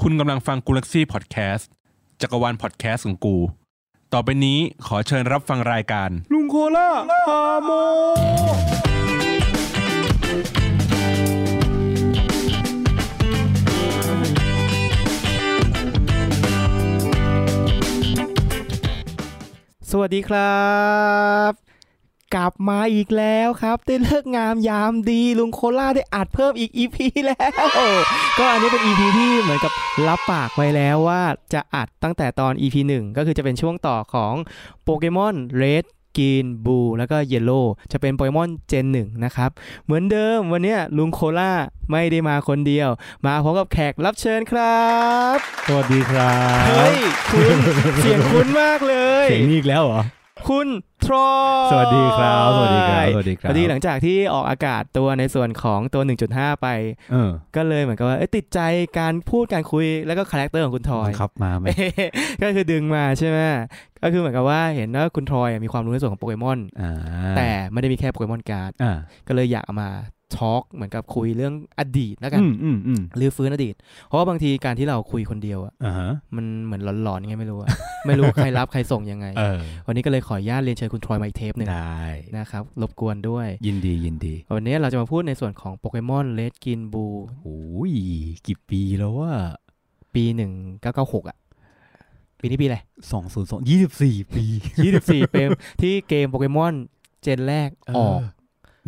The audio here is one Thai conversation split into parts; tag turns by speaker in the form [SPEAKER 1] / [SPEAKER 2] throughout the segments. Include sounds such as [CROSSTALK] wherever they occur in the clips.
[SPEAKER 1] คุณกำลังฟังกูลักซี่พอดแคสต์จักรวาลพอดแคสต์ของกู ต่อไปนี้ขอเชิญรับฟังรายการ
[SPEAKER 2] ลุงโคล่าฮาโม สวัสดีครับ กลับมาอีกแล้วครับได้เลิกงามยามดีลุงโคล่าได้อัดเพิ่มอีก EP แล้ว ก็อันนี้เป็น EP ที่เหมือนกับรับปากไว้แล้วว่าจะอัดตั้งแต่ตอน EP 1 ก็คือจะเป็นช่วงต่อของ โปเกมอนเรดกีนบูแล้วก็เยลโล่จะเป็นโปเกมอนเจนหนึ่งนะครับ เหมือนเดิมวันเนี้ยลุงโคล่าไม่ได้มาคนเดียว มาพร้อมกับแขกรับเชิญครับ
[SPEAKER 3] สวัสดีครับ
[SPEAKER 2] เฮ้ย
[SPEAKER 3] [LAUGHS]
[SPEAKER 2] คุณเสียงคุณมากเลย
[SPEAKER 3] เสียงนี่อีกแล้วเหรอ
[SPEAKER 2] คุณทรอ
[SPEAKER 3] สวัสดีครับ สวัสดีครับ สวัสดีค
[SPEAKER 2] พ
[SPEAKER 3] รับ
[SPEAKER 2] อดีหลังจากที่ออกอากาศตัวในส่วนของตัว 1.5 ไป
[SPEAKER 3] เออ
[SPEAKER 2] ก็เลยเหมือนกับว่าเอ้ยติดใจการพูดการคุยแล้วก็คาแรคเตอร์ของคุณทอย
[SPEAKER 3] บังคับมาไหม
[SPEAKER 2] [LAUGHS] ก็คือดึงมาใช่ไหมก็คือเหมือนกับว่าเห็นว่าคุณทอยมีความรู้ในส่วนของโปเกมอน
[SPEAKER 3] อ่า
[SPEAKER 2] แต่ไม่ได้มีแค่โปเกมอนการ์ด
[SPEAKER 3] อ่า
[SPEAKER 2] ก็เลยอยากเอามาทอล์กเหมือนกับคุยเรื่องอดีตแล้วกัน
[SPEAKER 3] อืมอืมอืม
[SPEAKER 2] หรือฟื้นอดีต เพราะว่าบางทีการที่เราคุยคนเดียวอะ
[SPEAKER 3] อ่าฮะ
[SPEAKER 2] มันเหมือนหลอนๆยังไงไม่ [LAUGHS] รู้อะ ไม่รู้ใครรับใครส่งยังไง
[SPEAKER 3] เออ
[SPEAKER 2] วันนี้ก็เลยขออนุญาตเรียนเชิญคุณทรอยมาอีกเทปหนึ่ง
[SPEAKER 3] ได้
[SPEAKER 2] นะครับรบกวนด้วย
[SPEAKER 3] ยินดียินดี
[SPEAKER 2] วันนี้เราจะมาพูดในส่วนของโปเกมอนเลดกินบู
[SPEAKER 3] โอ้ยกี่ปีแล้วว่า
[SPEAKER 2] ปี 1996อะปีนี้ปีอะไร
[SPEAKER 3] สองศูนย์สองยี่สิบสี่ปี
[SPEAKER 2] [LAUGHS] 24 เปมที่เกมโปเกมอนเจนแรก
[SPEAKER 3] เ
[SPEAKER 2] ออก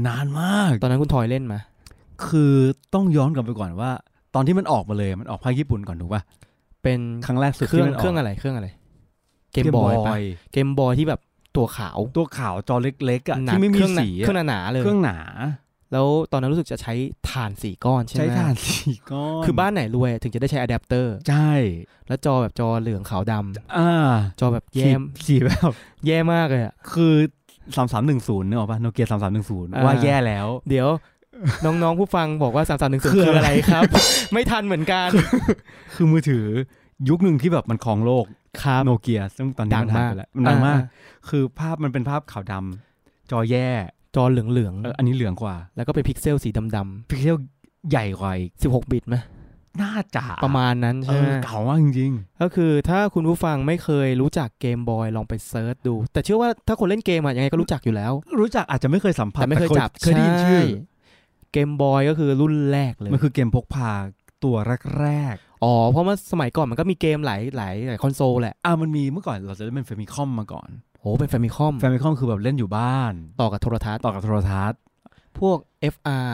[SPEAKER 3] นานมาก
[SPEAKER 2] ตอนนั้นคุณทอยเล่นมา
[SPEAKER 3] คือต้องย้อนกลับไปก่อนว่า ตอนที่มันออกมาเลยมันออกภาคญี่ปุ่นก่อนถูกป่ะ
[SPEAKER 2] เป็น
[SPEAKER 3] ครั้งแรกสุด
[SPEAKER 2] เครื่อง
[SPEAKER 3] ที่มันก
[SPEAKER 2] เครื่องอะไรเครื่องอะไรเกม
[SPEAKER 3] เกม
[SPEAKER 2] บบ อ
[SPEAKER 3] อย
[SPEAKER 2] ปะ
[SPEAKER 3] ย
[SPEAKER 2] เกมบอยที่แบบตัวขาว
[SPEAKER 3] ตัวขาวจอเล็กๆอ่ะ
[SPEAKER 2] หนา
[SPEAKER 3] ที่ไม่มี
[SPEAKER 2] เครื่องหนา
[SPEAKER 3] สี
[SPEAKER 2] เครื่อ
[SPEAKER 3] อะ
[SPEAKER 2] งหนาๆเลย
[SPEAKER 3] เครื่องหนา
[SPEAKER 2] แล้วตอนนั้นรู้สึกจะใช้ถ่านสี่ก้อนใช่ไหม
[SPEAKER 3] ใช้ถ่านสี่ก้อน
[SPEAKER 2] คือบ้านไหนรวยถึงจะได้ใช้อะแดปเตอร์
[SPEAKER 3] ใช่
[SPEAKER 2] แล้วจอแบบจอเหลืองขาวดำ
[SPEAKER 3] อ่า
[SPEAKER 2] จอแบบแย่ม
[SPEAKER 3] สีสีแบบ
[SPEAKER 2] แย่มากเลยอะ
[SPEAKER 3] คือสามสามหนึ่งศูนย์เนกอะป่ะโนเกียสามสามหนึ่งศูนย์
[SPEAKER 2] อ่า
[SPEAKER 3] ว่าแย่แล้ว
[SPEAKER 2] เดี๋ยว
[SPEAKER 3] [LAUGHS]
[SPEAKER 2] น้องๆผู้ฟังบอกว่า3 3 1 0
[SPEAKER 3] คื
[SPEAKER 2] คือ
[SPEAKER 3] อ
[SPEAKER 2] อะ
[SPEAKER 3] อะไร ไร
[SPEAKER 2] ครับ [LAUGHS] ไม่ทันเหมือนกัน
[SPEAKER 3] คือมือถือยุคหนึ่งที่แบบมันครองโลก
[SPEAKER 2] ครับ
[SPEAKER 3] โนเกียซึ่งตอนนี้
[SPEAKER 2] ดัง
[SPEAKER 3] มันหาย
[SPEAKER 2] มาก
[SPEAKER 3] ไปแล้วมันดังมาก
[SPEAKER 2] อ่
[SPEAKER 3] คือภาพมันเป็นภาพขาวดำจอแย่
[SPEAKER 2] จอเหลือง
[SPEAKER 3] เอออันนี้เหลืองกว่า
[SPEAKER 2] ๆแล้วก็เป็นพิกเซลสีดำ
[SPEAKER 3] พิกเซลใหญ่กว่าอีก
[SPEAKER 2] ๆ16 บิตไหม
[SPEAKER 3] น่าจะ
[SPEAKER 2] ประมาณนั้น
[SPEAKER 3] เอ
[SPEAKER 2] ใช่ไหม
[SPEAKER 3] อเก่ามากจริง
[SPEAKER 2] ก็คือถ้าคุณผู้ฟังไม่เคยรู้จักเกมบอยลองไปเซิร์ชดู แต่เชื่อว่าถ้าคนเล่นเกมอะยังไงก็รู้จักอยู่แล้ว
[SPEAKER 3] ๆ รู้จักอาจจะไม่เคยสัมผัส
[SPEAKER 2] แต่ไม่เคยจับ
[SPEAKER 3] เคยได้ยินชื่อ
[SPEAKER 2] ใเกมบอยก็คือรุ่นแรกเลย
[SPEAKER 3] มันคือเกมพกพาตัวแรก
[SPEAKER 2] อ๋อ เพราะว่าสมัยก่อนมันก็มีเกมหลายหลายหลายคอนโซลแหละ
[SPEAKER 3] ๆอ่ามันมีเมื่อก่อนเราจะเล่นเป็นแฟมิคอมมาก่อน
[SPEAKER 2] โห เป็นแฟมิคอม
[SPEAKER 3] แฟมิคอมคือแบบเล่นอยู่บ้าน
[SPEAKER 2] ต่อกับโทรทัศน์
[SPEAKER 3] ต่อกับโทรทัศน์
[SPEAKER 2] พวก FR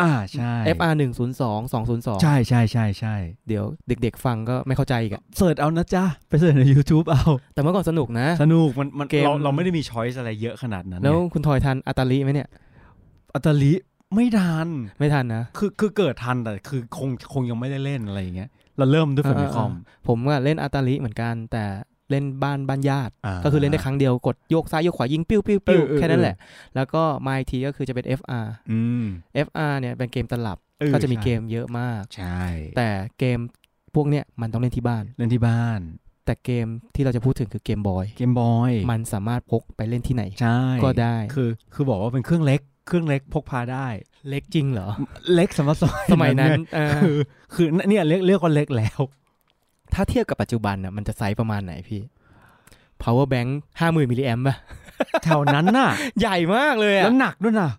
[SPEAKER 3] อ่าใช่
[SPEAKER 2] FR 102 202
[SPEAKER 3] ใช่ใช่ใช่ใช่
[SPEAKER 2] เดี๋ยวเด็กๆฟังก็ไม่เข้าใจอีกอะ
[SPEAKER 3] เสิร์ชเอานะจ๊ะ ไปเสิร์ชใน YouTube เอา
[SPEAKER 2] แต่เมื่อก่อนสนุกนะ
[SPEAKER 3] สนุก มันมัน
[SPEAKER 2] เกม
[SPEAKER 3] เราเราไม่ได้มีช้อยส์อะไรเยอะขนาดนั้น
[SPEAKER 2] แล้ว
[SPEAKER 3] ไง
[SPEAKER 2] คุณทอยทันอัตาลีไหมเนี่ย
[SPEAKER 3] อัตลิไม่ทัน
[SPEAKER 2] ไม่ทันนะ
[SPEAKER 3] คือคือเกิดทันแต่คือคงคงยังไม่ได้เล่นอะไรอย่างเงี้ย เราเริ่มด้วยแฟ
[SPEAKER 2] อ่า
[SPEAKER 3] มิคอม
[SPEAKER 2] ผมก็เล่นอัตาลีเหมือนกัน แต่เล่นบ้านบ้านญาติ ก็คือเล่นได้ครั้งเดียวกดโยกซ้ายโยกขวายิงปิ้วปิ้วปิ้วแค่นั้นแหละ แล้วก็มาอีกทีก็คือจะเป็น FR
[SPEAKER 3] อืม
[SPEAKER 2] FR เนี่ยเป็นเกมตลับ
[SPEAKER 3] เออ
[SPEAKER 2] ก็จะมี
[SPEAKER 3] ใช่
[SPEAKER 2] เกมเยอะมาก
[SPEAKER 3] ใช่
[SPEAKER 2] แต่เกมพวกเนี้ยมันต้องเล่นที่บ้าน
[SPEAKER 3] เล่นที่บ้าน
[SPEAKER 2] แต่เกมที่เราจะพูดถึงคือเกมบอย
[SPEAKER 3] เกมบอย
[SPEAKER 2] มันสามารถพกไปเล่นที่ไหน
[SPEAKER 3] ใช่
[SPEAKER 2] ก็ได้
[SPEAKER 3] คือคือบอกว่าเป็นเครื่องเล็ก เครื่องเล็กพกพาได้
[SPEAKER 2] เล็กจริงเหรอ
[SPEAKER 3] เล็กสำหรับ
[SPEAKER 2] [LAUGHS] สมัยนั้น
[SPEAKER 3] เ
[SPEAKER 2] เออ
[SPEAKER 3] คือคือเนี่ยเรียกเรียกว่าเล็กแล้ว
[SPEAKER 2] ถ้าเทียบกับปัจจุบันน่ะมันจะไซส์ประมาณไหนพี่ power bank ห้าหมื่นมิลลิแอมป่ะ
[SPEAKER 3] แถวนั้นน่ะ
[SPEAKER 2] ใหญ่มากเลย
[SPEAKER 3] แล้
[SPEAKER 2] อ่ะ
[SPEAKER 3] วหนักด้วยน่ะ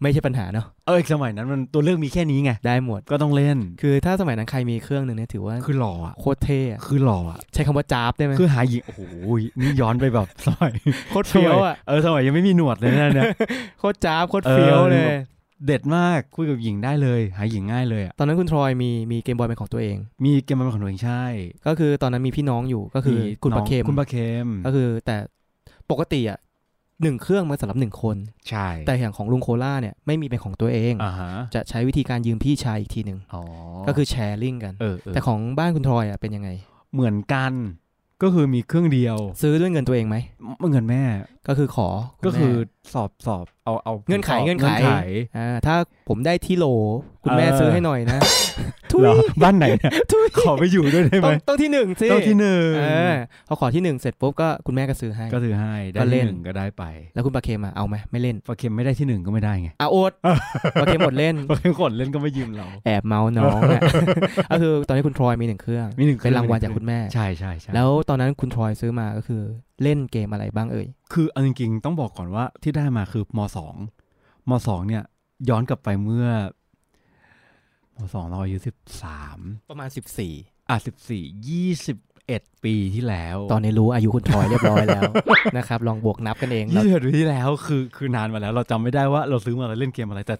[SPEAKER 2] ไม่ใช่ปัญหาเนาะ
[SPEAKER 3] เออสมัยนั้นมันตัวเลือกมีแค่นี้ไง
[SPEAKER 2] ได้หมด
[SPEAKER 3] ก็ต้องเล่น
[SPEAKER 2] คือถ้าสมัยนั้นใครมีเครื่องหนึ่งเนี่ยถือว่า
[SPEAKER 3] คือหล่ออ่ะ
[SPEAKER 2] โคตรเท่อะ
[SPEAKER 3] คือหล่ออ่ะ
[SPEAKER 2] ใช้คำว่าจ้าบได้ไหม
[SPEAKER 3] คือหาหญิง โอ้โห นี่ย้อนไปแบบ [LAUGHS] สมัย
[SPEAKER 2] โคตรเฟี้ยวอ่ะ
[SPEAKER 3] เออ สมัยยังไม่มีหนวดเลยนะเนี่ย [LAUGHS]
[SPEAKER 2] โคตรจ้าบโคตรเฟี้ยว
[SPEAKER 3] เออ
[SPEAKER 2] เลย
[SPEAKER 3] เด็ดมาก คุยกับหญิงได้เลย หาหญิงง่ายเลยอ่ะ
[SPEAKER 2] ตอนนั้นคุณทรอยมีมีเกมบอยเป็นของตัวเอง
[SPEAKER 3] มีเกมมันเป็นของตัวเองใช่
[SPEAKER 2] ก็คือตอนนั้นมีพี่น้องอยู่ก็คือ
[SPEAKER 3] มี
[SPEAKER 2] คุณ
[SPEAKER 3] น้
[SPEAKER 2] ป
[SPEAKER 3] อง
[SPEAKER 2] ระเคม
[SPEAKER 3] คุณปลาเค็ม
[SPEAKER 2] ก็คือแต่ปกติอ่ะหนึ่งเครื่องมันสำหรับหนึ่งคน
[SPEAKER 3] ใช่
[SPEAKER 2] แต่อย่างของลุงโคล่าเนี่ยไม่มีเป็นของตัวเอง
[SPEAKER 3] อ่าฮะ
[SPEAKER 2] จะใช้วิธีการยืมพี่ชายอีกทีหนึ่ง
[SPEAKER 3] อ๋อ
[SPEAKER 2] ก็คือแชร์ลิงกัน
[SPEAKER 3] เออเออ
[SPEAKER 2] แต่ของบ้านคุณทรอยอ่ะเป็นยังไง
[SPEAKER 3] เหมือนกัน ก็คือมีเครื่องเดียว
[SPEAKER 2] ซื้อด้วยเงินตัวเองไหม
[SPEAKER 3] เงินแม่
[SPEAKER 2] ก็คือขอณ
[SPEAKER 3] ก็คือ
[SPEAKER 2] แม่
[SPEAKER 3] สอบสอบเอาเอา
[SPEAKER 2] เงื่อนไข
[SPEAKER 3] สบ
[SPEAKER 2] เงื่อนไข
[SPEAKER 3] งื่
[SPEAKER 2] อ่าถ้าผมได้ที่โหลคุณแม่
[SPEAKER 3] เออ
[SPEAKER 2] ซื้อให้หน่อย
[SPEAKER 3] [LAUGHS]
[SPEAKER 2] นะ ทุ
[SPEAKER 3] เหรอย บ้านไหนเนี่ย [LAUGHS]
[SPEAKER 2] ทุย
[SPEAKER 3] ขอไปอยู่ด้วยได้ไห
[SPEAKER 2] ต้
[SPEAKER 3] ม
[SPEAKER 2] องต้องที่หนึ่งสิ
[SPEAKER 3] ต้องที่หนึ่ง
[SPEAKER 2] เออพอขอที่หนึ่งเสร็จปุ๊บก็คุณแม่ก็ซื้อให้
[SPEAKER 3] ก็ถือให้ได้
[SPEAKER 2] ก็เล่
[SPEAKER 3] ที่
[SPEAKER 2] น
[SPEAKER 3] หนึ่งก็ได้ไป
[SPEAKER 2] แล้วคุณปาเคมอะเอาไหมไม่เล่น
[SPEAKER 3] ปลาเค็มไม่ได้ที่หนึ่งก็ไม่ได้ไง
[SPEAKER 2] อาโอดปาเคมหมดเล่น
[SPEAKER 3] [LAUGHS] ปลาเค็มขดเล่นก็ไม่ยืมเรา
[SPEAKER 2] แอบเมาส์น้อง
[SPEAKER 3] [LAUGHS]
[SPEAKER 2] อะ ก็คือตอนนี้คุณทรอยมีหนึ่งเครื่อง
[SPEAKER 3] มีหนึ่งเครื่อง
[SPEAKER 2] เป็นรางวัลจากคุณแม่
[SPEAKER 3] ใช่ใช่ใช่
[SPEAKER 2] แล้วตอนนั้นคุณทรอยซื้อมาก็คือเล่นเกมอะไรบ้างเอ่ย
[SPEAKER 3] คือเอาจริงๆต้องบอกก่อนว่าที่ได้มาคือมสองมสองเนี่ย ย้อนกลับไปเมื่อมสองเราอายุสิบสาม
[SPEAKER 2] ประมาณ 14
[SPEAKER 3] อ่ะสิบสี่ยี่สิบเอ็ดปีที่แล้ว
[SPEAKER 2] ตอนนี้รู้อายุคุณทรอยเรียบร้อย
[SPEAKER 3] [LAUGHS]
[SPEAKER 2] แล้ว นะครับลองบวกนับกันเอง
[SPEAKER 3] ยี่
[SPEAKER 2] แล้ว
[SPEAKER 3] สิบเอ็ดปีที่แล้วคือคือนานมาแล้ว เราจำไม่ได้ว่าเราซื้อมาเราเล่นเกมอะไร แต่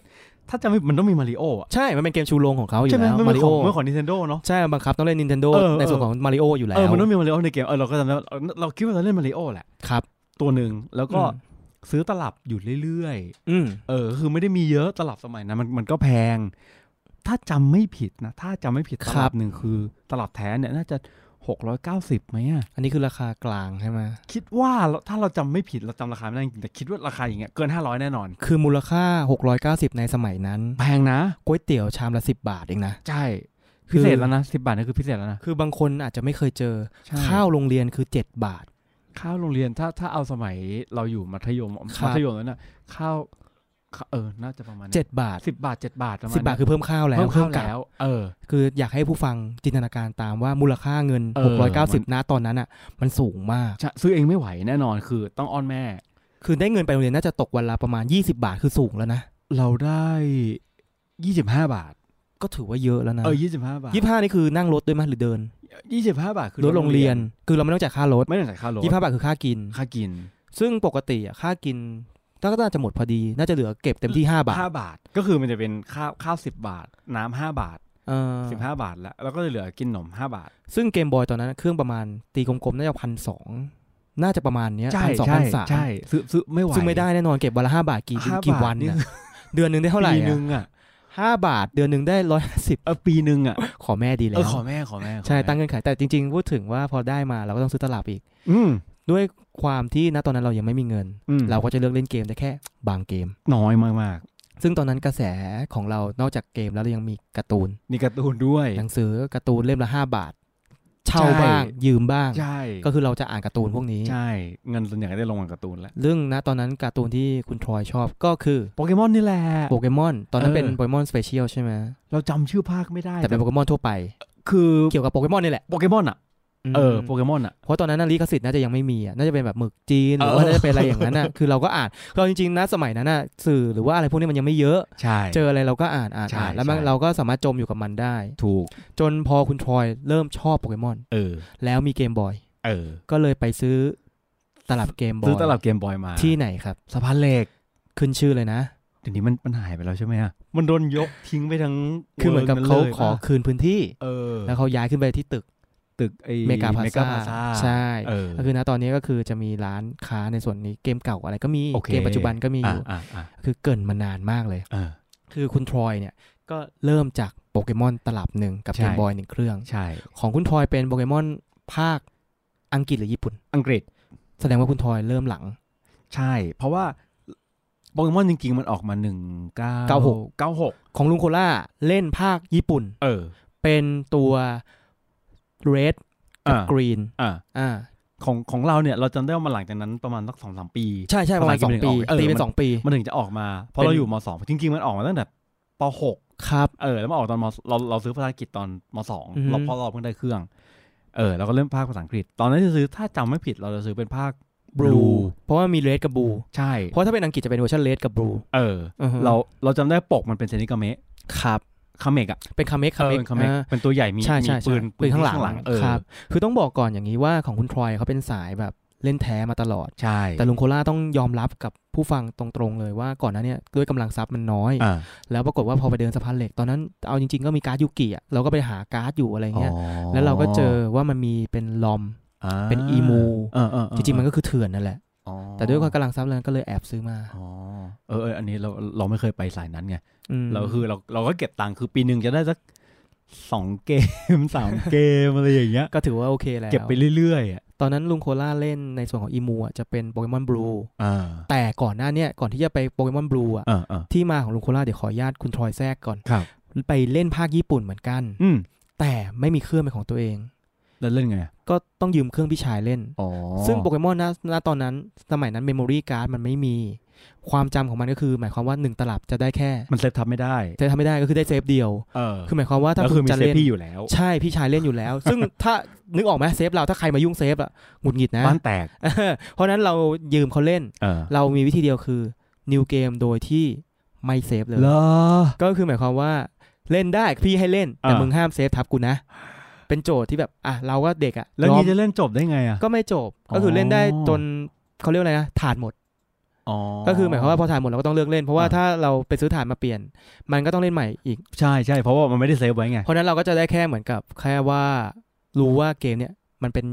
[SPEAKER 3] ถ้าจำไม่มันต้องมีมาริโออะ
[SPEAKER 2] ใช่ มันเป็นเกมชูโรงของเขาอยู่
[SPEAKER 3] ใช่ไหม
[SPEAKER 2] แล้ว
[SPEAKER 3] มัน
[SPEAKER 2] มา
[SPEAKER 3] เป็น
[SPEAKER 2] ริ
[SPEAKER 3] ข
[SPEAKER 2] โอ
[SPEAKER 3] องเมื่อของ Nintendo เนาะ
[SPEAKER 2] ใช่ บังคับต้องเล่น Nintendo
[SPEAKER 3] เออเออ
[SPEAKER 2] ในส่วนของมาริโออยู่แล้
[SPEAKER 3] เออ
[SPEAKER 2] ว
[SPEAKER 3] มันต้องมีมาริโอในเกมเออเราก็จำได้ว่าเราเราคิดว่าเราเล่นมาริโอแหละ
[SPEAKER 2] ครับ
[SPEAKER 3] ตัวหนึ่งแล้วก็
[SPEAKER 2] อืม
[SPEAKER 3] ซื้อตลับอยู่เรื่อยๆ
[SPEAKER 2] อืม
[SPEAKER 3] เออคือไม่ได้มีเยอะตลับสมัยนะมันมันก็แพง ถ้าจำไม่ผิดนะ ถ้าจำไม่ผิดตลับหนึ่งคือตลับแท้เนี่ยน่าจะหกร้อยเก้าสิบไหมอะ
[SPEAKER 2] อันนี้คือราคากลางใช่ไหม
[SPEAKER 3] คิดว่าเราถ้าเราจำไม่ผิดเราจำราคาไม่ได้จริงแต่คิดว่าราคาอย่างเงี้ยเกินห้าร้อยแน่นอน
[SPEAKER 2] คือมูลค่า 690 ในสมัยนั้น
[SPEAKER 3] แพงนะ
[SPEAKER 2] ก๋วยเตี๋ยวชามละ 10 บาทเองนะ
[SPEAKER 3] ใช่
[SPEAKER 2] คือ
[SPEAKER 3] พิเศษแล้วนะสิบบาทนี่คือพิเศษแล้วนะ
[SPEAKER 2] คือบางคนอาจจะไม่เคยเจอ
[SPEAKER 3] ใช่
[SPEAKER 2] ข้าวโรงเรียนคือ 7 บาท
[SPEAKER 3] ข้าวโรงเรียนถ้าถ้าเอาสมัยเราอยู่มัธยม
[SPEAKER 2] ครับ
[SPEAKER 3] มัธยมนั้นน่ะข้าวข้าวเออน่าจะประมาณ
[SPEAKER 2] 7 บาท
[SPEAKER 3] สิบบาทเจ็ดบาทประมาณ
[SPEAKER 2] 10 บาทคือเพิ่มข้าวแล้
[SPEAKER 3] เพิ่
[SPEAKER 2] ว
[SPEAKER 3] มข้าว
[SPEAKER 2] กะ
[SPEAKER 3] แล้ว เออ
[SPEAKER 2] คืออยากให้ผู้ฟังจินตนาการตามว่ามูลค่าเงิน
[SPEAKER 3] เออมัน
[SPEAKER 2] 690นะตอนนั้นอ่ะ มันสูงมาก
[SPEAKER 3] ใช่ซื้อเองไม่ไหวแน่นอนคือต้องอ้อนแม่
[SPEAKER 2] คือได้เงินไปโรงเรียนน่าจะตกวันละประมาณ 20 บาทคือสูงแล้วนะ
[SPEAKER 3] เราได้ยี่สิบห้าบาท
[SPEAKER 2] ก็ถือว่าเยอะแล้วนะ
[SPEAKER 3] เออยี่สิบห้าบาท
[SPEAKER 2] ยี่สิบห้านี่คือนั่งรถด้วยมั้ยหรือเดิน
[SPEAKER 3] ยี่สิบห้าบาทคือ
[SPEAKER 2] รถโรงเรียน คือเราไม่ต้องจ่ายค่ารถ
[SPEAKER 3] ไม่ต้องจ่ายค่ารถ
[SPEAKER 2] ยี่สิบห้าบาทคือค่ากิน
[SPEAKER 3] ค่ากิน
[SPEAKER 2] ซึ่งปกติอะค่ากินก็น่าจะหมดพอดี น่าจะเหลือเก็บเต็มที่ 5 บาท
[SPEAKER 3] ห้าบาทก็คือมันจะเป็นข้าวข้าวสิบบาท น้ำห้าบาท
[SPEAKER 2] เออ
[SPEAKER 3] สิบห้าบาทแล้วแล้วก็จะเหลือกินขนมห้าบาท
[SPEAKER 2] ซึ่งเกมบอยตอนนั้นเครื่องประมาณตีกลมๆ น่าจะพันสองน่าจะประมาณเนี้ยพันสองพันสาม
[SPEAKER 3] ใช่ซื้อซื้อไม่ไหว
[SPEAKER 2] ซึ่งไม่ได้แน่นอนเก็บวันละห้าบาทกี่
[SPEAKER 3] ห้าบาท
[SPEAKER 2] กี่วัน
[SPEAKER 3] นี่
[SPEAKER 2] น่ะเดือนหนึ่งได้เท่าไหร่
[SPEAKER 3] ปี
[SPEAKER 2] อะ
[SPEAKER 3] หนึ่งอ่ะ
[SPEAKER 2] ห้าบาทเดือนหนึ่งได้ร้อยสิบ
[SPEAKER 3] เออปีหนึ่งอ่ะ
[SPEAKER 2] ขอแม่ดีแล้
[SPEAKER 3] เออ
[SPEAKER 2] ว
[SPEAKER 3] ขอแม่ขอแม่ขอแม่
[SPEAKER 2] ใช่ตั้งเงื่อนไขแต่จริงๆพูดถึงว่าพอได้มาเราก็ต้องซื้อตลับอีก
[SPEAKER 3] อืม
[SPEAKER 2] ด้วยความที่ณตอนนั้นเรายังไม่มีเงิน
[SPEAKER 3] อืม
[SPEAKER 2] เราก็จะเลือกเล่นเกมได้แค่ บางเกม
[SPEAKER 3] น้อยมาก
[SPEAKER 2] ซึ่งตอนนั้นกระแสของเรานอกจากเกมแล้วเรายังมีการ์ตูน
[SPEAKER 3] ๆนี่การ์ตูนด้วย
[SPEAKER 2] หนังสือการ์ตูนเล่มละห้าบาท เช่า
[SPEAKER 3] ใช่
[SPEAKER 2] บ้าง ยืมบ้าง
[SPEAKER 3] ใช่
[SPEAKER 2] ก็คือเราจะอ่านการ์ตูนพวกนี้
[SPEAKER 3] ใช่เงินส่วนใหญ่ก็ได้ลงกับการ์ตูนแล้ว
[SPEAKER 2] เรื่องนะตอนนั้นการ์ตูนที่คุณทรอยชอบก็คือ
[SPEAKER 3] โปเกมอนนี่แหละ
[SPEAKER 2] โปเกมอนตอนนั้น
[SPEAKER 3] เออ
[SPEAKER 2] เป็นโปเกมอนสเปเชียลใช่ไหม
[SPEAKER 3] เราจำชื่อภาคไม่ได้
[SPEAKER 2] แต่เป็นโปเกมอนทั่วไป
[SPEAKER 3] คือ
[SPEAKER 2] เกี่ยวกับโปเกมอนนี่แหละ
[SPEAKER 3] โปเกมอนอ่ะเออโปเกมอนอ่ะ
[SPEAKER 2] เพราะตอนนั้นนะลิขสิทธิ์น่าจะยังไม่มีอะน่าจะเป็นแบบหมึกจีนหรือ
[SPEAKER 3] เออ
[SPEAKER 2] ว่าน่าจะเป็นอะไรอย่างนั้น
[SPEAKER 3] [LAUGHS]
[SPEAKER 2] น่ะคือเราก็อ่านคือเราจริงๆนะสมัยนั้นน่ะสื่อหรือว่าอะไรพวกนี้มันยังไม่เยอะ
[SPEAKER 3] ใช่
[SPEAKER 2] เจออะไรเราก็อ่านอ่านอ่าน
[SPEAKER 3] ใช่
[SPEAKER 2] แล้วมัน
[SPEAKER 3] ใช่
[SPEAKER 2] เราก็สามารถจมอยู่กับมันได้
[SPEAKER 3] ถูก
[SPEAKER 2] จนพอคุณทรอยเริ่มชอบโปเกมอน
[SPEAKER 3] เออ
[SPEAKER 2] แล้วมีเกมบอย
[SPEAKER 3] เออ
[SPEAKER 2] ก็เลยไปซื้อตลับเกมบอ
[SPEAKER 3] ซื้อย ตลับเกมบอยมา
[SPEAKER 2] ที่ไหนครับ
[SPEAKER 3] สะพานเหล็ก
[SPEAKER 2] ขึ้นชื่อเลยนะ
[SPEAKER 3] เดี๋ยวนี้มันมันหายไปแล้วใช่ไหมอะมันโดนยกทิ้งไปทั้ง
[SPEAKER 2] คือเหมือนกับเขาขอคืนพื้นที่
[SPEAKER 3] เออ
[SPEAKER 2] แล้วเขาย้ายขึ้นไปที่ตึก
[SPEAKER 3] ตึกไอ
[SPEAKER 2] เมกาพาซาใช่
[SPEAKER 3] เออ
[SPEAKER 2] ก็คือนะตอนนี้ก็คือจะมีร้านค้าในส่วนนี้เกมเก่าอะไรก็มี
[SPEAKER 3] โอเค
[SPEAKER 2] เกมปัจจุบันก็มีอ
[SPEAKER 3] อ่ะ
[SPEAKER 2] ยู่
[SPEAKER 3] อ่ะอ่ะ
[SPEAKER 2] คือเกรินมานานมากเลย
[SPEAKER 3] เออ
[SPEAKER 2] คือคุณทรอยเนี่ยก็เริ่มจากโปเกมอนตลับหนึ่งกับ
[SPEAKER 3] ใช่
[SPEAKER 2] เกมบอยหนึ่งเครื่อง
[SPEAKER 3] ใช่
[SPEAKER 2] ของคุณทรอยเป็นโปเกมอนภาคอังกฤษหรือญี่ปุ่น
[SPEAKER 3] อังกฤษ
[SPEAKER 2] แสดงว่าคุณทรอยเริ่มหลัง
[SPEAKER 3] ใช่ เพราะว่าโปเกมอนจริง ๆ มันออกมาหนึ่งเก้า
[SPEAKER 2] 96
[SPEAKER 3] เก้าหก
[SPEAKER 2] ของลุงโคล่าเล่นภาคญี่ปุ่น
[SPEAKER 3] เออ
[SPEAKER 2] เป็นตัวเรดกับ
[SPEAKER 3] อ่ะ
[SPEAKER 2] กรีน
[SPEAKER 3] อ่ะ
[SPEAKER 2] อ่า
[SPEAKER 3] ของของเราเนี่ยเราจำได้ว่ามันหลังจากนั้นประมาณสักสองสามปี
[SPEAKER 2] ใช่ใช่ประมาณสองปี
[SPEAKER 3] เออ
[SPEAKER 2] ตีเป็นสองปี
[SPEAKER 3] มันถึงจะออกมาเพราะ
[SPEAKER 2] เป็น
[SPEAKER 3] เราอยู่มสองจริง ๆ มันออกมาตั้งแต่ปหก
[SPEAKER 2] ครับ
[SPEAKER 3] เออแล้วมาออกตอนมเราเราซื้อภาษาอังกฤษตอนมสอง
[SPEAKER 2] อือฮึ
[SPEAKER 3] เราพอเราเพิ่งได้เครื่อง เออเราก็เริ่มภาคภาษาอังกฤษ ตอนนั้นที่ซื้อถ้าจำไม่ผิดเราจะซื้อเป็นภาค
[SPEAKER 2] บลู
[SPEAKER 3] Blue
[SPEAKER 2] เพราะว่ามีเรดกับบลู
[SPEAKER 3] ใช่
[SPEAKER 2] เพราะถ้าเป็นอังกฤษจะเป็นเวอร์ชันเรดกับบลู
[SPEAKER 3] เออ เราเราจำได้ปกมันเป็นเซนิกาเมะ
[SPEAKER 2] ครับ
[SPEAKER 3] คาเมกอะ
[SPEAKER 2] เป็นคาเมกคา
[SPEAKER 3] เออ
[SPEAKER 2] เมก
[SPEAKER 3] เป็นคาเมก
[SPEAKER 2] อ่า
[SPEAKER 3] เป็นตัวใหญ่มี
[SPEAKER 2] ใช่
[SPEAKER 3] มี
[SPEAKER 2] ใช่
[SPEAKER 3] ปื
[SPEAKER 2] ใช่
[SPEAKER 3] น
[SPEAKER 2] ปืนข้างหลัง
[SPEAKER 3] เออ
[SPEAKER 2] ครับ คือต้องบอกก่อนอย่างนี้ว่าของคุณทรอยเขาเป็นสายแบบเล่นแท้มาตลอด
[SPEAKER 3] ใช่
[SPEAKER 2] แต่ลุงโคล่าต้องยอมรับกับผู้ฟังตรงๆเลยว่าก่อนหน้าเนี้ด้วยกำลังทรัพย์มันน้อย
[SPEAKER 3] อ่า
[SPEAKER 2] แล้วปรากฏว่าพอไปเดินสะพานเหล็กตอนนั้นเอาจริงๆก็มีการ์ดยูกิอ่ะเราก็ไปหาการ์ดอยู่อะไรเงี้ย
[SPEAKER 3] อ๋อ
[SPEAKER 2] แล้วเราก็เจอว่ามันมีเป็นลอม
[SPEAKER 3] อ่า
[SPEAKER 2] เป็นอีมู
[SPEAKER 3] เออเออเออ
[SPEAKER 2] จริงๆมันก็คือเถื่อนนั่นแหละ
[SPEAKER 3] อ๋อ
[SPEAKER 2] แต่ด้วยความกำลังทรัพย์เราก็เลยแอบซื้อมา
[SPEAKER 3] อ๋อเออเอออันนี้เราเราไม่เคยไปสายนั้นไง
[SPEAKER 2] ม
[SPEAKER 3] เราคือเราเราก็เก็บตังค์คือปีหนึ่งจะได้สักสองเกม [LAUGHS] สามเกมอะไรอย่างเงี้ย
[SPEAKER 2] ก็ถือว่าโอเคแล้ว
[SPEAKER 3] เก็บไปเรื่อยๆอะ
[SPEAKER 2] ตอนนั้นลุงโคล่าเล่นในส่วนของอีมูอ่ะจะเป็นโปเกมอนบลู
[SPEAKER 1] อ่า
[SPEAKER 2] แต่ก่อนหน้าเนี้ยก่อนที่จะไปโปเกมอนบลูอ่ะ
[SPEAKER 1] อ่าอ่า
[SPEAKER 2] ที่มาของลุงโคล่าเดี๋ยวขออนุญาตคุณทรอยแทรกก่อน
[SPEAKER 1] ครับ
[SPEAKER 2] ไปเล่นภาคญี่ปุ่นเหมือนกัน
[SPEAKER 3] อืม
[SPEAKER 2] แต่ไม่มีเครื่องเป็นของตัวเอง
[SPEAKER 3] แล้วเล่นไงอะ
[SPEAKER 2] ก็ต้องยืมเครื่องพี่ชายเล่น
[SPEAKER 3] อ๋อ
[SPEAKER 2] ซึ่งโปเกมอนนะณตอนนั้นสมัยนั้นเมมโมรี่การ์ดมันไม่มี ความจำของมันก็คือ หมายความว่า 1 ตลับจะได้แค่
[SPEAKER 3] มันเซฟทับไม่ได้
[SPEAKER 2] จะทำไม่ได้ก็คือได้เซฟเดียว
[SPEAKER 3] เออ
[SPEAKER 2] คือหมายความว่าถ้า
[SPEAKER 3] แล้ว
[SPEAKER 2] คุ
[SPEAKER 3] คือ
[SPEAKER 2] ณ
[SPEAKER 3] มี
[SPEAKER 2] จะ
[SPEAKER 3] เซฟ
[SPEAKER 2] เล่น
[SPEAKER 3] พี่อยู่แล้ว
[SPEAKER 2] ใช่พี่ชายเล่นอยู่
[SPEAKER 3] [LAUGHS]
[SPEAKER 2] แล้ว ซึ่งถ้านึกออกไหมเซฟเราถ้าใครมายุ่งเซฟอะหงุดหงิดนะ
[SPEAKER 3] บ้านแตก
[SPEAKER 2] [LAUGHS] เพราะฉะนั้นเรายืมเขาเล่น
[SPEAKER 3] เออ
[SPEAKER 2] เรามีวิธีเดียวคือนิวเกมโดยที่ไม่เซฟเลย
[SPEAKER 3] เหรอ
[SPEAKER 2] ก็คือหมายความว่าเล่นได้พี่ให้เล่น แต่
[SPEAKER 3] อ่ามึ
[SPEAKER 2] มึงห้ามเซฟทับกูนะ เป็นโจทย์ที่แบบอ่ะเราก็เด็กอะ
[SPEAKER 3] แล้ว
[SPEAKER 2] ยอม
[SPEAKER 3] นี่จะเล่นจบได้ไงอ่ะ
[SPEAKER 2] ก็ไม่จบก็คือ
[SPEAKER 3] อ
[SPEAKER 2] เล่นได้จนเขาเรียกอะไรนะถาดหมด
[SPEAKER 3] อ๋อ
[SPEAKER 2] ก็คือหมายความว่าพอถาดหมดเราก็ต้องเลิกเล่น เพราะว่า
[SPEAKER 3] อ่า
[SPEAKER 2] ถ้าเราไปซื้อถาดมาเปลี่ยน มันก็ต้องเล่นใหม่อีก
[SPEAKER 3] ใช่ใช่เพราะว่ามันไม่ได้เซฟไว้ไง
[SPEAKER 2] เพราะฉะนั้นเราก็จะได้แค่เหมือนกับแค่ว่ารู้ว่าเกมเนี่ยมันเป็น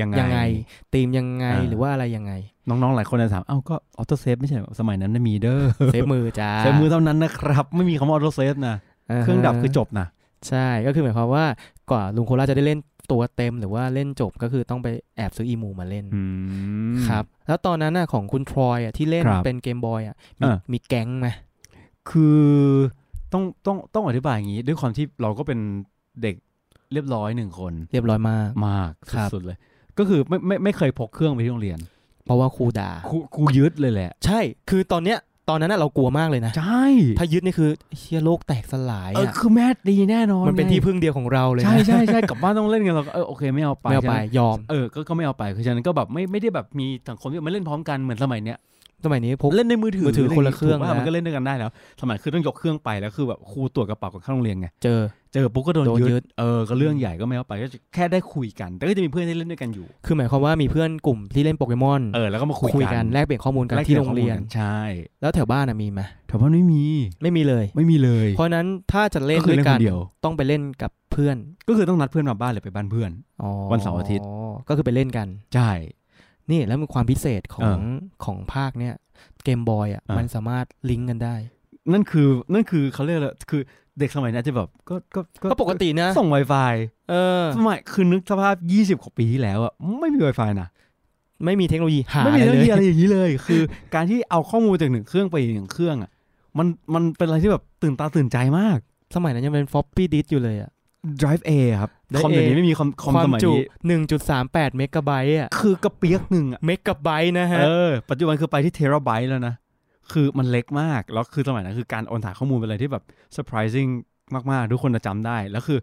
[SPEAKER 3] ยัง
[SPEAKER 2] ยัง
[SPEAKER 3] ไง
[SPEAKER 2] ไงธีมยังไง
[SPEAKER 3] อ่า
[SPEAKER 2] หรือว่าอะไร
[SPEAKER 3] [LAUGHS]
[SPEAKER 2] ยังไง
[SPEAKER 3] น้องๆ หลายคนอาจจะถามเอ้าก็ออโต้เซฟไม่ใช่เหรอสมัยนั้นนะมีเด้อ
[SPEAKER 2] เซฟมือจ้า
[SPEAKER 3] เซฟมือเท่านั้นนะครับ ไม่มีคำว่าออโต้เซฟนะ
[SPEAKER 2] าฮะ
[SPEAKER 3] เครื่องดับคือจบนะ
[SPEAKER 2] ใช่ก็คือหมายความว่ากว่าลุงโคราจะได้เล่นตัวเต็มหรือว่าเล่นจบก็คือต้องไปแอบซื้ออีมูมาเล่น
[SPEAKER 3] อืม
[SPEAKER 2] ครับแล้วตอนนั้นน่ะของคุณทรอยอ่ะที่เล่น
[SPEAKER 3] ครับ
[SPEAKER 2] เป็นเกมบอยอ่ะมี
[SPEAKER 3] อ่ามี
[SPEAKER 2] มีแก๊งไหม
[SPEAKER 3] คือต้องต้องต้องอธิบายอย่างนี้ ด้วยความที่เราก็เป็นเด็กเรียบร้อยหนึ่งคน
[SPEAKER 2] เรียบร้อยมาก
[SPEAKER 3] มาก
[SPEAKER 2] ครับ
[SPEAKER 3] สุดๆเลย ก็คือไม่ไม่ไม่เคยพกเครื่องไปที่โรงเรียน
[SPEAKER 2] เพราะว่าครูด่า
[SPEAKER 3] ครูครูยึดเลยแหละ
[SPEAKER 2] ใช่ คือตอนเนี้ย ตอนนั้นน่ะเรากลัวมากเลยนะ
[SPEAKER 3] ใช่
[SPEAKER 2] ถ้ายึดนี่คือเชียโลกแตกสลาย
[SPEAKER 3] เออ
[SPEAKER 2] อะ
[SPEAKER 3] คือแม่ดีแน่นอน
[SPEAKER 2] มันเป็น
[SPEAKER 3] ไง
[SPEAKER 2] ที่พึ่งเดียวของเราเลยนะ
[SPEAKER 3] ใช่ใช่ใช่กลับบ้านต้องเล่นกันเราก็เออโอเคไม่เอาไป
[SPEAKER 2] ไม่เอาไป
[SPEAKER 3] ฉะนั้น
[SPEAKER 2] ยอม
[SPEAKER 3] เออก็ก็ไม่เอาไปคือฉะนั้นก็แบบไม่ไม่ได้แบบมีสังคมที่มาเล่นพร้อมกันเหมือนสมัยเนี้ย
[SPEAKER 2] สมัยนี้พก
[SPEAKER 3] เล่นในมือถือ
[SPEAKER 2] มือถือคนละเครื่อง
[SPEAKER 3] ถูกป่
[SPEAKER 2] นะ
[SPEAKER 3] มันก็เล่นด้วยกันได้แล้ว สมัยคือต้องยกเครื่องไปแล้วคือแบบครูตรวจกระเป๋ากับเข้าโรงเรียนไง
[SPEAKER 2] เจอ
[SPEAKER 3] เจอปุ๊บก็โดน
[SPEAKER 2] โดนยึ
[SPEAKER 3] ยึ
[SPEAKER 2] ด
[SPEAKER 3] ด เออ ก็เรื่องใหญ่ก็ไม่เอาไปก็แค่ได้คุยกัน แต่ก็จะมีเพื่อนที่เล่นด้วยกันอยู่
[SPEAKER 2] คือหมายความว่ามีเพื่อนกลุ่มที่เล่นโปเกมอน
[SPEAKER 3] เออ แล้วก็มาคุ
[SPEAKER 2] คุยกันแลกเปลี่ยนข้อมูลกัน
[SPEAKER 3] แลก
[SPEAKER 2] ที่
[SPEAKER 3] ป
[SPEAKER 2] โรง
[SPEAKER 3] ลี่ข้อมูล
[SPEAKER 2] เรียน
[SPEAKER 3] กัใช่
[SPEAKER 2] แล้วแถวบ้านน่ะมีไหม
[SPEAKER 3] แถวบ้านไม่มี
[SPEAKER 2] ไม่มีเลย
[SPEAKER 3] ไม่มีเลย
[SPEAKER 2] เพราะฉะนั้นถ้าจะเล่น
[SPEAKER 3] ก็คือ
[SPEAKER 2] ด้วย
[SPEAKER 3] เล่น
[SPEAKER 2] กั
[SPEAKER 3] คน นเดียว
[SPEAKER 2] ต้องไปเล่นกับเพื่อน
[SPEAKER 3] ก็คือต้องนัดเพื่อนมาบ้านหรือไปบ้านเพื่อน
[SPEAKER 2] อ๋อ
[SPEAKER 3] วันเสาร์อาทิตย์
[SPEAKER 2] ก็คือไปเล่นกัน
[SPEAKER 3] ใช่
[SPEAKER 2] นี่แล้วมันความพิเศษขอ
[SPEAKER 3] เอง
[SPEAKER 2] ของภาคเนี้ยเกมบอยอ่ะ
[SPEAKER 3] อ่ามั
[SPEAKER 2] มันสามารถลิงก์กันได้
[SPEAKER 3] นั่นคือ นั่นคือเขาเรียกอะไรคือเด็กสมัยนี้อาจจะแบบ ก็ ก็
[SPEAKER 2] ก็ปกตินะ
[SPEAKER 3] ส่ง Wi-Fi
[SPEAKER 2] เออ
[SPEAKER 3] สมัยคือนึกสภาพ 20กว่าปีที่แล้วอะไม่มี Wi-Fi นะ
[SPEAKER 2] ไม่มีเทคโนโลยีหา
[SPEAKER 3] ไม่มี
[SPEAKER 2] อะไร
[SPEAKER 3] เรื่อ
[SPEAKER 2] เลย
[SPEAKER 3] งดีอะไรอย่างนี้เลย คือการที่เอาข้อมูลจากหนึ่งเครื่องไปอีกหนึ่งเครื่องอะมัน มันเป็นอะไรที่แบบตื่นตาตื่นใจมาก
[SPEAKER 2] สมัยนั้นยังเป็นฟอปปี้ดิสอยู่เลยอะ
[SPEAKER 3] Drive A ครับ
[SPEAKER 2] Drive
[SPEAKER 3] คอมเดี๋ย
[SPEAKER 2] A
[SPEAKER 3] วนี้ไม่มีคอมคอม
[SPEAKER 2] ความ
[SPEAKER 3] สมัย
[SPEAKER 2] จุ
[SPEAKER 3] นี้
[SPEAKER 2] 1.38 เมกะไบต์อะ
[SPEAKER 3] คือกระเปียกหนึ่งอ่ะ
[SPEAKER 2] เมกะไบต์นะฮะ
[SPEAKER 3] เออ ปัจจุบันคือไปที่เทราไบต์แล้วนะ คือมันเล็กมาก แล้วคือสมัยนั้นคือการโอนถ่ายข้อมูลเป็นอะไรที่แบบ surprising มากๆ ทุกคนจะจำได้ แล้วคือ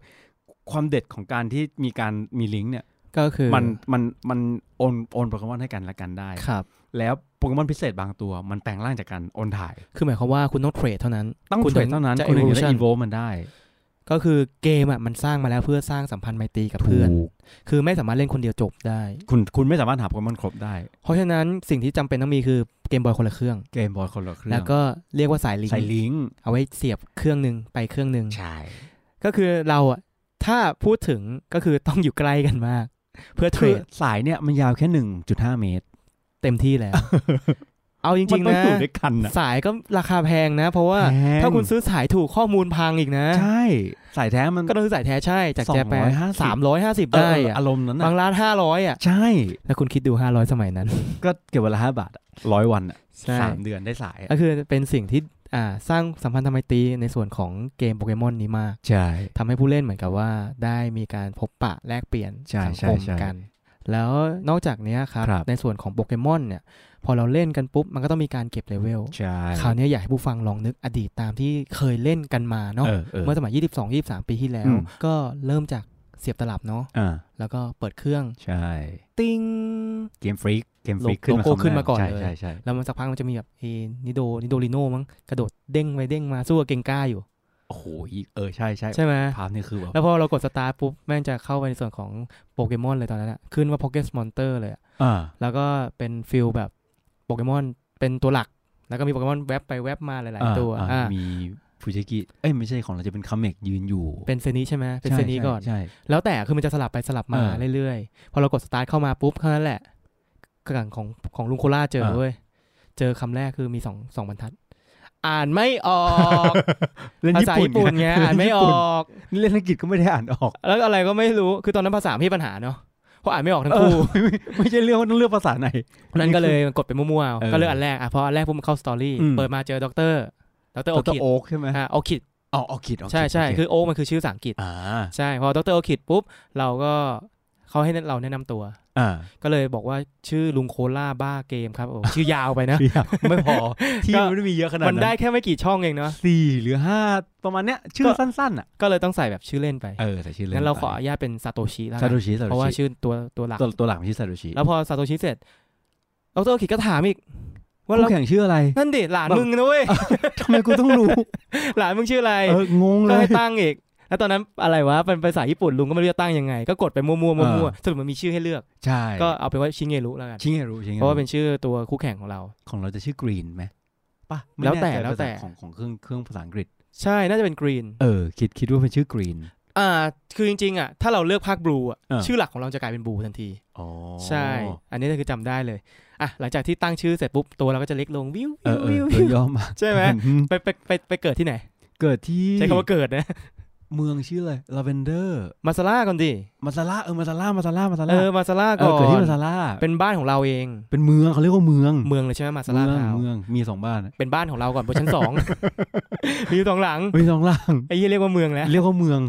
[SPEAKER 3] ความเด็ดของการที่มีการมีลิงก์เนี่ย
[SPEAKER 2] ก็คือ
[SPEAKER 3] มัน มัน มันโอนโอนโปเกมอนให้กันและกันได้
[SPEAKER 2] ครับ
[SPEAKER 3] แล้วโปเกมอนพิเศษบางตัว มันแปลงร่างจากการโอนถ่าย
[SPEAKER 2] คือหมายความว่าคุณต้องเทรดเท่านั้น
[SPEAKER 3] ต้อง
[SPEAKER 2] คุณ
[SPEAKER 3] เทรดเท่านั้น
[SPEAKER 2] จะ
[SPEAKER 3] คนอื่นจะ
[SPEAKER 2] evolution
[SPEAKER 3] อินโวมันได้
[SPEAKER 2] ก็คือเกมอะมันสร้างมาแล้วเพื่อสร้างสัมพันธ์ไมตรีกับเพื่อน
[SPEAKER 3] ถูก
[SPEAKER 2] คือไม่สามารถเล่นคนเดียวจบได้
[SPEAKER 3] คุณ คุณไม่สามารถหาโปเกมอนครบได้
[SPEAKER 2] เพราะฉะนั้นสิ่งที่จำเป็นต้องมีคือเกมบอยคนละเครื่อง
[SPEAKER 3] เกมบอยคนละเครื่อ
[SPEAKER 2] แล้ว
[SPEAKER 3] ง
[SPEAKER 2] ก็เรียกว่าสายลิง
[SPEAKER 3] ใส่
[SPEAKER 2] ก์
[SPEAKER 3] ลิงก์
[SPEAKER 2] เอาไว้เสียบเครื่องหนึ่งไปเครื่องหนึ่ง
[SPEAKER 3] ใช่
[SPEAKER 2] ก็คือเราอะถ้าพูดถึงก็คือต้องอยู่ใกล้กันมาก เพื่อเทร
[SPEAKER 3] คือ
[SPEAKER 2] ด
[SPEAKER 3] สายเนี่ยมันยาวแค่หนึ่งจุดห้าเมตร
[SPEAKER 2] เต็มที่
[SPEAKER 3] [LAUGHS]
[SPEAKER 2] แล้ว เอาจ
[SPEAKER 3] มั
[SPEAKER 2] ริง
[SPEAKER 3] ต้อ
[SPEAKER 2] ๆนะ
[SPEAKER 3] อยู่ด้วยกันนะ
[SPEAKER 2] สายก็ราคาแพงนะ เพราะว่า
[SPEAKER 3] แพง
[SPEAKER 2] ถ้าคุณซื้อสายถูกข้อมูลพังอีกนะ
[SPEAKER 3] ใช่ สายแท้มัน
[SPEAKER 2] ก็ต้องซื้อสายแท้ใช่จาก
[SPEAKER 3] สอง
[SPEAKER 2] แจ
[SPEAKER 3] ร้
[SPEAKER 2] แป
[SPEAKER 3] อน ยห้าสิบ
[SPEAKER 2] สามร้อยห้าสิบ
[SPEAKER 3] เออ
[SPEAKER 2] ได้
[SPEAKER 3] เออ
[SPEAKER 2] อะ
[SPEAKER 3] อารมณ์นั้นนะ
[SPEAKER 2] บางร้านห้าร้อยอ่ะ
[SPEAKER 3] ใช่
[SPEAKER 2] แล้วคุณคิดดูห้าร้อยสมัยนั้น
[SPEAKER 3] ก็เก็บวันละห้าบาทร้อยวันอะ
[SPEAKER 2] ใช่
[SPEAKER 3] สามเดือนได้สายอะ
[SPEAKER 2] ก็คือเป็นสิ่งที่อ่าสร้างสัมพันธไมตรีในส่วนของเกมโปเกมอนนี้มาก
[SPEAKER 3] ใช่
[SPEAKER 2] ทำให้ผู้เล่นเหมือนกับว่าได้มีการพบปะแลกเปลี่ยน
[SPEAKER 3] ใช่
[SPEAKER 2] สัง
[SPEAKER 3] ใช่
[SPEAKER 2] คม
[SPEAKER 3] ใช่
[SPEAKER 2] กัน แล้วนอกจากเนี้ยครับ
[SPEAKER 3] ครับ
[SPEAKER 2] ในส่วนของโปเกมอนเนี่ยพอเราเล่นกันปุ๊บมันก็ต้องมีการเก็บเลเวล
[SPEAKER 3] ใช่
[SPEAKER 2] คราวเนี้ยอยากให้ผู้ฟังลองนึกอดีตตามที่เคยเล่นกันมาเนาะ
[SPEAKER 3] เออเออ
[SPEAKER 2] เมื่อสมัย 22 23 ปีที่แล้
[SPEAKER 3] อื
[SPEAKER 2] ว
[SPEAKER 3] ม
[SPEAKER 2] ก็เริ่มจากเสียบตลับเนาะ
[SPEAKER 3] อ่า
[SPEAKER 2] แล้วก็เปิดเครื่อง
[SPEAKER 3] ใช่
[SPEAKER 2] ติ้ง
[SPEAKER 3] เกมฟรีกเกมฟรีก
[SPEAKER 2] โล
[SPEAKER 3] ขึ้นมา
[SPEAKER 2] โก้
[SPEAKER 3] ครั้ง
[SPEAKER 2] ขึ้นมาก่อนเลย
[SPEAKER 3] แรใช่ใช่ใช่
[SPEAKER 2] แล้วมันสักพักมันจะมีแบบเอนิโด นิโดริโนมั้ง กระโดดเด้งไปเด้งมาสู้กับเกงก้าอยู่
[SPEAKER 3] โอ้โหเออใช่ใช่
[SPEAKER 2] ใช่ไหม
[SPEAKER 3] ภาพนี่คือแบบ
[SPEAKER 2] แล้วพอเรากดสตาร์ทปุ๊บ แม่งจะเข้าไปในส่วนของโปเกมอนเลยตอนนั้นอะขึ้นว่า p o เก t มอนเตอร์เลยอะ
[SPEAKER 3] อ่า
[SPEAKER 2] แล้วก็เป็นฟิลแบบโปเกมอนเป็นตัวหลัก แล้วก็มีโปเกมอนแวบไปแวบมาหลาย ๆ ตัว
[SPEAKER 3] อ่า
[SPEAKER 2] อ่า
[SPEAKER 3] มีฟูจิกิเอ้ยไม่ใช่ของเราจะเป็นคาเมกยืนอยู่
[SPEAKER 2] เป็นเซนิใช่ไหมเป็นเซนิก่อน
[SPEAKER 3] ใช่
[SPEAKER 2] แล้วแต่คือมันจะสลับไปสลับมา
[SPEAKER 3] เออ
[SPEAKER 2] เรื่อยๆ พอเรากดสตาร์ทเข้ามาปุ๊บเท่านั้นแหละกระดังของของลุงโคล่าเจอ
[SPEAKER 3] เออ
[SPEAKER 2] เว้ย เจอคำแรกคือมีสองสองบรรทัด อ่านไม่ออก
[SPEAKER 3] [LAUGHS] เล่น
[SPEAKER 2] ภา
[SPEAKER 3] ญี่
[SPEAKER 2] ษา
[SPEAKER 3] ปุ่น
[SPEAKER 2] ญี่ปุ่นไง
[SPEAKER 3] [LAUGHS]
[SPEAKER 2] อ่านไม่ออก
[SPEAKER 3] เล่นอังกฤษก็ไม่ได้อ่านออก
[SPEAKER 2] แล้วอะไรก็ไม่รู้ คือตอนนั้นภาษาพี่ปัญหาเนาะ เพราะอ่านไม่ออกทั้งคู่
[SPEAKER 3] เออไม่ไม่ใช่เรื่องว่าต้องเลือกภาษาไหน
[SPEAKER 2] นั่นก็เลยกดไปมั่วๆเอา
[SPEAKER 3] เออ
[SPEAKER 2] ก็เลือกอันแรกอ่ะพออันแรกปุ๊บมันเข้าสตอรี่
[SPEAKER 3] อืม
[SPEAKER 2] เปิดมาเจอด็อกเตอร์ด็อกเตอร์โอ
[SPEAKER 3] ดร
[SPEAKER 2] คิด
[SPEAKER 3] โอ๊กใช่ไหม
[SPEAKER 2] อ่าโอคิด
[SPEAKER 3] อ๋อโอคิดโอคิด
[SPEAKER 2] ใช่ใช่
[SPEAKER 3] โเ
[SPEAKER 2] คือโอมันคือชื่อภาษาอังกฤษ
[SPEAKER 3] อ่า
[SPEAKER 2] ใช่ พอดรโอคิดปุ๊บ เราก็เขาให้เราแนะนำตัว
[SPEAKER 3] อ่า
[SPEAKER 2] ก็เลยบอกว่าชื่อลุงโคล่าบ้าเกมครับโอ้โหชื่อยาวไปนะ
[SPEAKER 3] เรียบไม่พอ ที่
[SPEAKER 2] ก็
[SPEAKER 3] มันไม่ได้มีเยอะขนาด
[SPEAKER 2] มันได้
[SPEAKER 3] นั้น
[SPEAKER 2] แค่ไม่กี่ช่องเองเนาะ
[SPEAKER 3] สี่หรือห้าประมาณเนี้ยชื่
[SPEAKER 2] ก็
[SPEAKER 3] อสั้นๆอ่ะ
[SPEAKER 2] ก็เลยต้องใส่แบบชื่อเล่นไป
[SPEAKER 3] เออแต่ชื่อเล่น
[SPEAKER 2] งั้นเราขออนุญาตเป็นซาโตชิแล้ว
[SPEAKER 3] ซา
[SPEAKER 2] กัน
[SPEAKER 3] โดชิซาโด
[SPEAKER 2] เพราะว่า
[SPEAKER 3] ชิ
[SPEAKER 2] ชื่อตัวตัวหลัก
[SPEAKER 3] ตัวตัวหลักมันชื่อซาโดชิ
[SPEAKER 2] แล้วพอซาโตชิเสร็จดรโอคิดก็ถามอีก ว่าเรา
[SPEAKER 3] คู่แข่งชื่ออะไร
[SPEAKER 2] นั่นดิหลาน
[SPEAKER 3] แบบ
[SPEAKER 2] มึงนะ
[SPEAKER 3] [LAUGHS]
[SPEAKER 2] เว้ย
[SPEAKER 3] ทำไมกูต้องรู้
[SPEAKER 2] หลานมึงชื่ออะไร
[SPEAKER 3] เอองงเล
[SPEAKER 2] ก็
[SPEAKER 3] ย
[SPEAKER 2] ให้ตั้งอีก แล้วตอนนั้นอะไรวะเป็นภาษาญี่ปุ่นลุงก็ไม่รู้จะตั้งยังไง ก็กดไปมั่วๆ
[SPEAKER 3] เอ
[SPEAKER 2] มั่ว
[SPEAKER 3] อ
[SPEAKER 2] ๆสรุปมันมีชื่อให้เลือก
[SPEAKER 3] ใช่
[SPEAKER 2] ก็เอาไปนว่าชิเงรุแล้วกัน
[SPEAKER 3] ชิงเฮรุชิงเฮ
[SPEAKER 2] เพ
[SPEAKER 3] รุ
[SPEAKER 2] ราะว่าเป็นชื่อตัวคู่แข่งของเรา
[SPEAKER 3] ของเราจะชื่อกรีนไหมป่ะไม่
[SPEAKER 2] แล้วแต่
[SPEAKER 3] น่ใจ
[SPEAKER 2] แล้วแต่
[SPEAKER 3] ภาษาของของเครื่องเครื่องภาษาอังกฤษ
[SPEAKER 2] ใช่น่าจะเป็นกรีน
[SPEAKER 3] เออ คิดคิดว่าเป็นชื่อกรีน
[SPEAKER 2] อ่า คือจริงๆอ่ะ ถ้าเราเลือกภาคบลูอ่ะ
[SPEAKER 3] อ่า
[SPEAKER 2] ชื่อหลักของเราจะกลายเป็นบลูทันที
[SPEAKER 3] อ๋อ
[SPEAKER 2] ใช่ อันนี้คือจำได้เลย อ่ะ หลังจากที่ตั้งชื่อเสร็จปุ๊บ ตัวเราก็จะเล็กลงวิว
[SPEAKER 3] เอ
[SPEAKER 2] วิ
[SPEAKER 3] อ
[SPEAKER 2] ววิว
[SPEAKER 3] เออโด
[SPEAKER 2] วิ
[SPEAKER 3] ยว ย่อมา
[SPEAKER 2] ใช่ไหม
[SPEAKER 3] อื
[SPEAKER 2] ไปไปไปไปเกิดที่ไหน
[SPEAKER 3] เกิดที่
[SPEAKER 2] ใช้คำว่าเกิดนะ
[SPEAKER 3] เมืองชื่ออะไรลาเวนเดอร์
[SPEAKER 2] มาซาร่าก่อนดิ
[SPEAKER 3] มาซาร่าเออมาซาร่ามาซาร่ามาซา
[SPEAKER 2] เอ
[SPEAKER 3] ร่า
[SPEAKER 2] อ มาซาร่า
[SPEAKER 3] เอ
[SPEAKER 2] ก่
[SPEAKER 3] อ
[SPEAKER 2] อ
[SPEAKER 3] เกิดที่มาน ซาร่า
[SPEAKER 2] เป็นบ้านของเราเอง
[SPEAKER 3] เป็นเมืองเขาเรียกว่าเมือง
[SPEAKER 2] เมืองเลยใช่ไหมมาซาร่า
[SPEAKER 3] เมือง
[SPEAKER 2] ทาวน์
[SPEAKER 3] เมืองมีสองบ้าน
[SPEAKER 2] เป็นบ้านของเราก่อนบนชั้นสอง
[SPEAKER 3] [LAUGHS]
[SPEAKER 2] มีอยู่สองหลัง
[SPEAKER 3] มีสองล่าง
[SPEAKER 2] ไอ้ยี่เรียกว่าเมืองแล้ว
[SPEAKER 3] เรียกว่าเมื
[SPEAKER 2] [LAUGHS]
[SPEAKER 3] อง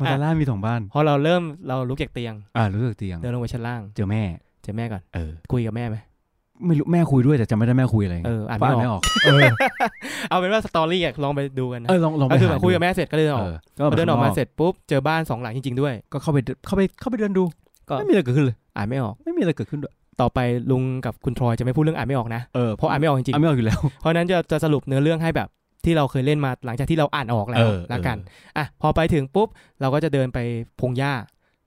[SPEAKER 3] มาซาร่ามีสองบ้าน
[SPEAKER 2] พอเราเริ่มเราลุกจากเตียง
[SPEAKER 3] อ่ารู้สึกเตียง
[SPEAKER 2] เดินลงไปชั้นล่าง
[SPEAKER 3] เจอแม่
[SPEAKER 2] เจอแม่ก่อน
[SPEAKER 3] เออ
[SPEAKER 2] คุยกับแม่ไหม
[SPEAKER 3] ไม่รู้แม่คุยด้วยแต่จำไม่ได้แม่คุยอะไร
[SPEAKER 2] เออ อ่าน
[SPEAKER 3] เพราะ
[SPEAKER 2] ไม่
[SPEAKER 3] อ่านไม่
[SPEAKER 2] ออก
[SPEAKER 3] ออกเออ
[SPEAKER 2] เอาเป็นว่าสตอรี่อ่ะลองไปดูกันนะ
[SPEAKER 3] เออลองลอง
[SPEAKER 2] ก็คือแบ
[SPEAKER 3] หา
[SPEAKER 2] บคุยกับแม่เสร็จก็เดินออก
[SPEAKER 3] เออก็
[SPEAKER 2] พอเดินออกมา
[SPEAKER 3] ข้ง
[SPEAKER 2] เสร็จปุ๊บเจอบ้านสองหลังจริง ๆ ด้วย
[SPEAKER 3] ก็เข้าไปเข้าไปเข้าไปเดินดู
[SPEAKER 2] ก็
[SPEAKER 3] ไม่มีอะไรเกิดขึ้นเลย
[SPEAKER 2] อ่านไม่ออก
[SPEAKER 3] ไม่มีอะไรเกิดขึ้นด้วย
[SPEAKER 2] ต่อไปลุงกับคุณทรอยจะไม่พูดเรื่องอ่านไม่ออกนะ
[SPEAKER 3] เออ
[SPEAKER 2] เพราะอ่านไม่ออกจริง
[SPEAKER 3] อ่านไม่ออกอยู่แล้ว
[SPEAKER 2] ๆเพราะฉะนั้นจะจะสรุปเนื้อเรื่องให้แบบที่เราเคยเล่นมาหลังจากที่เราอ่านออกแล้ว
[SPEAKER 3] เออ
[SPEAKER 2] ละกัน
[SPEAKER 3] เอ
[SPEAKER 2] อ่ะพอไปถึงปุ๊บเราก็จะเดินไปพงหญ้า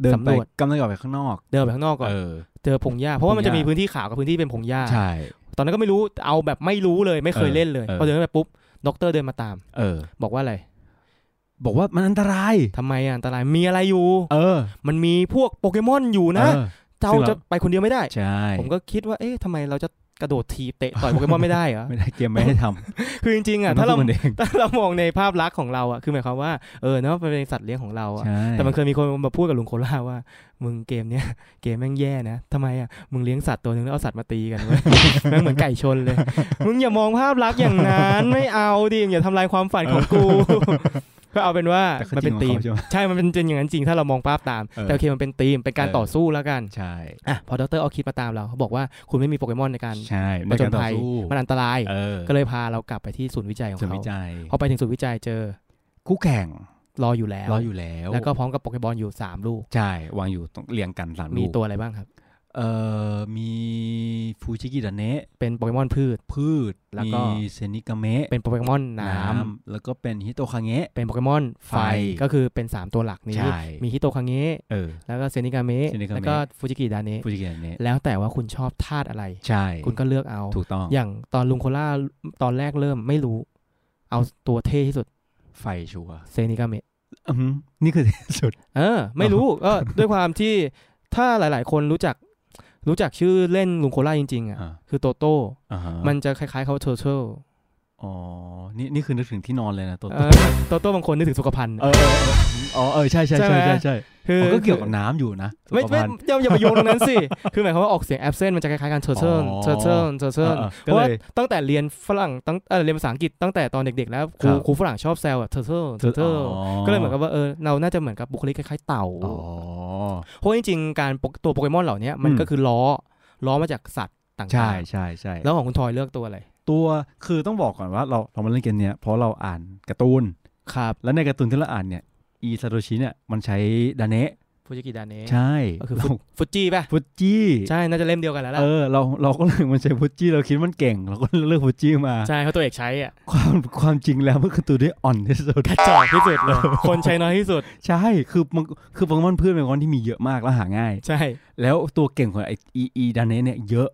[SPEAKER 3] เดินไป
[SPEAKER 2] สำรวจ
[SPEAKER 3] กำลังจะออกไปข้างนอก
[SPEAKER 2] เดินไปข้างนอกก่อน
[SPEAKER 3] เออ
[SPEAKER 2] เจอพงหญ้าเพราะว่ามัน
[SPEAKER 3] พงห
[SPEAKER 2] จะ
[SPEAKER 3] ญ้ามี
[SPEAKER 2] มีพื้นที่ขาวกับพื้นที่เป็นพงหญ้า
[SPEAKER 3] ใช่
[SPEAKER 2] ตอนนั้นก็ไม่รู้เอาแบบไม่รู้เลยไม่เคย
[SPEAKER 3] เออ
[SPEAKER 2] เล่นเลย
[SPEAKER 3] เออ
[SPEAKER 2] พอเดินไปปุ๊บด็อกเตอร์เดินมาตาม
[SPEAKER 3] เออ
[SPEAKER 2] บอกว่าอะไร
[SPEAKER 3] บอกว่ามันอันตราย
[SPEAKER 2] ทำไมอ่ะอันตรายมีอะไรอยู่
[SPEAKER 3] เออ
[SPEAKER 2] มันมีพวกโปเกมอนอยู่นะ
[SPEAKER 3] เออ
[SPEAKER 2] เจ้า
[SPEAKER 3] ซึ่งเรา
[SPEAKER 2] จะไปคนเดียวไม่ได้
[SPEAKER 3] ใช่
[SPEAKER 2] ผมก็คิดว่า เอ๊ะทำไมเราจะกระโดดทีบเตะต่อยโปเกมอนไม่ได้เหรอ
[SPEAKER 3] ไม่ได้เกมไม่ให้ท
[SPEAKER 2] คือจริงๆ
[SPEAKER 3] ำ
[SPEAKER 2] อ่ะถ้าเรา
[SPEAKER 3] นต้องสู้กันเอง
[SPEAKER 2] ถ้าเรามองในภาพลักษณ์ของเราอ่ะ คือหมายความว่า เออเนาะมันเป็นสัตว์เลี้ยงของเราอ่ะ
[SPEAKER 3] ใช่
[SPEAKER 2] แต่มันเคยมีคนมาพูดกับลุงโคล่าว่า มึงเกมเนี้ย [LAUGHS] เกมแม่งแย่นะทำไมอ่ะ มึงเลี้ยงสัตว์ตัวหนึงแล้วเอาสัตว์มาตีกันเว้ย [LAUGHS] แม่งเหมือนไก่ชนเลย มึงอย่ามองภาพลักษณ์อย่างนั้น ไม่เอาดิ อย่าทำลายความฝันของกู [LAUGHS] ก็เอาเป็นว่า
[SPEAKER 3] แต่ก็
[SPEAKER 2] มัน
[SPEAKER 3] จริ
[SPEAKER 2] เป็น
[SPEAKER 3] งของ
[SPEAKER 2] ธีม
[SPEAKER 3] เขาใช่ไหม
[SPEAKER 2] ใช่ มันเป็นจริงอย่างนั้นจริง ถ้าเรามองภาพตาม
[SPEAKER 3] เออ
[SPEAKER 2] แต่โอเค มันเป็นธีม เป็นการ
[SPEAKER 3] เออ
[SPEAKER 2] ต่อสู้แล้วกัน
[SPEAKER 3] ใช่
[SPEAKER 2] อ่ะ พอดรเอาคิดมาตามเราเขาบอกว่า คุณไม่มีโปเกมอนในการ
[SPEAKER 3] ใช่
[SPEAKER 2] ผจญ
[SPEAKER 3] ต่อ
[SPEAKER 2] ภัย
[SPEAKER 3] สู้
[SPEAKER 2] มันอันตราย
[SPEAKER 3] เออ
[SPEAKER 2] ก็เลยพาเรากลับไปที่ศูนย์วิจัยของ
[SPEAKER 3] ส่วน
[SPEAKER 2] เขา
[SPEAKER 3] วิจัย
[SPEAKER 2] พอไปถึงศูนย์วิจัยเจอ
[SPEAKER 3] คู่แข่ง
[SPEAKER 2] รออยู่แล้ว
[SPEAKER 3] รออยู่แล้ว
[SPEAKER 2] แล้วก็พร้อมกับโปเกบอลอยู่ 3 ลูก
[SPEAKER 3] ใช่วางอยู่ตรงเรียงกันสาม
[SPEAKER 2] มี
[SPEAKER 3] ลูก
[SPEAKER 2] ตัวอะไรบ้างครับ
[SPEAKER 3] เอ่อมีฟูจิกิดะเนะ
[SPEAKER 2] เป็นโปเกมอนพืช
[SPEAKER 3] พืช
[SPEAKER 2] แล้ว
[SPEAKER 3] มี
[SPEAKER 2] ก็
[SPEAKER 3] เซนิกาเมะ
[SPEAKER 2] เป็นโปเกมอนน้ำ
[SPEAKER 3] แล้วก็เป็นฮิโตคาเงะ
[SPEAKER 2] เป็นโปเกมอนไฟ
[SPEAKER 3] ไฟ
[SPEAKER 2] ก็คือเป็น 3 ตัวหลักนี้
[SPEAKER 3] ใช่
[SPEAKER 2] มีฮิโตคังเงะ
[SPEAKER 3] เออ
[SPEAKER 2] แล้วก็เซนิกาเมะ
[SPEAKER 3] Senigame
[SPEAKER 2] แล้วก็ฟูจิกิดาเนะ
[SPEAKER 3] ฟูจิกิดะเนะ
[SPEAKER 2] แล้วแต่ว่าคุณชอบธาตุอะไร
[SPEAKER 3] ใช่
[SPEAKER 2] คุณก็เลือกเอา
[SPEAKER 3] ถูกต้อง
[SPEAKER 2] อย่างตอนลุงโคล่าตอนแรกเริ่มไม่รู้ เอาตัวเท่ที่สุด
[SPEAKER 3] ไฟชัวร์
[SPEAKER 2] เซนิกาเมะ
[SPEAKER 3] อือหือนี่คือสุด
[SPEAKER 2] เออไม่
[SPEAKER 3] [LAUGHS]
[SPEAKER 2] รู้ ก็ด้วยความที่ถ้าหลาย ๆ คนรู้จักรู้จักชื่อเล่นลุงโคล่าจริง ๆ อ่ะ
[SPEAKER 3] อ่า
[SPEAKER 2] คือโตโต้
[SPEAKER 3] อ่าฮะ
[SPEAKER 2] มันจะคล้าย ๆเขาโตโต้
[SPEAKER 3] อ๋อ นี่นี่คือนึกถึงที่นอนเลยนะตัว
[SPEAKER 2] เออโตโต้บางคนนึกถึงสุขภัณฑ์
[SPEAKER 3] เออเออเอออ๋อ เออ ใช่ใช่
[SPEAKER 2] ใช่
[SPEAKER 3] ใช่
[SPEAKER 2] ไหม
[SPEAKER 3] ใช่ใช่
[SPEAKER 2] คือ
[SPEAKER 3] มันก็เกี่ยวกับน้ำอยู่นะ
[SPEAKER 2] ไม่
[SPEAKER 3] สุข
[SPEAKER 2] ไม่
[SPEAKER 3] ภาพ
[SPEAKER 2] อย่าอย่าไปโยงตรงนั้นสิ [LAUGHS] คือหมายความว่าออกเสียง absent มันจะคล้าย ๆ กันโตโต้
[SPEAKER 3] อ๋อ
[SPEAKER 2] โตโต้โต
[SPEAKER 3] เอ
[SPEAKER 2] โต้เพ
[SPEAKER 3] อเออก็
[SPEAKER 2] ราะ
[SPEAKER 3] เล
[SPEAKER 2] ว่าย ตั้งแต่เรียนฝรั่งตั้งเออเรียนภาษาอังกฤษตั้งแต่ตอนเด็ก ๆ แล้วครู
[SPEAKER 3] ครับ
[SPEAKER 2] ครูฝรั่งชอบแซวแบบโตโต้โตโต้ก็เลยเหมือนกับว่าเออเราน่าจะเหมือนกับบุคลิกคล้าย ๆ เต่า
[SPEAKER 3] อ๋อ
[SPEAKER 2] เพราะจริงๆการปกตัวโปเกมอนเหล่านี้มัน
[SPEAKER 3] อืม
[SPEAKER 2] ก็คือล้อล้อมาจากสัตว์ต่างๆ
[SPEAKER 3] ใช่ใช่ใช่
[SPEAKER 2] แล้วของคุณทอยเลือกตัวอะไร
[SPEAKER 3] ตัวคือต้องบอกก่อนว่าเราเรามาเล่นเกมเนี้ยเพราะเราอ่านการ์ตูน
[SPEAKER 2] ครับ
[SPEAKER 3] แล้วในการ์ตูนที่เราอ่านเนี่ย อีซาโตชิเนี่ยมันใช้ดาเนะ
[SPEAKER 2] ฟูจิกิดาเนะ
[SPEAKER 3] ใช่
[SPEAKER 2] ก็คือ
[SPEAKER 3] เรา
[SPEAKER 2] ฟุตฟุจิป่ะ
[SPEAKER 3] ฟุจิ
[SPEAKER 2] ใช่ น่าจะเล่มเดียวกันแล้วล่ะ
[SPEAKER 3] เออเราเราก็เลยมันใช้ฟุจิเราคิดมันเก่ง เราก็เลือกฟุจิมา
[SPEAKER 2] ใช่เขาะตัวเอกใช้อ่ะ
[SPEAKER 3] ความความจริงแล้วมันคือตัวที่อ่อนที่สุด
[SPEAKER 2] กระจอกที่สุดเลย คนใช้น้อยที่สุด
[SPEAKER 3] ใช่ คือมันคือโปเกมอนพืชเป็นโปเกมอนที่มีเยอะมากแล้วหาง่าย
[SPEAKER 2] ใช่
[SPEAKER 3] แล้วตัวเก่งของไออีอีดานเนะเนี่ยเยอะ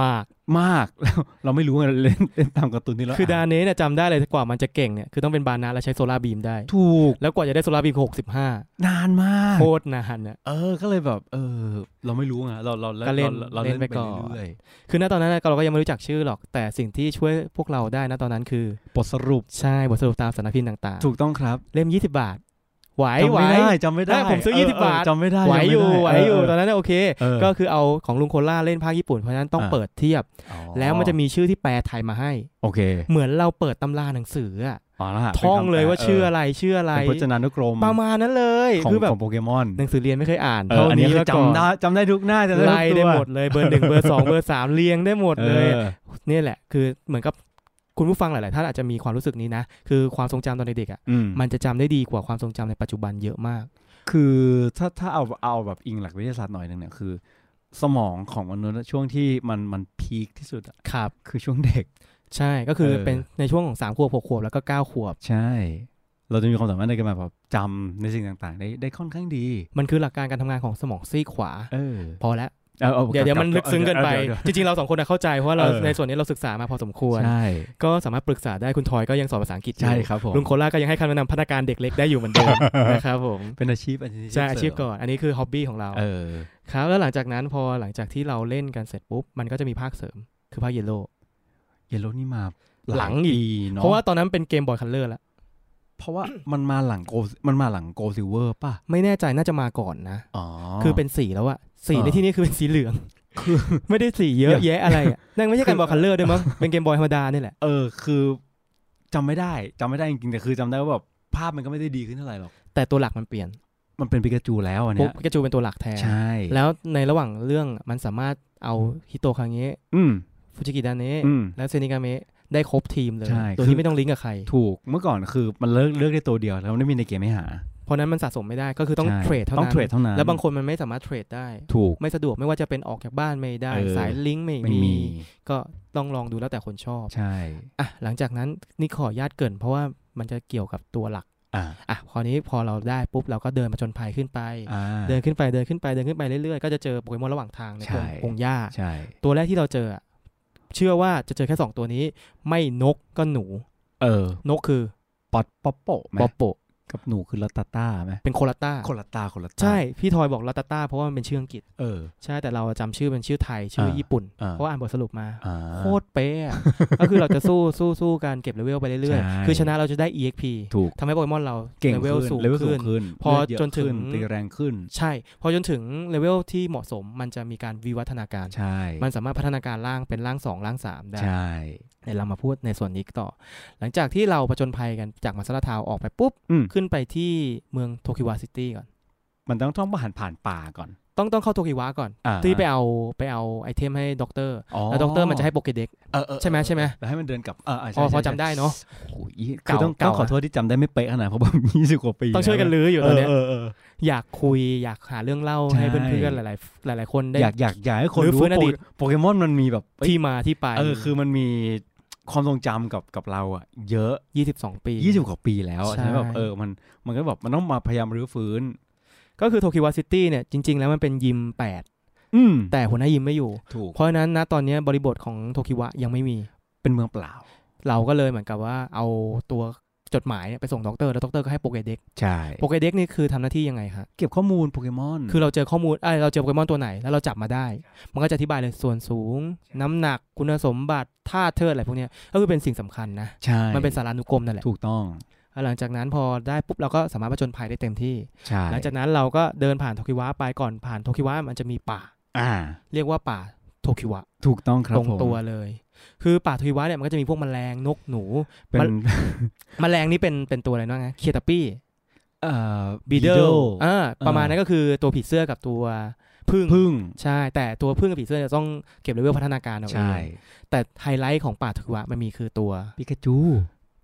[SPEAKER 2] มาก
[SPEAKER 3] มาก [LAUGHS] แล้วเราไม่รู้ไงเราเล่นเล่นตามการ์ตูนนี่แล้ว
[SPEAKER 2] คือดาเนะเนี่ยจำได้เลยกว่ามันจะเก่งเนี่ย คือต้องเป็นบานาแล้วใช้โซลาร์บีมได้
[SPEAKER 3] ถูก
[SPEAKER 2] แล้วกว่าจะได้โซลาร์บีมหกสิบห้าน
[SPEAKER 3] านมาก
[SPEAKER 2] โคตรนานอ่ะ
[SPEAKER 3] เออ ก็เลยแบบ เออ เราไม่รู้ไงเราเรา
[SPEAKER 2] ก็เล่น
[SPEAKER 3] ราเราเล่น
[SPEAKER 2] เล่นไป
[SPEAKER 3] ไป
[SPEAKER 2] ก่อน
[SPEAKER 3] เรื่อย
[SPEAKER 2] คือณตอนนั้นน่ะเราก็ยังไม่รู้จักชื่อหรอก แต่สิ่งที่ช่วยพวกเราได้นะตอนนั้นคือ
[SPEAKER 3] ๆบทสรุป
[SPEAKER 2] ใช่ บทสรุปตามสำนักพิมพ์ต่าง
[SPEAKER 3] ถูกต้องครับ
[SPEAKER 2] ๆ เล่ม 20 บาท ไหว
[SPEAKER 3] จำ
[SPEAKER 2] ไหว
[SPEAKER 3] ไม่ได้จำไม่ได้
[SPEAKER 2] เออผมซื้อ
[SPEAKER 3] เ
[SPEAKER 2] 20บาท
[SPEAKER 3] เออจำไม่ได้
[SPEAKER 2] ไหวอยู่
[SPEAKER 3] จำ
[SPEAKER 2] ไหว
[SPEAKER 3] ม่ด้
[SPEAKER 2] อยู่
[SPEAKER 3] เ
[SPEAKER 2] ตอนนั้นน่ะโอเค
[SPEAKER 3] เออ
[SPEAKER 2] ก็คือเอาของลุงโคล่าเล่นภาคญี่ปุ่นเพราะฉะนั้นต้อง
[SPEAKER 3] อ่ะ
[SPEAKER 2] เปิดเทียบ
[SPEAKER 3] อ๋อ
[SPEAKER 2] แล้วมันจะมีชื่อที่แปลไทยมาให้
[SPEAKER 3] โอเค
[SPEAKER 2] เหมือนเราเปิดตำราหนังสืออะ
[SPEAKER 3] อ๋อแล้วฮะ
[SPEAKER 2] ท่อง
[SPEAKER 3] ป็นคำ
[SPEAKER 2] เลยว่า
[SPEAKER 3] แป
[SPEAKER 2] ชื่ออะไรชื่ออะไร
[SPEAKER 3] เป็นพจนานุกรม
[SPEAKER 2] ประมาณนั้นเลย
[SPEAKER 3] ของ
[SPEAKER 2] คือแบบ
[SPEAKER 3] ของโปเกมอน
[SPEAKER 2] หนังสือเรียนไม่เคยอ่าน
[SPEAKER 3] เออ
[SPEAKER 2] เท่า
[SPEAKER 3] อันนี้
[SPEAKER 2] นี้
[SPEAKER 3] คือ
[SPEAKER 2] มาก่อน
[SPEAKER 3] จำได้จำได้ทุกหน้าจำได้ทุกตัว
[SPEAKER 2] ไล่ได้หมดเลยเบอร์หนึ่งเบอร์สองเบอร์สามเรียงได้หมด
[SPEAKER 3] ออ
[SPEAKER 2] เลย เนี่ยแหละคือเหมือนกับคุณผู้ฟังหลาย ๆ ท่านอาจจะมีความรู้สึกนี้นะ คือความทรงจำตอนเด็กๆอ่ะ
[SPEAKER 3] อืม
[SPEAKER 2] มันจะจำได้ดีกว่าความทรงจำในปัจจุบันเยอะมาก
[SPEAKER 3] คือถ้าถ้าเอาเอาแบบอิงหลักวิทยาศาสตร์หน่อยหนึ่งเนี่ยคือ สมองของมนุษย์ช่วงที่มันมันพีคที่สุดอะ
[SPEAKER 2] ครับ
[SPEAKER 3] คือช่วงเด็ก
[SPEAKER 2] ใช่ก็คือ
[SPEAKER 3] เออ
[SPEAKER 2] เป็นในช่วงของสามขวบหกขวบแล้วก็เก้าขวบ
[SPEAKER 3] ใช่ เราจะมีความสามารถในการแบบจำในสิ่งต่างๆ ได้ได้ค่อนข้างดี
[SPEAKER 2] มันคือหลักการการทำงานของสมองซีกขวา
[SPEAKER 3] เออ
[SPEAKER 2] พอแล้ว
[SPEAKER 3] เอาอา
[SPEAKER 2] เดี๋ยวเดี๋ยว
[SPEAKER 3] ลับ
[SPEAKER 2] มันลึกซึ้งเกินไป
[SPEAKER 3] ดี๋ยวดี๋ยว
[SPEAKER 2] จริง ๆ เราสองคนน่ะเข้าใจเพราะว่าเรา
[SPEAKER 3] เออ
[SPEAKER 2] ในส่วนนี้เราศึกษามาพอสมควร
[SPEAKER 3] ใช่
[SPEAKER 2] ก็สามารถปรึกษาได้คุณทอยก็ยังสอนภาษาอังกฤษอยู่
[SPEAKER 3] ใช่ครับผม
[SPEAKER 2] ลุงโคล่าก็ยังให้คำแนะนำพนักงานเด็กเล็กได้อยู่เหมือนเดิ
[SPEAKER 3] [LAUGHS]
[SPEAKER 2] ม นะครับผม
[SPEAKER 3] เป็นอาชีพอาชีพ
[SPEAKER 2] ใช่อาชีพ
[SPEAKER 3] เสริม
[SPEAKER 2] ก่อนอันนี้คือฮ็อบบี้ของเรา
[SPEAKER 3] เออ
[SPEAKER 2] ครับแล้วหลังจากนั้นพอหลังจากที่เราเล่นกันเสร็จปุ๊บมันก็จะมีภาคเสริมคือภาคเยลโล
[SPEAKER 3] เยลโลนี่มา
[SPEAKER 2] หลังอีก
[SPEAKER 3] ปีเนาะ
[SPEAKER 2] เพราะว่าตอนนั้นเป็นเกมบอยคัลเลอร์แล้ว
[SPEAKER 3] เพราะว่ามันมาหลังโกมันมาหลังโกซิลเวอร์ป่ะ
[SPEAKER 2] ไม่แน่ใจน่าจะมาก่อนนะ
[SPEAKER 3] อ๋อ
[SPEAKER 2] คือเป็นสีแล้วอะสี
[SPEAKER 3] อ่า
[SPEAKER 2] ในที่นี้คือเป็นสี
[SPEAKER 3] [LAUGHS]
[SPEAKER 2] เหลือง ไม่ได้สีเยอะแยะอะไรอะนั่นไม่ใช่เกมบอย
[SPEAKER 3] คือ
[SPEAKER 2] คัลเลอร์
[SPEAKER 3] [LAUGHS]
[SPEAKER 2] ด้วยมั้งเป็นเกมบอยธรรมดานี่แหละ
[SPEAKER 3] เออคือจำไม่ได้จำไม่ได้จริงๆแต่คือจำได้ว่าแบบภาพมันก็ไม่ได้ดีขึ้นเท่าไหร่หรอก
[SPEAKER 2] แต่ตัวหลักมันเปลี่ยน
[SPEAKER 3] มันเป็นปิกาจูแล้วอัน
[SPEAKER 2] ปุ๊บ
[SPEAKER 3] เนี้ย
[SPEAKER 2] พิกาจูเป็นตัวหลักแทน
[SPEAKER 3] ใช่
[SPEAKER 2] แล้วในระหว่างเรื่องมันสามารถเอาฮิโตะคางเงะ
[SPEAKER 3] อืม
[SPEAKER 2] ฟูจิกิดาเนะ
[SPEAKER 3] อืม
[SPEAKER 2] และเซนิกาเมะได้ครบทีมเลย
[SPEAKER 3] ใช่
[SPEAKER 2] โดย
[SPEAKER 3] คือ
[SPEAKER 2] ที่ไม่ต้องลิงก์กับใคร
[SPEAKER 3] ถูกเมื่อก่อนคือมันเลือกเลือกได้ตัวเดียวแล้วมันไม่มีในเกมให้หา
[SPEAKER 2] เพราะนั้นมันสะสมไม่ได้ก็คือต้อง
[SPEAKER 3] ใช่
[SPEAKER 2] เทรดเท่า
[SPEAKER 3] ต้อง
[SPEAKER 2] นั้
[SPEAKER 3] เทรด
[SPEAKER 2] น
[SPEAKER 3] เท่านั้น
[SPEAKER 2] แล้วบางคนมันไม่สามารถเทรดได้
[SPEAKER 3] ถูก
[SPEAKER 2] ไม่สะดวกไม่ว่าจะเป็นออกจากบ้านไม่ได้
[SPEAKER 3] เออ
[SPEAKER 2] สายลิงก์ไม่
[SPEAKER 3] ไม่
[SPEAKER 2] มี
[SPEAKER 3] มี
[SPEAKER 2] ก็ต้องลองดูแล้วแต่คนชอบ
[SPEAKER 3] ใช่
[SPEAKER 2] อ่ะหลังจากนั้นนี่ขออนุญาตเกรินเพราะว่ามันจะเกี่ยวกับตัวหลัก
[SPEAKER 3] อ่า
[SPEAKER 2] อ่ะคราวนี้พอเราได้ปุ๊บเราก็เดินมาจนภัยขึ้นไป
[SPEAKER 3] อ่า
[SPEAKER 2] เดินขึ้นไปเดินขึ้นไปเดินขึ้นไปเรื่อยๆ ก็จะเจอโปเกมอนระหว่างทางในก
[SPEAKER 3] ใช่
[SPEAKER 2] รงกรงหญ้า
[SPEAKER 3] ใช่
[SPEAKER 2] ตัวแรกที่เราเจออะเชื่อว่าจะเจอแค่ 2 ตัวนี้ ไม่นกก็หนู
[SPEAKER 3] เออน
[SPEAKER 2] กคือ
[SPEAKER 3] ป๊อตป๊อปโปะไหม
[SPEAKER 2] บอปโปะ
[SPEAKER 3] กับหนูคือลาตาต้าไหม
[SPEAKER 2] เป็นโคลาต้า
[SPEAKER 3] คนละตาคนละตา
[SPEAKER 2] ใช่ พี่ทอยบอกลาตาต้าเพราะว่ามันเป็นชื่ออังกฤษ
[SPEAKER 3] เออ
[SPEAKER 2] ใช่แต่เราจำชื่อเป็นชื่อไทย ชื่อญี่ปุ่น
[SPEAKER 3] อ่า
[SPEAKER 2] เพราะว่าอ่านบทสรุปมา
[SPEAKER 3] อ่า
[SPEAKER 2] โคตรเป๊ะ [LAUGHS] อะ ก็คือเราจะสู้สู้สู้การเก็บเลเวลไปเรื่อย
[SPEAKER 3] ใช่
[SPEAKER 2] ๆ คือชนะเราจะได้ EXP
[SPEAKER 3] ถูก
[SPEAKER 2] ทำให้โปเกมอนเรา
[SPEAKER 3] เก่ง
[SPEAKER 2] เลเว
[SPEAKER 3] ขึ้
[SPEAKER 2] ล
[SPEAKER 3] น
[SPEAKER 2] สูง
[SPEAKER 3] เลเวลสู
[SPEAKER 2] ขึ้
[SPEAKER 3] ง
[SPEAKER 2] น
[SPEAKER 3] ขึ้น
[SPEAKER 2] พอ
[SPEAKER 3] เลืดเยะ
[SPEAKER 2] จนถึง
[SPEAKER 3] ขึ้ตีแรงขึ้น
[SPEAKER 2] ใช่ พอจนถึงเลเวลที่เหมาะสมมันจะมีการวิวัฒนาการ
[SPEAKER 3] ใช่
[SPEAKER 2] มันสามารถพัฒนาการร่างเป็นร่าง 2 ร่าง 3 ได้
[SPEAKER 3] ใช่
[SPEAKER 2] เดี๋ยวเรามาพูดในส่วนนี้ต่อ หลังจากที่เราผจญภัยกันจากมาซาลาทาวออกไปปุ๊บ
[SPEAKER 3] อืม
[SPEAKER 2] ขึ้นไปที่เมืองโทคิวะซิตี้ก่อน
[SPEAKER 3] มันต้องต้องผ่านผ่านป่าก่อน
[SPEAKER 2] ต้องต้องเข้าโทคิวะก่อน
[SPEAKER 3] อ่า
[SPEAKER 2] ที่ไปเอาไปเอาไอเทมให้ด็อกเตอร์
[SPEAKER 3] อ๋อ
[SPEAKER 2] แล้วด็อกเตอร์มันจะให้โปเกเด็ก
[SPEAKER 3] เออเออ
[SPEAKER 2] ใช่ไหมใช่ไหม
[SPEAKER 3] แล้วให้มันเดินกลับเออเออ
[SPEAKER 2] พอ
[SPEAKER 3] ใช่
[SPEAKER 2] พอ
[SPEAKER 3] ใช่
[SPEAKER 2] จำได้เนาะ
[SPEAKER 3] โอ้ย
[SPEAKER 2] เก่า
[SPEAKER 3] คือต้องต้อง
[SPEAKER 2] เก่า
[SPEAKER 3] ขอโทษที่จำได้ไม่เป๊ะขนาดเพ [LAUGHS] ราะว่ายี่สิบกว่าปี
[SPEAKER 2] ต้องช่วยกันลื้ออยู่ตอนเนี้ย
[SPEAKER 3] เออเออเออ
[SPEAKER 2] อยากคุยอยากหาเรื่องเล่า
[SPEAKER 3] ใช่
[SPEAKER 2] ให้เพื่อนๆหลาย ๆ หลาย ๆ คนได้
[SPEAKER 3] อยากอยากอยากให้คน
[SPEAKER 2] หรือ
[SPEAKER 3] รู้
[SPEAKER 2] ฟื้นอ
[SPEAKER 3] ว่าโป
[SPEAKER 2] ดี
[SPEAKER 3] เก
[SPEAKER 2] ต
[SPEAKER 3] โปเกมอนมันมีแบบเอ้ย
[SPEAKER 2] ที่มาที่ไป
[SPEAKER 3] เออคือมันมีความทรงจำกับกับเราอ่ะ เยอะ
[SPEAKER 2] 22 ปี
[SPEAKER 3] 20 กว่าปีแล้วอะ
[SPEAKER 2] ใช่
[SPEAKER 3] ใช่ไหมแบบเออมันมันก็แบบมันต้องมาพยายามรื้อฟื้น
[SPEAKER 2] ก็คือโทคิวะซิตี้เนี่ยจริง ๆ แล้วมันเป็นยิมแปด
[SPEAKER 3] อืม
[SPEAKER 2] แต่หัวหน้ายิมไม่อยู่
[SPEAKER 3] ถูก
[SPEAKER 2] เพราะฉะนั้นนะตอนเนี้ยบริบทของโทคิวะยังไม่มี
[SPEAKER 3] เป็นเมืองเปล่า
[SPEAKER 2] เราก็เลยเหมือนกับว่าเอาตัวจดหมายเนี่ยไปส่งด็อกเตอร์แล้วด็อกเตอร์ก็ให้โปเกเด็ก
[SPEAKER 3] ใช่
[SPEAKER 2] โปเกเด็กนี่คือทำหน้าที่ยังไงฮะ
[SPEAKER 3] เก็บข้อมูลโปเกมอน
[SPEAKER 2] คือเราเจอข้อมูลเอ้ยเราเจอโปเกมอนตัวไหนแล้วเราจับมาได้ มันก็จะอธิบายเลยส่วนสูง น้ำหนักคุณสมบัติท่าเทิดอะไรพวกเนี้ยก็คือเป็นสิ่งสำคัญนะ
[SPEAKER 3] ใช่
[SPEAKER 2] มันเป็นสารานุกรมนั่นแหละ
[SPEAKER 3] ถูกต้อง
[SPEAKER 2] แล้วหลังจากนั้นพอได้ปุ๊บเราก็สามารถผจญภัยได้เต็มที่
[SPEAKER 3] ใช่
[SPEAKER 2] หลังจากนั้นเราก็เดินผ่านโทคิวะไปก่อนผ่านโทคิวะมันจะมีป่า
[SPEAKER 3] อ่า
[SPEAKER 2] เรียกว่าป่าโทคิวะ
[SPEAKER 3] ถูกต้องครับ
[SPEAKER 2] ตรง
[SPEAKER 3] ผม
[SPEAKER 2] ตัวเลย คือป่าทวีวะเนี่ยมันก็จะมีพวกแมลงนกหนู
[SPEAKER 3] เป็น
[SPEAKER 2] มัน แมลงนี่เป็นเป็นตัวอะไรบ้างนะเคียตาปี้
[SPEAKER 3] เอ่ [LAUGHS] อ
[SPEAKER 2] บีเดิ
[SPEAKER 3] Beedle
[SPEAKER 2] ลอ่าประมาณนั้นก็คือตัวผีเสื้อกับตัวพึ่ง
[SPEAKER 3] พึ่ง
[SPEAKER 2] ใช่ แต่ตัวพึ่งกับผีเสื้อจะต้องเก็บเลเวลพัฒนาการเอาเองแต่ไฮไลท์ของป่าทวีวะมันมีคือตัว
[SPEAKER 3] ปิกาจู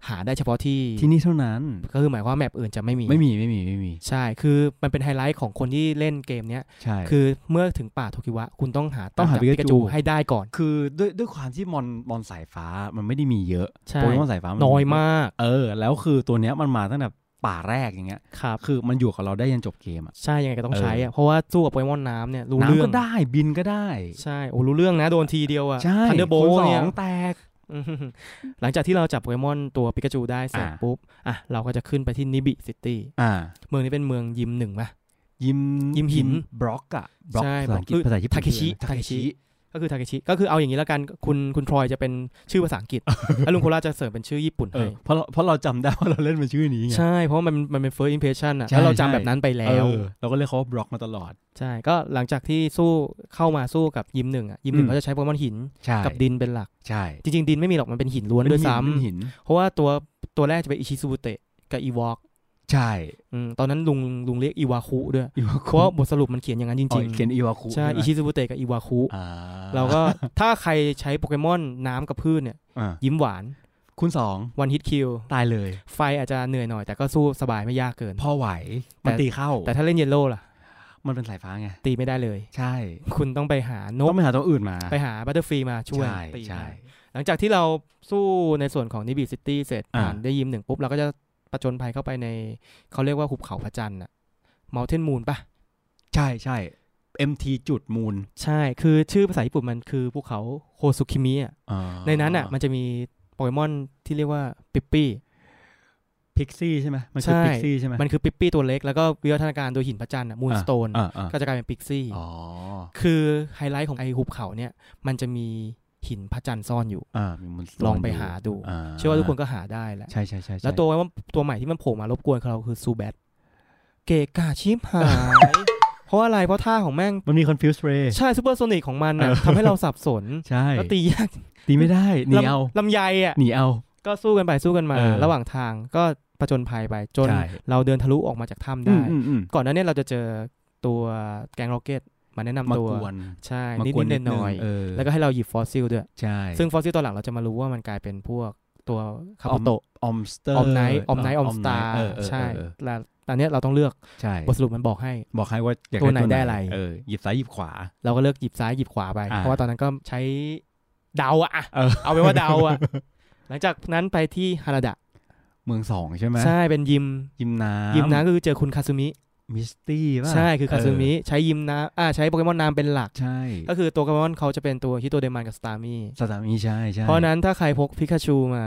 [SPEAKER 2] หาได้เฉพาะที่
[SPEAKER 3] ที่นี่เท่านั้น
[SPEAKER 2] ก็คือหมายความว่าแมปอื่นจะไม่มี
[SPEAKER 3] ไม่มีไม่มีไม่มี
[SPEAKER 2] ใช่ คือมันเป็นไฮไลท์ของคนที่เล่นเกมเนี้ย
[SPEAKER 3] ใช่
[SPEAKER 2] คือเมื่อถึงป่าโทคิวะคุณต้องหา
[SPEAKER 3] ต้องหา
[SPEAKER 2] จก
[SPEAKER 3] ปิกาจู
[SPEAKER 2] จูให้ได้ก่อน
[SPEAKER 3] คือด้วยด้วยความที่มอนมอนสายฟ้ามันไม่ได้มีเยอะ
[SPEAKER 2] ใช่
[SPEAKER 3] โปเกมอนสายฟ้ามั
[SPEAKER 2] น้อยมาก
[SPEAKER 3] เออ แล้วคือตัวเนี้ยมันมาตั้งแต่ป่าแรกอย่างเงี้ย
[SPEAKER 2] ครับ
[SPEAKER 3] คือมันอยู่กับเราได้ยันจบเกมอ่ะ
[SPEAKER 2] ใช่ยังไงก็ต้อง
[SPEAKER 3] เออ
[SPEAKER 2] ใช้อะเพราะว่าสู้กับโปเกมอนน้ำเนี่ยรู้เรื่อ
[SPEAKER 3] น้ำก็
[SPEAKER 2] ง
[SPEAKER 3] ได้บินก็ได้
[SPEAKER 2] ใช่โอ้รู้เรื่องนะโดนทีเดียวอะ
[SPEAKER 3] ใช่
[SPEAKER 2] ทันเดอร์โบ
[SPEAKER 3] คนสอ
[SPEAKER 2] เนี่ย [LAUGHS]
[SPEAKER 3] งแตก
[SPEAKER 2] อืมหลังจากที่เราจับโปเกมอนตัวปิกาจูได้เสร็จ
[SPEAKER 3] อ่า
[SPEAKER 2] ปุ๊บอ่ะเราก็จะขึ้นไปที่นิบิซิตี้
[SPEAKER 3] อ่า
[SPEAKER 2] เมืองนี้เป็นเมืองยิมหนึ่งปะ
[SPEAKER 3] ยิม
[SPEAKER 2] ยิมหิน
[SPEAKER 3] บล็อกอะบล็อก
[SPEAKER 2] ใช่
[SPEAKER 3] ภาษาอังกฤษ
[SPEAKER 2] คือ
[SPEAKER 3] ภาษาญี่ปุ่น
[SPEAKER 2] ทาเคชิ
[SPEAKER 3] ทาเคชิ
[SPEAKER 2] ทาเคชิ ก็คือทาเคชิก็คือเอาอย่างนี้แล้วกันคุณคุณทรอยจะเป็นชื่อภาษา
[SPEAKER 3] [LAUGHS]
[SPEAKER 2] อังกฤษ แล้วลุงโคล่าจะเสริมเป็นชื่อญี่ปุ่น
[SPEAKER 3] เอ
[SPEAKER 2] ให้
[SPEAKER 3] อเพราะเราเพราะเราจำได้ว่าเราเล่นเป็นชื่อนี้ไง
[SPEAKER 2] ใช่เพราะมันมันเป็น first impression อ่ะ
[SPEAKER 3] ใช่
[SPEAKER 2] แล้วเราจำ
[SPEAKER 3] ใช่
[SPEAKER 2] แบบนั้นไปแล้ว
[SPEAKER 3] เออเราก็เรียกเขาว่าบล็อกมาตลอด
[SPEAKER 2] ใช่ ก็หลังจากที่สู้เข้ามาสู้กับยิมหนึ่งอ่ะยิมหนึ่ง
[SPEAKER 3] อืม
[SPEAKER 2] เขาจะใช้โปเกมอนหิน
[SPEAKER 3] ใช่
[SPEAKER 2] กับดินเป็นหลัก
[SPEAKER 3] ใช่
[SPEAKER 2] จริง ๆ ดินไม่มีหรอกมันเป็นหินล้วนด้วยซ้
[SPEAKER 3] เป็นหิน
[SPEAKER 2] ำเพราะว่าตัวตัวแรกจะเป็นอิชิซูบุเตะกับอีวอก
[SPEAKER 3] ใช่
[SPEAKER 2] ตอนนั้นลุงลุงเรียกอีวาคุด้วย
[SPEAKER 3] อิวา
[SPEAKER 2] เพ
[SPEAKER 3] คุ
[SPEAKER 2] ราะว่าบทสรุปมันเขียนอย่างนั้นจ
[SPEAKER 3] อ๋อ
[SPEAKER 2] ริง
[SPEAKER 3] เขียนอิวาคุ
[SPEAKER 2] ๆใช่อิ
[SPEAKER 3] ใช่
[SPEAKER 2] ชิซูบุเตะกับอีวาคุ
[SPEAKER 3] อ่า
[SPEAKER 2] เราก็ ถ้าใครใช้โปเกมอนน้ำกับพืชเนี่ย
[SPEAKER 3] อ่า
[SPEAKER 2] ยิ้มหวาน
[SPEAKER 3] คุณสอง
[SPEAKER 2] วันฮิตคิว
[SPEAKER 3] ตายเลย
[SPEAKER 2] ไฟอาจจะเหนื่อยหน่อย แต่ก็สู้สบายไม่ยากเกิน
[SPEAKER 3] พอไหว
[SPEAKER 2] แต่
[SPEAKER 3] มันตีเข้า
[SPEAKER 2] แต่ถ้าเล่นเยลโล่ล่ะ
[SPEAKER 3] มันเป็นสายฟ้าไง
[SPEAKER 2] ตีไม่ได้เลย
[SPEAKER 3] ใช่
[SPEAKER 2] คุณต้องไปหา
[SPEAKER 3] ต้
[SPEAKER 2] น
[SPEAKER 3] อก งไปหาตัวอื่นมา
[SPEAKER 2] ไปหาบัตเตอร์ฟรีมาช่วย
[SPEAKER 3] ใช่
[SPEAKER 2] ตี
[SPEAKER 3] ใช่
[SPEAKER 2] หลังจากที่เราสู้ในส่วนของนิบิซิตี้เสร็จ
[SPEAKER 3] อ่า
[SPEAKER 2] ผ่านได้ยิมหนึ่งปุ๊บ เราก็จะประจนภัยเข้าไปใน เขาเรียกว่าหุบเขาพระจันทร์อะเมลเทนมูนปะ
[SPEAKER 3] ใช่ใช่ MT จุดมูล
[SPEAKER 2] ใช่คือชื่อภาษาญี่ปุ่นมันคือภูเขาโฮซุคิมิอะ
[SPEAKER 3] อ่า
[SPEAKER 2] ในนั้นอะมันจะมีโปเกมอนที่เรียกว่าปิปปี้
[SPEAKER 3] พิกซี่ใช่ไหมมันคือ
[SPEAKER 2] ใช่
[SPEAKER 3] พิกซี่ใช่ไหม
[SPEAKER 2] มันคือปิปปี้ตัวเล็ก แล้วก็วิวัฒนาการโดยหินพระจันทร์มูน
[SPEAKER 3] อ่า
[SPEAKER 2] สโตน
[SPEAKER 3] อ่าอ่า
[SPEAKER 2] ก็จะกลายเป็นปิกซี่
[SPEAKER 3] อ๋อ
[SPEAKER 2] คือไฮไลท์ของไอหุบเขาเนี่ย มันจะมีหินพระจันทร์ซ่อนอยู่
[SPEAKER 3] อ่ามีมัน
[SPEAKER 2] ลองไปหาดู เชื่อว่าทุกคนก็หาได้แหละ
[SPEAKER 3] ใช่ใช่ใช่ใช่
[SPEAKER 2] แล้วตัวไว้ว่าตัวใหม่ที่มันโผล่มารบกวนเราคือซูแบทเกะกาชิมหาย
[SPEAKER 3] [LAUGHS]
[SPEAKER 2] เพราะอะไรเพราะท่าของแม่ง
[SPEAKER 3] มันมี confuse ray
[SPEAKER 2] ใช่ซูเปอร์โซนิกของมันน่ะ
[SPEAKER 3] เออ
[SPEAKER 2] ทำให้เราสับสน
[SPEAKER 3] ใช่
[SPEAKER 2] แล้วตียาก
[SPEAKER 3] ตีไม่ได้หนีเอา
[SPEAKER 2] ลำลำไยอ่ะ
[SPEAKER 3] หนีเอา
[SPEAKER 2] ก็สู้กันไปสู้กันมา
[SPEAKER 3] เออ
[SPEAKER 2] ระหว่างทางก็ประจนภัยไปจน
[SPEAKER 3] ใช่
[SPEAKER 2] เราเดินทะลุออกมาจากถ้ำ
[SPEAKER 3] อื
[SPEAKER 2] ได้
[SPEAKER 3] มอืมอืม
[SPEAKER 2] ก่อนหน้าเนี้เราจะเจอตัวแกงโรเกตมาแนะนำ
[SPEAKER 3] มา
[SPEAKER 2] ตัว
[SPEAKER 3] กวน
[SPEAKER 2] ใช่
[SPEAKER 3] มาน กวนิ
[SPEAKER 2] ดๆหน่อย
[SPEAKER 3] เออ
[SPEAKER 2] ๆแล้วก็ให้เราหยิบฟอสซิลด้วย
[SPEAKER 3] ใช่
[SPEAKER 2] ซึ่งฟอสซิลตอนหลังเราจะมารู้ว่ามันกลายเป็นพวกตัวคาโปโตะ
[SPEAKER 3] ออมสเตอร์
[SPEAKER 2] ออมไนท์ออมไนท์ออมสตาร์ใช่แล้วตอนเนี้ยเราต้องเลือก
[SPEAKER 3] ใช่
[SPEAKER 2] บทสรุปมันบอกให้
[SPEAKER 3] บอกให้ว่าอยาก
[SPEAKER 2] ตัวไหนได้อะไร
[SPEAKER 3] เออหยิบซ้ายหยิบขวา
[SPEAKER 2] เราก็เลือกหยิบซ้ายหยิบขวาไป
[SPEAKER 3] อ่า
[SPEAKER 2] เพราะว่าตอนนั้นก็ใช้เดาอะอะ
[SPEAKER 3] เออ
[SPEAKER 2] เอาเป็นว่าเดา
[SPEAKER 3] [LAUGHS]
[SPEAKER 2] อะหลังจากนั้นไปที่ฮานาดะ
[SPEAKER 3] เมืองสองใช่ไหม
[SPEAKER 2] ใช่เป็นยิม
[SPEAKER 3] ยิมน้ำ
[SPEAKER 2] ยิมน้ำก็คือเจอคุณคาซูมิ
[SPEAKER 3] มิสตี้ป่ะ
[SPEAKER 2] ใช่คือคาซูมิ
[SPEAKER 3] เออ
[SPEAKER 2] ใช้ยิมน้ำอ่าใช้โปเกมอนน้ำเป็นหลัก
[SPEAKER 3] ใช่
[SPEAKER 2] ก็คือตัวโปเกมอนเขาจะเป็นตัวฮิโตเดมันกับสตาร์มี่
[SPEAKER 3] สตามีใช่ใช่
[SPEAKER 2] เพราะฉะนั้นถ้าใครพกพิกาชูมา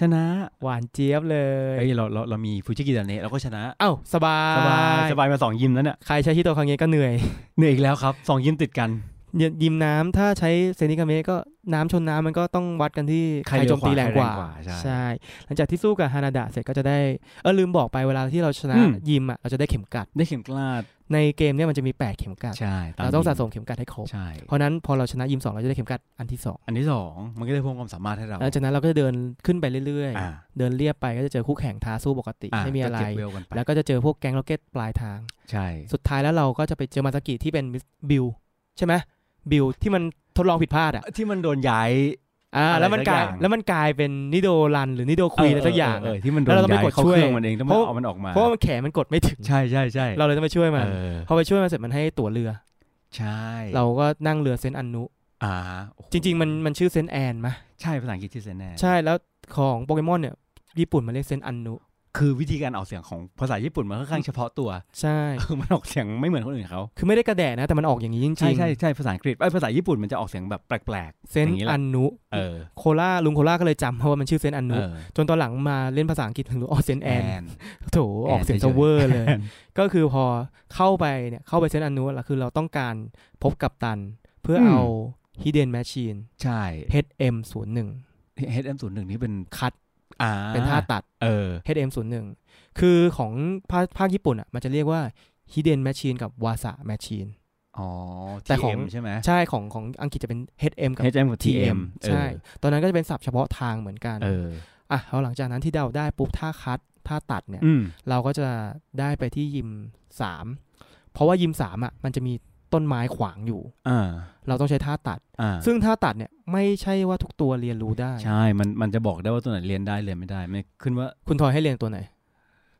[SPEAKER 3] ชนะ
[SPEAKER 2] หวานเจี๊ยบเล
[SPEAKER 3] เอ้
[SPEAKER 2] ย
[SPEAKER 3] ยเราเราเรามีฟูจิกิดาเนะเราก็ชนะ
[SPEAKER 2] เอ้า สบา
[SPEAKER 3] สบาย
[SPEAKER 2] ย
[SPEAKER 3] สบายมาสองยิมแล้วเนี่ย
[SPEAKER 2] ใครใช้ฮิโตคังเงะก็เหนื่อย
[SPEAKER 3] เหนื่อยอีกแล้วครับสองยิมติดกัน
[SPEAKER 2] ยิยิมน้ำถ้าใช้เซนิกาเมะก็น้ำชนน้ำมันก็ต้องวัดกันที่
[SPEAKER 3] ใคร
[SPEAKER 2] โจมตีแรงกว่า
[SPEAKER 3] ใครแรงกว่าใช่
[SPEAKER 2] ใช่ หลังจากที่สู้กับฮานาดะเสร็จก็จะได้ เออลืมบอกไปเวลาที่เราชนะ
[SPEAKER 3] อืม
[SPEAKER 2] ยิมอ่ะเราจะได้เข็มกัด
[SPEAKER 3] ได้เข็มกลาด
[SPEAKER 2] ในเกมเนี่ยมันจะมี 8 เข็มกัด
[SPEAKER 3] ใช่ม
[SPEAKER 2] เราต้องสะสมเข็มกัดให้ครบ
[SPEAKER 3] ใช่
[SPEAKER 2] เพราะนั้นพอเราชนะยิมสองเราจะได้เข็มกัดอันที่สอง
[SPEAKER 3] อันที่สองมันก็ได้เพิ่มความสามารถให้เรา
[SPEAKER 2] หลังจากนั้นเราก็จะเดินขึ้นไปเรื่อย
[SPEAKER 3] อ่า
[SPEAKER 2] ๆ เดินเรียบไปก็จะเจอคู่แข่งท้าสู้ปกติ
[SPEAKER 3] า
[SPEAKER 2] ไม่มีอะไร
[SPEAKER 3] ก็เก็บเวลกันไป
[SPEAKER 2] แล้วก็จะเจอพวกแก๊งโรเก็ตปลายทาง
[SPEAKER 3] ใช่
[SPEAKER 2] สุดท้ายแล้วเราก็จะไปเจอมาสกิที่เป็นมิสบิลใช่ไหมบิลที่มันทดลองผิดพลาดอ่ะ
[SPEAKER 3] ที่มันโดนย้าย
[SPEAKER 2] อ่า
[SPEAKER 3] อะไร
[SPEAKER 2] แล้วมันกลาย
[SPEAKER 3] สักอย่าง
[SPEAKER 2] แล้วมันกลายเป็นนิโดรันหรือนิโดควีนอะไรสักอย่าง
[SPEAKER 3] เเเอ
[SPEAKER 2] อะ
[SPEAKER 3] อที่มันโด
[SPEAKER 2] แล้ว
[SPEAKER 3] น
[SPEAKER 2] เราต้อง
[SPEAKER 3] ย้าย
[SPEAKER 2] ไปกด
[SPEAKER 3] เข้า
[SPEAKER 2] ช่วย
[SPEAKER 3] เครื่องมันเองต้อง
[SPEAKER 2] เพ
[SPEAKER 3] มา
[SPEAKER 2] ราะ
[SPEAKER 3] เอามันออกมา
[SPEAKER 2] เพราะว่ามันแขนมันกดไม่ถึง
[SPEAKER 3] ใช่ใช่ใช่
[SPEAKER 2] เราเลยต้องไปช่วยมัน
[SPEAKER 3] เออ
[SPEAKER 2] พอไปช่วยมันเสร็จมันให้ตั๋วเรือ
[SPEAKER 3] ใช่
[SPEAKER 2] เราก็นั่งเรือเซนต์อันนุ
[SPEAKER 3] อ่าโอ้โห
[SPEAKER 2] จริง ๆ มันมันชื่อเซนต์แอนมะ
[SPEAKER 3] ใช่ภาษาอังกฤษที่เซนแน่
[SPEAKER 2] ใช่แล้วของโปเกมอนเนี่ยญี่ปุ่นมันเรียกเซนต์อันนุ
[SPEAKER 3] คือวิธีการออกเสียงของภาษาญี่ปุ่นมันค่อนข้างเฉพาะตัว
[SPEAKER 2] ใช่
[SPEAKER 3] คือมันออกเสียงไม่เหมือนคนอื่นเขา
[SPEAKER 2] คือไม่ได้กระแดะนะ แต่มันออกอย่างนี้จ
[SPEAKER 3] ใช่
[SPEAKER 2] ริง
[SPEAKER 3] ใช่ใช่ภาษาอังกฤษเอ้ยภาษาญี่ปุ่นมันจะออกเสียงแบบแปลก
[SPEAKER 2] ๆเซน
[SPEAKER 3] อย่างนี้
[SPEAKER 2] ต์
[SPEAKER 3] แหละ
[SPEAKER 2] อันนุ
[SPEAKER 3] ๆ เออ
[SPEAKER 2] โคล่าลุงโคล่าก็เลยจำเพราะว่ามันชื่อเซนต์อัน
[SPEAKER 3] เอ
[SPEAKER 2] นุ
[SPEAKER 3] อ
[SPEAKER 2] จนตอนหลังมาเล่นภาษาอังกฤษถึงรู้อ๋อเซนต์แอน
[SPEAKER 3] น
[SPEAKER 2] โถออกเสียงจะเวอร์ [LAUGHS] เลย
[SPEAKER 3] แอน
[SPEAKER 2] ก็คือพอเข้าไปเนี่ย เข้าไปเซนต์อันนุแล้วคือเราต้องการพบกับตัน เพื่อเอา Hidden Machine
[SPEAKER 3] ใช่
[SPEAKER 2] HM01
[SPEAKER 3] HM01 นี่เป็น
[SPEAKER 2] คัด
[SPEAKER 3] อ่า
[SPEAKER 2] เป็นท่าตัด
[SPEAKER 3] เออ
[SPEAKER 2] HM01 คือของภาคภาคญี่ปุ่นอ่ะมันจะเรียกว่า Hidden Machine กับ Wasa Machine
[SPEAKER 3] อ๋อ
[SPEAKER 2] แต่ของ
[SPEAKER 3] TM ใช่ไหม
[SPEAKER 2] ใช่ของของอังกฤษจะเป็น HM กับ
[SPEAKER 3] HM กับ TM
[SPEAKER 2] ใช่ ตอนนั้นก็จะเป็นศัพท์เฉพาะทางเหมือนกัน
[SPEAKER 3] เออ
[SPEAKER 2] อ่ะแล้วหลังจากนั้นที่เดาได้ปุ๊บท่าคัดท่าตัดเนี่ย
[SPEAKER 3] อืม
[SPEAKER 2] เราก็จะได้ไปที่ยิมสามเพราะว่ายิมสามอ่ะมันจะมีต้นไม้ขวางอยู่
[SPEAKER 3] อ่า
[SPEAKER 2] เราต้องใช้ท่าตัด
[SPEAKER 3] อ่า
[SPEAKER 2] ซึ่งท่าตัดเนี่ยไม่ใช่ว่าทุกตัวเรียนรู้ได้
[SPEAKER 3] ใช่ มันมันจะบอกได้ว่าตัวไหนเรียนได้เรียนไม่ได้มันขึ้นว่า
[SPEAKER 2] คุณทอยให้เรียนตัวไหน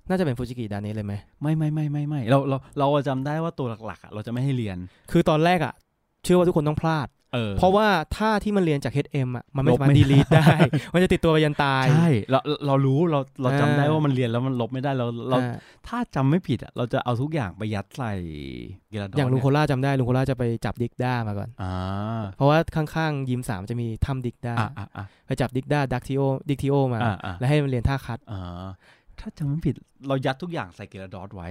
[SPEAKER 2] น่าจะเป็นฟูจิกิดาเนะเลยไหม
[SPEAKER 3] ไม่ไม่ไม่ไม่ไม่เราเราเราจำได้ว่าตัวหลักๆอ่ะเราจะไม่ให้เรียน
[SPEAKER 2] คือตอนแรกอ่ะ เชื่อว่าทุกคนต้องพลาด
[SPEAKER 3] เออ
[SPEAKER 2] เพราะว่าท่าที่มันเรียนจาก HM อ่ะมันไม่
[SPEAKER 3] ลบ
[SPEAKER 2] สามาร
[SPEAKER 3] ไม่
[SPEAKER 2] ถ
[SPEAKER 3] ได้
[SPEAKER 2] ดีลีทได้ [LAUGHS] มันจะติดตัวไปยันตาย
[SPEAKER 3] ใช่เราเราเรารู้เราเราจำได้
[SPEAKER 2] อ่า
[SPEAKER 3] ว่ามันเรียนแล้วมันลบไม่ได้เราเรา
[SPEAKER 2] อ่า
[SPEAKER 3] ถ้าจำไม่ผิดอ่ะเราจะเอาทุกอย่างไปยัดใส่เกลาดอน
[SPEAKER 2] อย่างลุงโค
[SPEAKER 3] เนี่ย
[SPEAKER 2] ล่าจำได้ลุงโคล่าจะไปจับดิกด้ามาก่อน
[SPEAKER 3] อ่า
[SPEAKER 2] เพราะว่าข้างๆยิมสามจะมีถ้ำดิกด้า
[SPEAKER 3] อ่าอ่าอ่า
[SPEAKER 2] ไปจับดิกด้าดักทิโอดิกทิโอมา
[SPEAKER 3] อ่าอ่า
[SPEAKER 2] แล้วให้มันเรียนท่าคัด
[SPEAKER 3] อ่าถ้าจำไม่ผิดเรายัดทุกอย่างใส่เกลาดอสไว้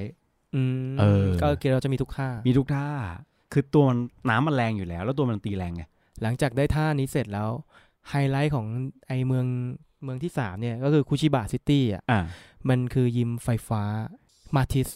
[SPEAKER 2] อืม
[SPEAKER 3] เออ
[SPEAKER 2] ก็เกเราจะมีทุกค่าม
[SPEAKER 3] มีทุกท่า คือตัวมันน้ำมันแรงอยู่แล้ว แล้วตัวมันตีแรงไง
[SPEAKER 2] หลังจากได้ท่านี้เสร็จแล้ว ไฮไลท์ของไอเมืองเมืองที่สามเนี่ยก็คือคุชิบะซิตี้อ่ะ
[SPEAKER 3] อ่า
[SPEAKER 2] มันคือยิมไฟฟ้ามาทิส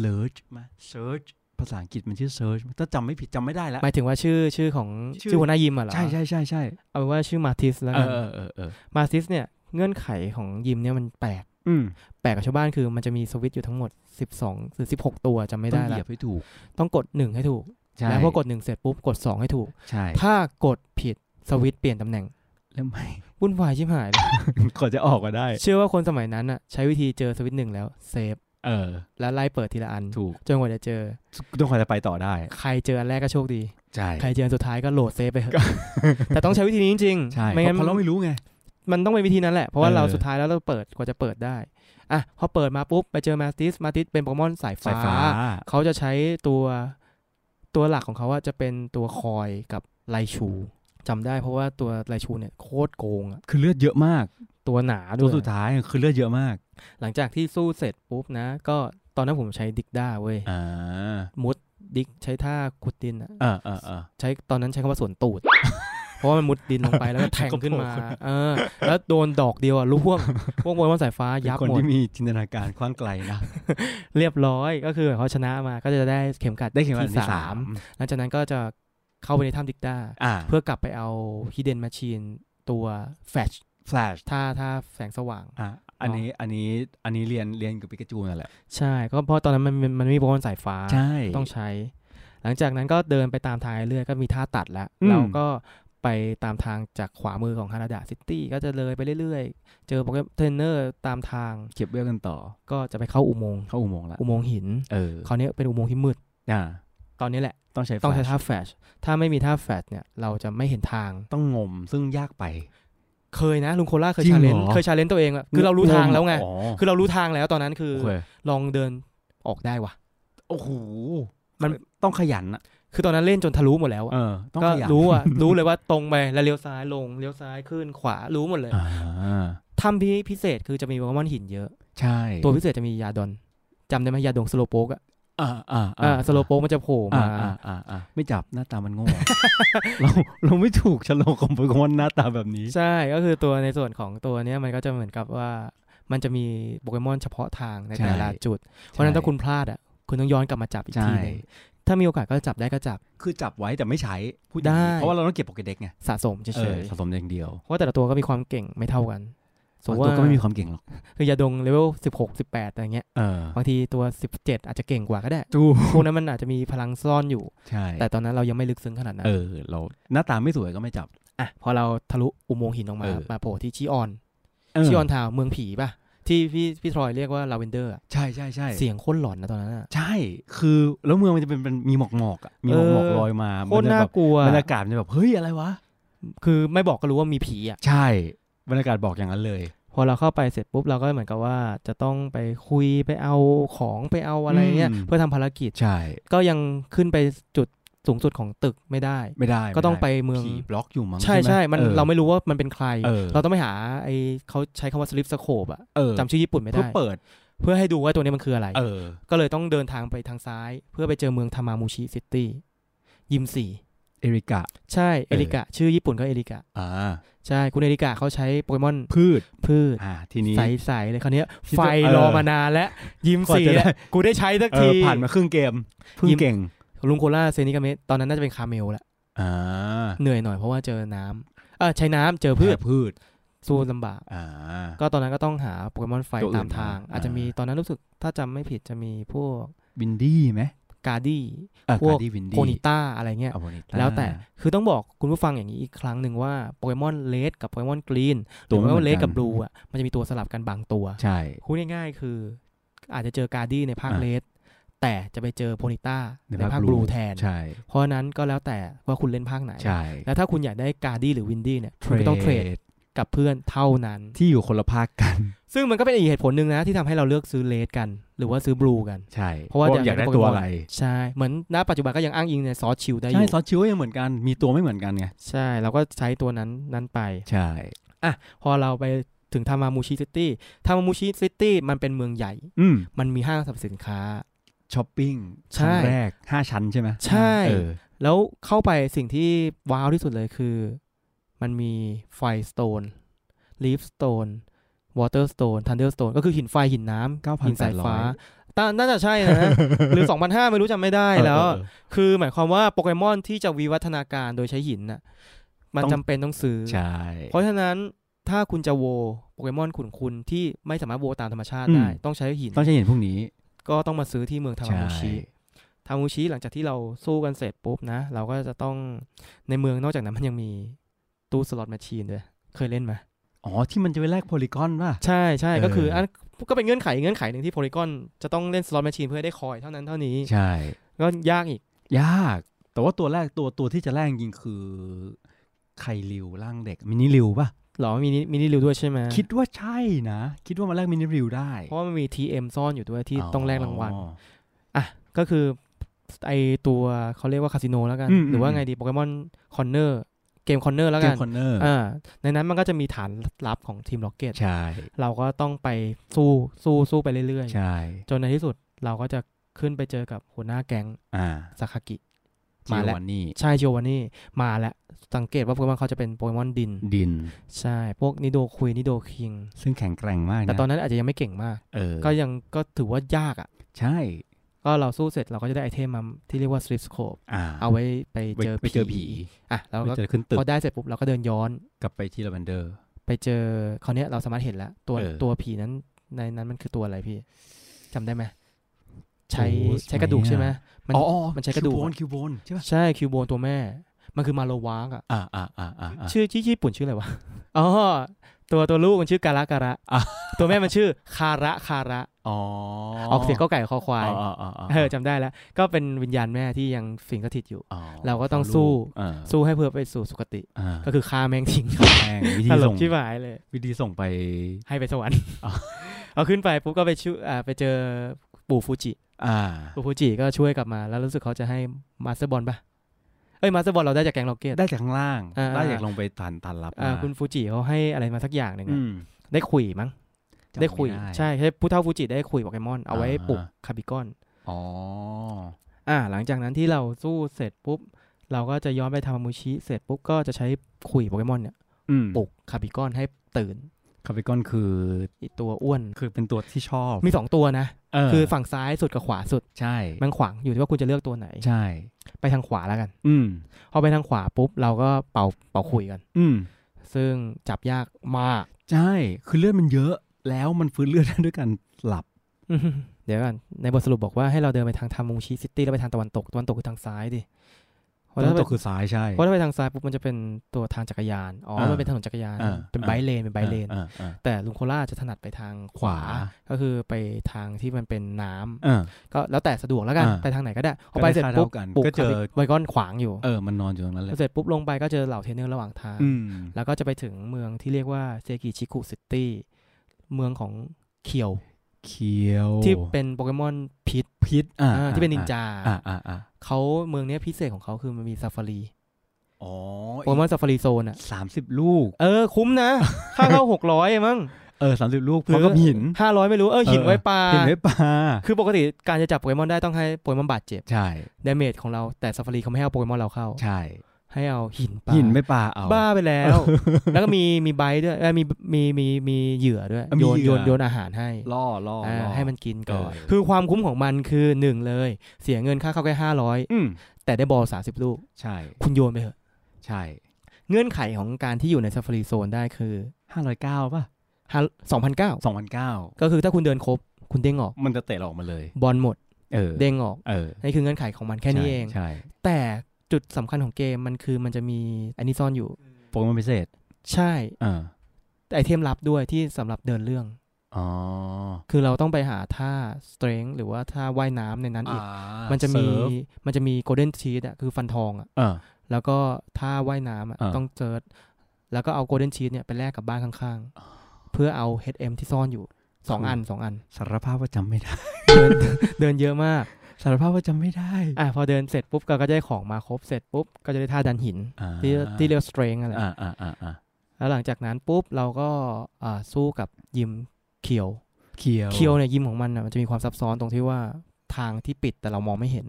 [SPEAKER 3] เลิร์ชมาเซิร์ชภาษาอังกฤษมันชื่อเซิร์ชถ้าจำไม่ผิดจำไม่ได้แล้ว
[SPEAKER 2] หมายถึงว่าชื่อชื่อของ
[SPEAKER 3] ชื่อ
[SPEAKER 2] ชื่อหัวหน้ายิมอ่ะเหรอ
[SPEAKER 3] ใช่ใช่ใช่ใช่
[SPEAKER 2] เอาเป็นว่าชื่อมาทิสแล้ว
[SPEAKER 3] เอ
[SPEAKER 2] กั
[SPEAKER 3] อน เออเออเออ
[SPEAKER 2] มาทิสเนี่ยเงื่อนไขของยิมเนี่ยมันแปลก
[SPEAKER 3] อืม
[SPEAKER 2] แปลกกับชาวบ้านคือมันจะมีสวิตช์อยู่ทั้งหมด 12หรือ16 ตัวจำไม่
[SPEAKER 3] ต้อ
[SPEAKER 2] ได้
[SPEAKER 3] งเห
[SPEAKER 2] ละ
[SPEAKER 3] ยียบให้ถูก
[SPEAKER 2] ต้องกด 1 ให้ถูก แล้วพอกด 1 เสร็จปุ๊บกด 2 ให้ถูก
[SPEAKER 3] ใช่
[SPEAKER 2] ถ้ากดผิดสวิตช์เปลี่ยนตำแหน่ง
[SPEAKER 3] แล้วไม่
[SPEAKER 2] วุ่นวายชิบหายเลย
[SPEAKER 3] กว่าจะออกมาได้
[SPEAKER 2] เชื่อว่าคนสมัยนั้นอ่ะใช้วิธีเจอสวิตช์หนึ่งแล้วเซฟ
[SPEAKER 3] เออ
[SPEAKER 2] แล้วไล่เปิดทีละอัน
[SPEAKER 3] ถูก
[SPEAKER 2] จนกว่าจะเจอ
[SPEAKER 3] ต้องกว่าจะไปต่อได้
[SPEAKER 2] ใครเจออันแรกก็โชคดี
[SPEAKER 3] ใช่
[SPEAKER 2] ใครเจออันสุดท้ายก็โหลดเซฟไปเถอะ แต่ต้องใช้วิธีนี้จริง
[SPEAKER 3] ใช่
[SPEAKER 2] ๆ
[SPEAKER 3] เพ
[SPEAKER 2] ไม่งั้น
[SPEAKER 3] ราะเพราะเราไม่รู้ไง
[SPEAKER 2] มันต้องเป็นวิธีนั้นแหละ เพราะว่า
[SPEAKER 3] เออ
[SPEAKER 2] เราสุดท้ายแล้วเราเปิดกว่าจะเปิดได้ อ่ะ พอเปิดมาปุ๊บ ไปเจอมาติส มาติสเป็นโปเกมอนสาย
[SPEAKER 3] สา
[SPEAKER 2] ฟ้า
[SPEAKER 3] ยฟ้า
[SPEAKER 2] เขาจะใช้ตัวตัวหลักของเขาว่าจะเป็นตัวคอยกับไลชูจำได้เพราะว่าตัวไลชูเนี่ยโคตรโกงอะ
[SPEAKER 3] คือเลือดเยอะมาก
[SPEAKER 2] ตัวหนาด้
[SPEAKER 3] ตัว วย สุดท้ายคือเลือดเยอะมาก
[SPEAKER 2] หลังจากที่สู้เสร็จปุ๊บนะ ก็ตอนนั้นผมใช้ดิกด้าเว้ย
[SPEAKER 3] อ่า
[SPEAKER 2] มุดดิกใช้ท่าขุดดินอะ
[SPEAKER 3] เออเออเออ
[SPEAKER 2] ใช้ตอนนั้นใช้คำว่าสวนตูด [LAUGHS] เพราะว่ามันมุดดินลงไปแล้วก็แทงขึ้นมา เออ แล้วโดนดอกเดียวอะร่วง [LAUGHS] พวกโปเกมอนสายฟ้า
[SPEAKER 3] เป็น
[SPEAKER 2] ยับ
[SPEAKER 3] คน
[SPEAKER 2] หมด
[SPEAKER 3] ที่มีจินตนาการกว้างไกลนะ
[SPEAKER 2] เรียบร้อยก็คือเขาชนะมาก็จะได้เข็มขัด
[SPEAKER 3] ได้เขียนว่า
[SPEAKER 2] ที่
[SPEAKER 3] ที่สา
[SPEAKER 2] สาม
[SPEAKER 3] ม
[SPEAKER 2] หลังจากนั้นก็จะเข้าไปในถ้ำดิกด้า
[SPEAKER 3] อ่า
[SPEAKER 2] เพื่อกลับไปเอาฮิเดนมาชีนตัวแฟช
[SPEAKER 3] แฟลช
[SPEAKER 2] ท่าท่าแสงสว่าง
[SPEAKER 3] อ่ะอันนี้อันนี้อันนี้เรียนเรียนกับปิกาจูนั่นแหละ
[SPEAKER 2] ใช่ ก็เพราะตอนนั้นมันมันมันไม่มีโปเกมอนสายฟ้า
[SPEAKER 3] ใช่
[SPEAKER 2] ต้องใช้ หลังจากนั้นก็เดินไปตามทางเรื่อยๆก็มีท่าตัดแล้ว
[SPEAKER 3] อืม
[SPEAKER 2] เราก็ไปตามทางจากขวามือของฮานาดะซิตี้ก็จะเลยไปเรื่อยๆ เจอโปเกมอนเทรนเนอร์ตามทาง
[SPEAKER 3] เก็บเวลกันต่อ
[SPEAKER 2] ก็จะไปเข้าอุโมงค์
[SPEAKER 3] เข้าอุโมงค์ละ
[SPEAKER 2] อุโมงค์หิน
[SPEAKER 3] เออ
[SPEAKER 2] คราวนี้เป็นอุโมงค์ที่มืด
[SPEAKER 3] อ่า
[SPEAKER 2] ตอนนี้แหละ
[SPEAKER 3] ต้องใช้
[SPEAKER 2] ต้องใช้
[SPEAKER 3] flash
[SPEAKER 2] ท่าแฟลชถ้าไม่มีท่าแฟลชเนี่ย เราจะไม่เห็นทาง
[SPEAKER 3] ต้องงมซึ่งยากไป
[SPEAKER 2] เคยนะ ลุงโคล่าเคย
[SPEAKER 3] จริง
[SPEAKER 2] ชา
[SPEAKER 3] เหรอ
[SPEAKER 2] เลนจ์เคยชาเลนจ์ตัวเองอะคือเรารู้ทางแล้วไง
[SPEAKER 3] อ๋อ
[SPEAKER 2] คือเรารู้ทางแล้วตอนนั้นคือ
[SPEAKER 3] โอเค
[SPEAKER 2] ลองเดินออกได้วะ
[SPEAKER 3] โอ้โห
[SPEAKER 2] มัน
[SPEAKER 3] ต้องขยันอะ
[SPEAKER 2] คือตอนนั้นเล่นจนทะลุหมดแล้วอะ
[SPEAKER 3] เออ ต้อง
[SPEAKER 2] ก็
[SPEAKER 3] ขยัน
[SPEAKER 2] รู้ [LAUGHS] อะ รู้เลยว่าตรงไปแล้วเลี้ยวซ้ายลงเลี้ยวซ้ายขึ้นขวารู้หมดเลย
[SPEAKER 3] อ่า
[SPEAKER 2] ถ้ำที่พิเศษคือจะมีโปเกมอนหินเยอะ
[SPEAKER 3] ใช่
[SPEAKER 2] ตัวพิเศษจะมียาดอนจำได้ไหมยาดองสโลโปกอะ
[SPEAKER 3] อ่าอ่า
[SPEAKER 2] อ่าสโลโปกมันจะโผล่
[SPEAKER 3] อ่า
[SPEAKER 2] มา
[SPEAKER 3] อ่าอ่าอ่าไม่จับหน้าตา
[SPEAKER 2] [LAUGHS]
[SPEAKER 3] มันโง่ เราเราไม่ถูกชะโลกของโปเกมอนหน้าตาแบบนี้
[SPEAKER 2] ใช่ก็คือตัวในส่วนของตัวเนี้ยมันก็จะเหมือนกับว่ามันจะมีโปเกมอนเฉพาะทางใน
[SPEAKER 3] ใช่
[SPEAKER 2] แต่ละจุด เพราะฉะนั้นถ้าคุณพลาดอ่ะคุณต้องย้อนกลับมาจับอีก
[SPEAKER 3] ใช่
[SPEAKER 2] ทีหนึงถ้ามีโอกาสก็จับได้ก็จับ
[SPEAKER 3] คือจับไว้แต่ไม่ใช้พูดอย่าง
[SPEAKER 2] ได้
[SPEAKER 3] นี้เพราะว่าเราต้องเก็บโปเกเด็กไง
[SPEAKER 2] สะสมเฉ
[SPEAKER 3] เออย สะสมอย่างเดียว
[SPEAKER 2] ๆเพราะว่าแต่ละตัวก็มีความเก่งไม่เท่ากันสมม
[SPEAKER 3] บาง
[SPEAKER 2] ติ
[SPEAKER 3] ตัว
[SPEAKER 2] ว่า
[SPEAKER 3] ก็ไม่มีความเก่งหรอก
[SPEAKER 2] คือยาดงเลเวลสิบหกสิบแปดอะไรเงี้ย
[SPEAKER 3] เออบ
[SPEAKER 2] างทีตัวสิบเจ็ดอาจจะเก่งกว่าก็ได้
[SPEAKER 3] จู
[SPEAKER 2] พวกนั้นมันอาจจะมีพลังซ่อนอยู่
[SPEAKER 3] ใช่
[SPEAKER 2] แต่ตอนนั้นเรายังไม่ลึกซึ้งขนาดนั้น
[SPEAKER 3] เออ เราหน้าตาไม่สวยก็ไม่จับ
[SPEAKER 2] อ่ะพอเราทะลุอุโมงค์หินออกมา
[SPEAKER 3] เออ
[SPEAKER 2] มาโผล่ที่ชิออน
[SPEAKER 3] เออ
[SPEAKER 2] ชิออนทาวน์เมืองผีป่ะที่พี่พี่ทรอยเรียกว่าลาเวนเดอร์
[SPEAKER 3] ใช่ใช่ใช่
[SPEAKER 2] เสียงโคตรหลอนนะตอนนั้นอะ
[SPEAKER 3] ใช่ คือแล้วเมืองมันจะเป็นเป็นมีหมอกหมอกๆอะมีหมอกหมอก
[SPEAKER 2] เออ
[SPEAKER 3] ลอยมา
[SPEAKER 2] โค
[SPEAKER 3] มั
[SPEAKER 2] ตร
[SPEAKER 3] จะ
[SPEAKER 2] น่า
[SPEAKER 3] แบบ
[SPEAKER 2] กลัว
[SPEAKER 3] บรรยากาศมันจะแบบเฮ้ยอะไรวะ
[SPEAKER 2] คือไม่บอกก็รู้ว่ามีผีอ่ะ
[SPEAKER 3] ใช่บรรยากาศบอกอย่างนั้นเลย
[SPEAKER 2] พอเราเข้าไปเสร็จปุ๊บเราก็เหมือนกับว่าจะต้องไปคุยไปเอาของไปเอาอะไรเงี้ย
[SPEAKER 3] อืม
[SPEAKER 2] เพื่อทำภารกิจ
[SPEAKER 3] ใช่
[SPEAKER 2] ก็ยังขึ้นไปจุดสูงสุดของตึกไม่ได้
[SPEAKER 3] ไม่ได้
[SPEAKER 2] ก็ต้อง
[SPEAKER 3] ม่ด้
[SPEAKER 2] ไปเมือง
[SPEAKER 3] ผีบล็อกอยู่มั้ง
[SPEAKER 2] ใช่
[SPEAKER 3] ไห
[SPEAKER 2] ใช่มัน
[SPEAKER 3] ออ
[SPEAKER 2] เราไม่รู้ว่ามันเป็นใคร
[SPEAKER 3] เออ
[SPEAKER 2] เราต้องไปหาไอ้เขาใช้คำว่าสลิปสโคปอะ
[SPEAKER 3] เออ
[SPEAKER 2] จำชื่อญี่ปุ่นไม่
[SPEAKER 3] เพื่อ
[SPEAKER 2] ได้
[SPEAKER 3] เปิด
[SPEAKER 2] เพื่อให้ดูว่าตัวนี้มันคืออะไร
[SPEAKER 3] เออ
[SPEAKER 2] ก็เลยต้องเดินทางไปทางซ้าย เพื่อไปเจอเมืองทามามูชิซิตี้ยิมสี่
[SPEAKER 3] เอริกะ
[SPEAKER 2] ใช่เอริกะ ชื่อญี่ปุ่นก็เอริกะ
[SPEAKER 3] อ่า
[SPEAKER 2] ใช่คุณเอริกะเขาใช้โปเกมอน
[SPEAKER 3] พืช
[SPEAKER 2] พืช
[SPEAKER 3] อ่า ทีนี้
[SPEAKER 2] ใสๆเลยคราวเนี้ย
[SPEAKER 3] คิด
[SPEAKER 2] ไฟ
[SPEAKER 3] ว่าเออ
[SPEAKER 2] รอมานานแล้ว ยิ้ม
[SPEAKER 3] กว่า
[SPEAKER 2] สี
[SPEAKER 3] จะได้
[SPEAKER 2] แล้วกูได้ใช้สัก
[SPEAKER 3] เอ
[SPEAKER 2] ที
[SPEAKER 3] อผ่านมาครึ่งเกมเพึ่งเก่ง
[SPEAKER 2] ลุงโคล่าเซนิกาเมะตอนนั้นน่าจะเป็นคาเมลละ
[SPEAKER 3] อ่า
[SPEAKER 2] เหนื่อยหน่อยเพราะว่าเจอน้ำเออใช้น้ำเจอพืช
[SPEAKER 3] แพ้พืช
[SPEAKER 2] สู้ลำบาก
[SPEAKER 3] อ่า
[SPEAKER 2] ก็ตอนนั้นก็ต้องหาโปเกมอนไฟ
[SPEAKER 3] ตัวอื่น
[SPEAKER 2] ตามทาง
[SPEAKER 3] มา
[SPEAKER 2] อาจจะมี
[SPEAKER 3] อ่า
[SPEAKER 2] ตอนนั้นรู้สึกถ้าจำไม่ผิดจะมีพวก
[SPEAKER 3] วินดี้ไหม
[SPEAKER 2] กาดี้
[SPEAKER 3] อ่า
[SPEAKER 2] พวก
[SPEAKER 3] กาดีวิน
[SPEAKER 2] โค
[SPEAKER 3] ดี้
[SPEAKER 2] นิต้าอะไรเงี้ย
[SPEAKER 3] เอาโบนิต้า
[SPEAKER 2] แล้วแต่คือต้องบอกคุณผู้ฟังอย่างนี้อีกครั้งหนึ่งว่าโปเกมอนเลดกับโปเกมอนกรีนหรือ
[SPEAKER 3] ไม่หมื
[SPEAKER 2] ว่า
[SPEAKER 3] อน
[SPEAKER 2] เลดกับ
[SPEAKER 3] น
[SPEAKER 2] บลูอ่ะมันจะมีตัวสลับกันบางตัว
[SPEAKER 3] ใช่
[SPEAKER 2] พูดง่ายๆ คืออาจจะเจอกาดี้ในภาค
[SPEAKER 3] อ่ะ
[SPEAKER 2] เลสแต่จะไปเจอโพนิต้า
[SPEAKER 3] ใน
[SPEAKER 2] ในภา
[SPEAKER 3] ภา
[SPEAKER 2] ค
[SPEAKER 3] ค
[SPEAKER 2] บลู
[SPEAKER 3] Blue
[SPEAKER 2] แทน
[SPEAKER 3] ใช่
[SPEAKER 2] เพราะฉะนั้นก็แล้วแต่ว่าคุณเล่นภาคไหน
[SPEAKER 3] ใช่
[SPEAKER 2] แล้วถ้าคุณอยากได้กาดี้หรือวินดี้เนี่ยคุณก็ต้องเทรด
[SPEAKER 3] ด
[SPEAKER 2] กับเพื่อนเท่านั้น
[SPEAKER 3] ที่อยู่คนละภาคกัน
[SPEAKER 2] ซึ่งมันก็เป็นอีกเหตุผลหนึ่งนะ ที่ทำให้เราเลือกซื้อเลสกัน หรือว่าซื้อบลูกัน
[SPEAKER 3] ใช่
[SPEAKER 2] เพราะว่าอ
[SPEAKER 3] อาย
[SPEAKER 2] ยาก กได้
[SPEAKER 3] ได้
[SPEAKER 2] ตั
[SPEAKER 3] ตัว
[SPEAKER 2] ว
[SPEAKER 3] อะ
[SPEAKER 2] อะไร ไร ใช่ เหมือนณปัจจุบันก็ยังอ้างอิงในซอสชิลได้อ
[SPEAKER 3] ใช่
[SPEAKER 2] ยู่
[SPEAKER 3] ซอสชิวก็ยังเหมือนกัน มีตัวไม่เหมือนกันไง
[SPEAKER 2] ใช่เราก็ใช้ตัวนั้นนั้นไป
[SPEAKER 3] ใช่
[SPEAKER 2] พอเราไปถึงทามามูชิซิตี้ทามามูชิซิตี้มันเป็นเมืองใหญ่
[SPEAKER 3] อืม
[SPEAKER 2] มันมีห้างสรรพสินค้า
[SPEAKER 3] ช้อปปิ้ง
[SPEAKER 2] ใช่
[SPEAKER 3] ชั้นแรก 5 ชั้นใช่ไหม
[SPEAKER 2] ใช่
[SPEAKER 3] เออ
[SPEAKER 2] แล้วเข้าไปสิ่งที่ว้าวที่สุดเลยคือ มันมีไฟสโตนลีฟสโตนวอเตอร์สโตนทันเดอร์สโตนก็คือหินไฟหินน้ำหินสายฟ้า
[SPEAKER 3] 9,800
[SPEAKER 2] ตาน่าจะใช่นะ หรือ 2,500 ไม่รู้จำไม่ได้แล้ว
[SPEAKER 3] เออเออ
[SPEAKER 2] คือหมายความว่าโปเกมอนที่จะวิวัฒนาการโดยใช้หินน่ะมัน
[SPEAKER 3] ต้อง
[SPEAKER 2] จำเป็นต้องซื้อ
[SPEAKER 3] ใช่
[SPEAKER 2] เพราะฉะนั้นถ้าคุณจะโวโปเกมอนขุนคุณที่ไม่สามารถโวตามธรรมชาติได้ต้องใช้หิน
[SPEAKER 3] ต้องใช้เห็นพวกนี้
[SPEAKER 2] ก็ต้องมาซื้อที่เมืองทามามูชิ ทามูชิหลังจากที่เราสู้กันเสร็จปุ๊บนะ เราก็จะต้องในเมืองนอกจากนั้นมันยังมีตู้สล็อตแมชชีนด้วย เคยเล่นไหม
[SPEAKER 3] อ๋อที่มันจะไปแลกโพลีกอนป่ะ
[SPEAKER 2] ใช่ใช่
[SPEAKER 3] เออ
[SPEAKER 2] ก็คืออันก็เป็นเงื่อนไขเงื่อนไขหนึ่งที่โพลิกอนจะต้องเล่นสล็อตแมชชีนเพื่อให้ได้คอยเท่านั้นเท่านี้
[SPEAKER 3] ใช่
[SPEAKER 2] ก็ยากอีก
[SPEAKER 3] ยาก แต่ว่าตัวแรกตัวตัวที่จะแรกจริงๆคือไคริวร่างเด็กมินิริวป่ะ
[SPEAKER 2] เหรอมีนิมินิริวด้วยใช่ไหม
[SPEAKER 3] คิดว่าใช่นะ คิดว่ามันแรกมินิริวได้
[SPEAKER 2] เพราะว่ามันมี TM ซ่อนอยู่ด้วยที่ต้องแลกรางวัล
[SPEAKER 3] อ๋อ
[SPEAKER 2] ก็คือไอตัวเขาเรียกว่าคาสิโนแล้วกัน
[SPEAKER 3] อืมอืม
[SPEAKER 2] หรือว่าไงดีโปเกมอนคอนเนอร์เกมคอนเนอร์แล้ว
[SPEAKER 3] เก
[SPEAKER 2] กั
[SPEAKER 3] ม
[SPEAKER 2] น
[SPEAKER 3] คอนเนอร์
[SPEAKER 2] อ่าในนั้นมันก็จะมีฐานลับของทีมล็อกเก็ต
[SPEAKER 3] ใช่
[SPEAKER 2] เราก็ต้องไปสู้สู้สู้ไปเรื่อยๆ
[SPEAKER 3] ใช่
[SPEAKER 2] จนในที่สุดเราก็จะขึ้นไปเจอกับหัวหน้าแก๊ง
[SPEAKER 3] อ่า
[SPEAKER 2] ซากากิ
[SPEAKER 3] มา
[SPEAKER 2] มาแล้ว
[SPEAKER 3] แล้วนนี่
[SPEAKER 2] ใช่จิโอวานนี่มาแล้วสังเกตว่าโปเกมอนเขาจะเป็นโปเกมอนดิน
[SPEAKER 3] ดิน
[SPEAKER 2] ใช่ พวกนิโดคุยนิโดคิง
[SPEAKER 3] ซึ่งแข็งแกร่งมากนะ
[SPEAKER 2] แต่ตอนนั้นอาจจะยังไม่เก่งมาก
[SPEAKER 3] เออ
[SPEAKER 2] ก็ยังก็ถือว่ายากอ่ะ
[SPEAKER 3] ใช่
[SPEAKER 2] ก็เราสู้เสร็จเราก็จะได้ไอเทมมาที่เรียกว่าสลิปสโคป
[SPEAKER 3] อ่า
[SPEAKER 2] เอาไว้ไป
[SPEAKER 3] ไป
[SPEAKER 2] เจอ
[SPEAKER 3] ไปเจอผี
[SPEAKER 2] อ่ะแล้ว
[SPEAKER 3] ไป
[SPEAKER 2] ก็
[SPEAKER 3] เจอขึ้นตึก
[SPEAKER 2] พอได้เสร็จปุ๊บเราก็เดินย้อน
[SPEAKER 3] กลับไปที่ลาเวนเดอร์
[SPEAKER 2] ไปเจอคราวเนี้ยเราสามารถเห็นแล้ว ตัว
[SPEAKER 3] เออ
[SPEAKER 2] ตัวผีนั้นในนั้นมันคือตัวอะไรพี่จำได้ไหมใช้
[SPEAKER 3] โอ้
[SPEAKER 2] ใช้กระดูกใช่ไหม
[SPEAKER 3] สยอะ
[SPEAKER 2] มัน
[SPEAKER 3] อ๋ออ๋อ
[SPEAKER 2] มันใช้กระดูก
[SPEAKER 3] คิวโบนคิวโบนใช่ป่ะ
[SPEAKER 2] ใช่คิวโบนตัวแม่ มันคือมาโลวากอ่ะ
[SPEAKER 3] อ่าอ่าอ่าอ่า
[SPEAKER 2] ชื่อที่ญี่ปุ่นชื่ออะไรวะ อ๋อ ตัวตัวลูกมันชื่อการะการะ
[SPEAKER 3] อ่ะ
[SPEAKER 2] ตัวแม่มันชื่อคาระคาระ
[SPEAKER 3] อ๋อ
[SPEAKER 2] ออกเสียงก็ไก่คอควาย
[SPEAKER 3] อ๋ออ๋ออ๋อ
[SPEAKER 2] เออจำได้แล้ว ก็เป็นวิญญาณแม่ที่ยังสิงสถิตอยู่
[SPEAKER 3] อ๋อ
[SPEAKER 2] เราก็ต้องสู้
[SPEAKER 3] เออ
[SPEAKER 2] สู้ให้เพื่อไปสู่สุคติ
[SPEAKER 3] อ่า
[SPEAKER 2] ก็คือฆ่าแมงทิ้ง
[SPEAKER 3] แม่งวิธี
[SPEAKER 2] ตล
[SPEAKER 3] ส่
[SPEAKER 2] ก
[SPEAKER 3] ง
[SPEAKER 2] ชิบหายเลย
[SPEAKER 3] วิธีส่งไป
[SPEAKER 2] ให้ไปสวรรค์
[SPEAKER 3] อ๋อ
[SPEAKER 2] [LAUGHS] เอาขึ้นไปปุ๊บก็ไปช่วยอ่าไปเจอปู่ฟูจิ
[SPEAKER 3] อ่า
[SPEAKER 2] ปู่ฟูจิก็ช่วยกลับมา แล้วรู้สึกเขาจะให้มาสเตอร์บอลปะเอ้ยมาสเตอร์บอลเราได้จากแกงล็อกเก็ต
[SPEAKER 3] ได้จากข้างล่าง
[SPEAKER 2] อ่า
[SPEAKER 3] ได้จากลงไปตันตันรับ
[SPEAKER 2] อ่า
[SPEAKER 3] มา
[SPEAKER 2] คุณฟูจิเขาให้อะไรมาสักอย่างหนึ่งอะ
[SPEAKER 3] อืม
[SPEAKER 2] ได้ขุยมั้ง
[SPEAKER 3] จำม่
[SPEAKER 2] ได้คุยใช่ใช่ผู้เฒ่าฟูจิได้คุยโปเกมอนเอาไว้ปลุกคาบิกอน
[SPEAKER 3] อ๋อ
[SPEAKER 2] อ่า หลังจากนั้นที่เราสู้เสร็จปุ๊บ เราก็จะย้อนไปทำอามูชิเสร็จปุ๊บก็จะใช้คุยโปเกมอนเนี่ย
[SPEAKER 3] อืม
[SPEAKER 2] ปลุกคาบิกอนให้ตื่น
[SPEAKER 3] คาเฟกอนคือ
[SPEAKER 2] อีตัวอ้วน
[SPEAKER 3] คือเป็นตัวที่ชอบ
[SPEAKER 2] มีสองตัวนะ
[SPEAKER 3] เ
[SPEAKER 2] คือฝั่งซ้ายสุดกับขวาสุด
[SPEAKER 3] ใช่
[SPEAKER 2] มันขวางอยู่ที่ว่าคุณจะเลือกตัวไหน
[SPEAKER 3] ใช่
[SPEAKER 2] ไปทางขวาแล้วกัน
[SPEAKER 3] อืม
[SPEAKER 2] พอไปทางขวาปุ๊บเราก็เป่าเป่าคุยกัน
[SPEAKER 3] อืม
[SPEAKER 2] ซึ่งจับยากมาก [LAUGHS]
[SPEAKER 3] ใช่ คือเลือดมันเยอะแล้วมันฟื้นเลือดได้ด้วยการหลับ
[SPEAKER 2] อื้อหือเดี๋ยวก่อนในบทสรุปบอกว่าให้เราเดินไปทางทามูชิซิตี้แล้วไปทางตะวันตก ตะวันตกคือทางซ้ายดิเพราะ
[SPEAKER 3] ต้
[SPEAKER 2] ถ้าน ไป
[SPEAKER 3] ตกคือซ้ายใช่
[SPEAKER 2] เพราะถ้าไปทางซ้ายปุ๊บมันจะเป็นตัวทางจักรยาน อ๋อ
[SPEAKER 3] อ่ามั
[SPEAKER 2] มันเป็นถนนจักรยาน
[SPEAKER 3] อ่า
[SPEAKER 2] เป็น
[SPEAKER 3] อ่า
[SPEAKER 2] ไบค์เลน เป็นไบค์เลน
[SPEAKER 3] อ่าอ่า
[SPEAKER 2] แต่ลุงโคล่าจะถนัดไปทางขวา ก็คือไปทางที่มันเป็นน้ำ
[SPEAKER 3] อ่า
[SPEAKER 2] ก็แล้วแต่สะดวกแล้วกัน
[SPEAKER 3] อ่า
[SPEAKER 2] ไปทางไหนก็ได้ เอาไปเสร็จปุ๊บ
[SPEAKER 3] ก็ได้ค่าเท่ากัน
[SPEAKER 2] ปลูก
[SPEAKER 3] ก็เจอ
[SPEAKER 2] คาร์บิไวก้อนขวางอยู่
[SPEAKER 3] เออมันนอนอยู่ตรงนั้นแหละ
[SPEAKER 2] เสร็จปุ๊บลงไปก็เจอเหล่าเทรนเนอร์ระหว่างทาง
[SPEAKER 3] อืม
[SPEAKER 2] แล้วก็จะไปถึงเมืองที่เรียกว่าเซกิชิคุซิตี้ เมืองของเคียว
[SPEAKER 3] เคียว
[SPEAKER 2] ที่เป็นโปเกมอนพิษ
[SPEAKER 3] พิษอ่า
[SPEAKER 2] อ่าที่เป็นนินจา
[SPEAKER 3] อ่าอ่าอ่า
[SPEAKER 2] เขาเมืองเนี้ยพิเศษของเขาคือมันมีซาฟารี
[SPEAKER 3] อ๋อ
[SPEAKER 2] โปเกมอนซาฟารีโซนอะ
[SPEAKER 3] สามสิบลูก
[SPEAKER 2] เออ คุ้มนะ [LAUGHS] ค่าเข้าหกร้อยมั้ง
[SPEAKER 3] เออสามสิบลูกพ
[SPEAKER 2] หรือ
[SPEAKER 3] ร้อมกับหิน
[SPEAKER 2] ห้าร้อยไม่รู้ เออ หิน
[SPEAKER 3] เออ
[SPEAKER 2] ไว้ปลา
[SPEAKER 3] หินไว้ปลา
[SPEAKER 2] คือปกติการจะจับโปเกมอนได้ต้องให้โปเกมอนบาดเจ็บ
[SPEAKER 3] ใช่
[SPEAKER 2] ดาเมจของเราแต่ซาฟารีเขาไม่ให้เอาโปเกมอนเราเข้า
[SPEAKER 3] ใช่
[SPEAKER 2] ให้เอาหินปลา
[SPEAKER 3] หินไม่ปลาเอา
[SPEAKER 2] บ้าไปแล้ว แล้วก็มีมีไบต์ด้วยเอ้ยมีมีมีมีเหยื่อด้วย
[SPEAKER 3] เออมี
[SPEAKER 2] โยน
[SPEAKER 3] เห
[SPEAKER 2] โย
[SPEAKER 3] ยื่อ
[SPEAKER 2] นโยนอาหารให้
[SPEAKER 3] ล่อล่อ
[SPEAKER 2] อ่า
[SPEAKER 3] ล่อ
[SPEAKER 2] ให้มันกินก่อน
[SPEAKER 3] เออ
[SPEAKER 2] คือความคุ้มของมันคือหนึ่งเลย เสียเงินค่าเข้าแค่ห้าร้อย
[SPEAKER 3] อืม
[SPEAKER 2] แต่ได้บอลสาสิบลูก
[SPEAKER 3] ใช่
[SPEAKER 2] คุณโยนไปเถอะ
[SPEAKER 3] ใช่
[SPEAKER 2] เงื่อนไขของการที่อยู่ในซาฟารีโซนได้คือ
[SPEAKER 3] ห้าร้อยเก้าป่ะ
[SPEAKER 2] สองพันเก้า
[SPEAKER 3] สองพันเก้า
[SPEAKER 2] ก็คือถ้าคุณเดินครบคุณเด้งออก
[SPEAKER 3] มันจะเตะเราออกมาเลย
[SPEAKER 2] บอลหมด
[SPEAKER 3] เออ
[SPEAKER 2] เด้งออก
[SPEAKER 3] เออ
[SPEAKER 2] นี่คือเงื่อนไขของมันแค่นี้
[SPEAKER 3] ใช่
[SPEAKER 2] เอง
[SPEAKER 3] ใช่
[SPEAKER 2] แต่จุดสำคัญของเกมมันคือมันจะมีอันนี้ซ่อนอยู่
[SPEAKER 3] โปรแกรมพิเศษ
[SPEAKER 2] ใช่
[SPEAKER 3] เออ
[SPEAKER 2] แต่ไอเทมลับด้วยที่สำหรับเดินเรื่อง
[SPEAKER 3] อ๋อ
[SPEAKER 2] คือเราต้องไปหาท่าสเตร g หรือว่าท่าว่ายน้ำในนั้นอีก
[SPEAKER 3] อ่า
[SPEAKER 2] มันจะมี
[SPEAKER 3] เซิร์ฟ
[SPEAKER 2] มันจะมีโกลเด้นชีตอ่ะคือฟันทองอ่ะ
[SPEAKER 3] เออ
[SPEAKER 2] แล้วก็ท่าว่ายน้ำอ่ะ
[SPEAKER 3] อ่า
[SPEAKER 2] ต้องเจอแล้วก็เอาโกลเด้นชีตเนี่ยไปแลกกับบ้านข้างๆ เพื่อเอา HM ที่ซ่อนอยู่สองอันสองอัน [LAUGHS]
[SPEAKER 3] สารภาพว่าจำไม่ได้
[SPEAKER 2] เดินเยอะมาก
[SPEAKER 3] สารภาพว่าจำไม่ได้
[SPEAKER 2] อ่ะพอเดินเสร็จปุ๊บเราก็จะได้ของมาครบเสร็จปุ๊บก็จะได้ท่าดันหิน
[SPEAKER 3] อ่า
[SPEAKER 2] ที่ที่เรียกสเตร g อะไร
[SPEAKER 3] อ่าอ่าอ่าอ่า
[SPEAKER 2] แล้วหลังจากนั้นปุ๊บเราก็อ่าสู้กับยิมเคียว
[SPEAKER 3] เคียว
[SPEAKER 2] เคียวเนี่ยยิมของมันน่ะมันจะมีความซับซ้อนตรงที่ว่า ทางที่ปิดแต่เรามองไม่เห็น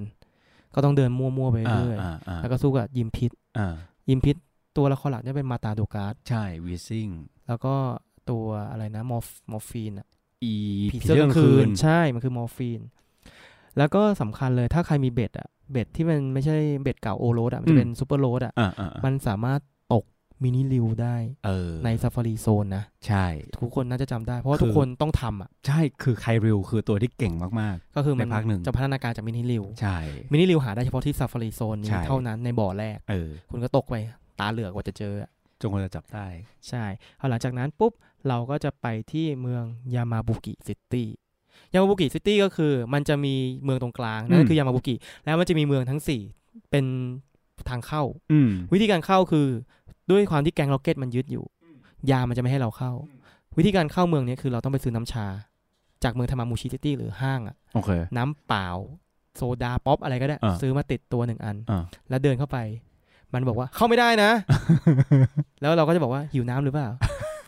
[SPEAKER 2] ก็ต้องเดินมั่วๆไป
[SPEAKER 3] อ่า
[SPEAKER 2] เรื่อย
[SPEAKER 3] อ่าอ่า
[SPEAKER 2] ๆแล้วก็สู้กับยิมพิษ
[SPEAKER 3] อ่า
[SPEAKER 2] ยิมพิษตัวละครหลักเนี่ยเป็นมาตาโดการ์ด
[SPEAKER 3] ใช่วีซิ่ง
[SPEAKER 2] แล้วก็ตัวอะไรนะมอร์ฟมอร์ฟีนอะ
[SPEAKER 3] อี
[SPEAKER 2] ผีเสื้อกลางคืนใช่มันคือมอร์ฟีน แล้วก็สำคัญเลยถ้าใครมีเบ็ดอะเบ็ดที่มันไม่ใช่เบ็ดเก่าโอโรสอะมันจะเป็นซูเปอร์โรสอะ
[SPEAKER 3] อ่าอ่าอ่า
[SPEAKER 2] มันสามารถตกมินิริวได้
[SPEAKER 3] เออ
[SPEAKER 2] ในซาฟารีโซนนะ
[SPEAKER 3] ใช่
[SPEAKER 2] ทุกคนน่าจะจำได้เพราะว่า
[SPEAKER 3] คือ
[SPEAKER 2] ทุกคนต้องทำอ่ะ
[SPEAKER 3] ใช่คือไคริลคือตัวที่เก่งมาก
[SPEAKER 2] ก็คือมัน
[SPEAKER 3] ในภาคหนึ่ง
[SPEAKER 2] จะพัฒนาการจากมินิริว
[SPEAKER 3] ๆ ใช่
[SPEAKER 2] มินิริวหาได้เฉพาะที่ซาฟารีโซนนี้
[SPEAKER 3] ใช่
[SPEAKER 2] เท่านั้นในบ่อแรก
[SPEAKER 3] เออ
[SPEAKER 2] คุณก็ตกไปตาเหลือกว่าจะเจออะ
[SPEAKER 3] จงควรจะจับได้
[SPEAKER 2] ใช่เอาหลังจากนั้นปุ๊บ เราก็จะไปที่เมืองยามาบุกิซิตี้ยามาบุกิซิตี้ก็คือมันจะมีเมืองตรงกลางนั่
[SPEAKER 3] อื
[SPEAKER 2] น
[SPEAKER 3] ม
[SPEAKER 2] คือยามาบุกิแล้วมันจะมีเมืองทั้ง 4 เป็นทางเข้า
[SPEAKER 3] อืม
[SPEAKER 2] วิธีการเข้าคือด้วยความที่แกงล็อกเก็ตมันยึดอยู่ ยามันจะไม่ให้เราเข้า วิธีการเข้าเมืองเนี้คือเราต้องไปซื้อน้ำชา จากเมืองทามามูชิซิตี้หรือห้างอะ
[SPEAKER 3] โอเค
[SPEAKER 2] น้ำเปล่า โซดาป๊อปอะไรก็ได้
[SPEAKER 3] อ่า
[SPEAKER 2] ซื้อมาติดตัวหนึ่งอัน
[SPEAKER 3] อ่า
[SPEAKER 2] แล้วเดินเข้าไป มันบอกว่าเข้าไม่ได้
[SPEAKER 3] [LAUGHS]
[SPEAKER 2] นะ แล้วเราก็จะบอกว่าหิวน้ำหรือเปล่า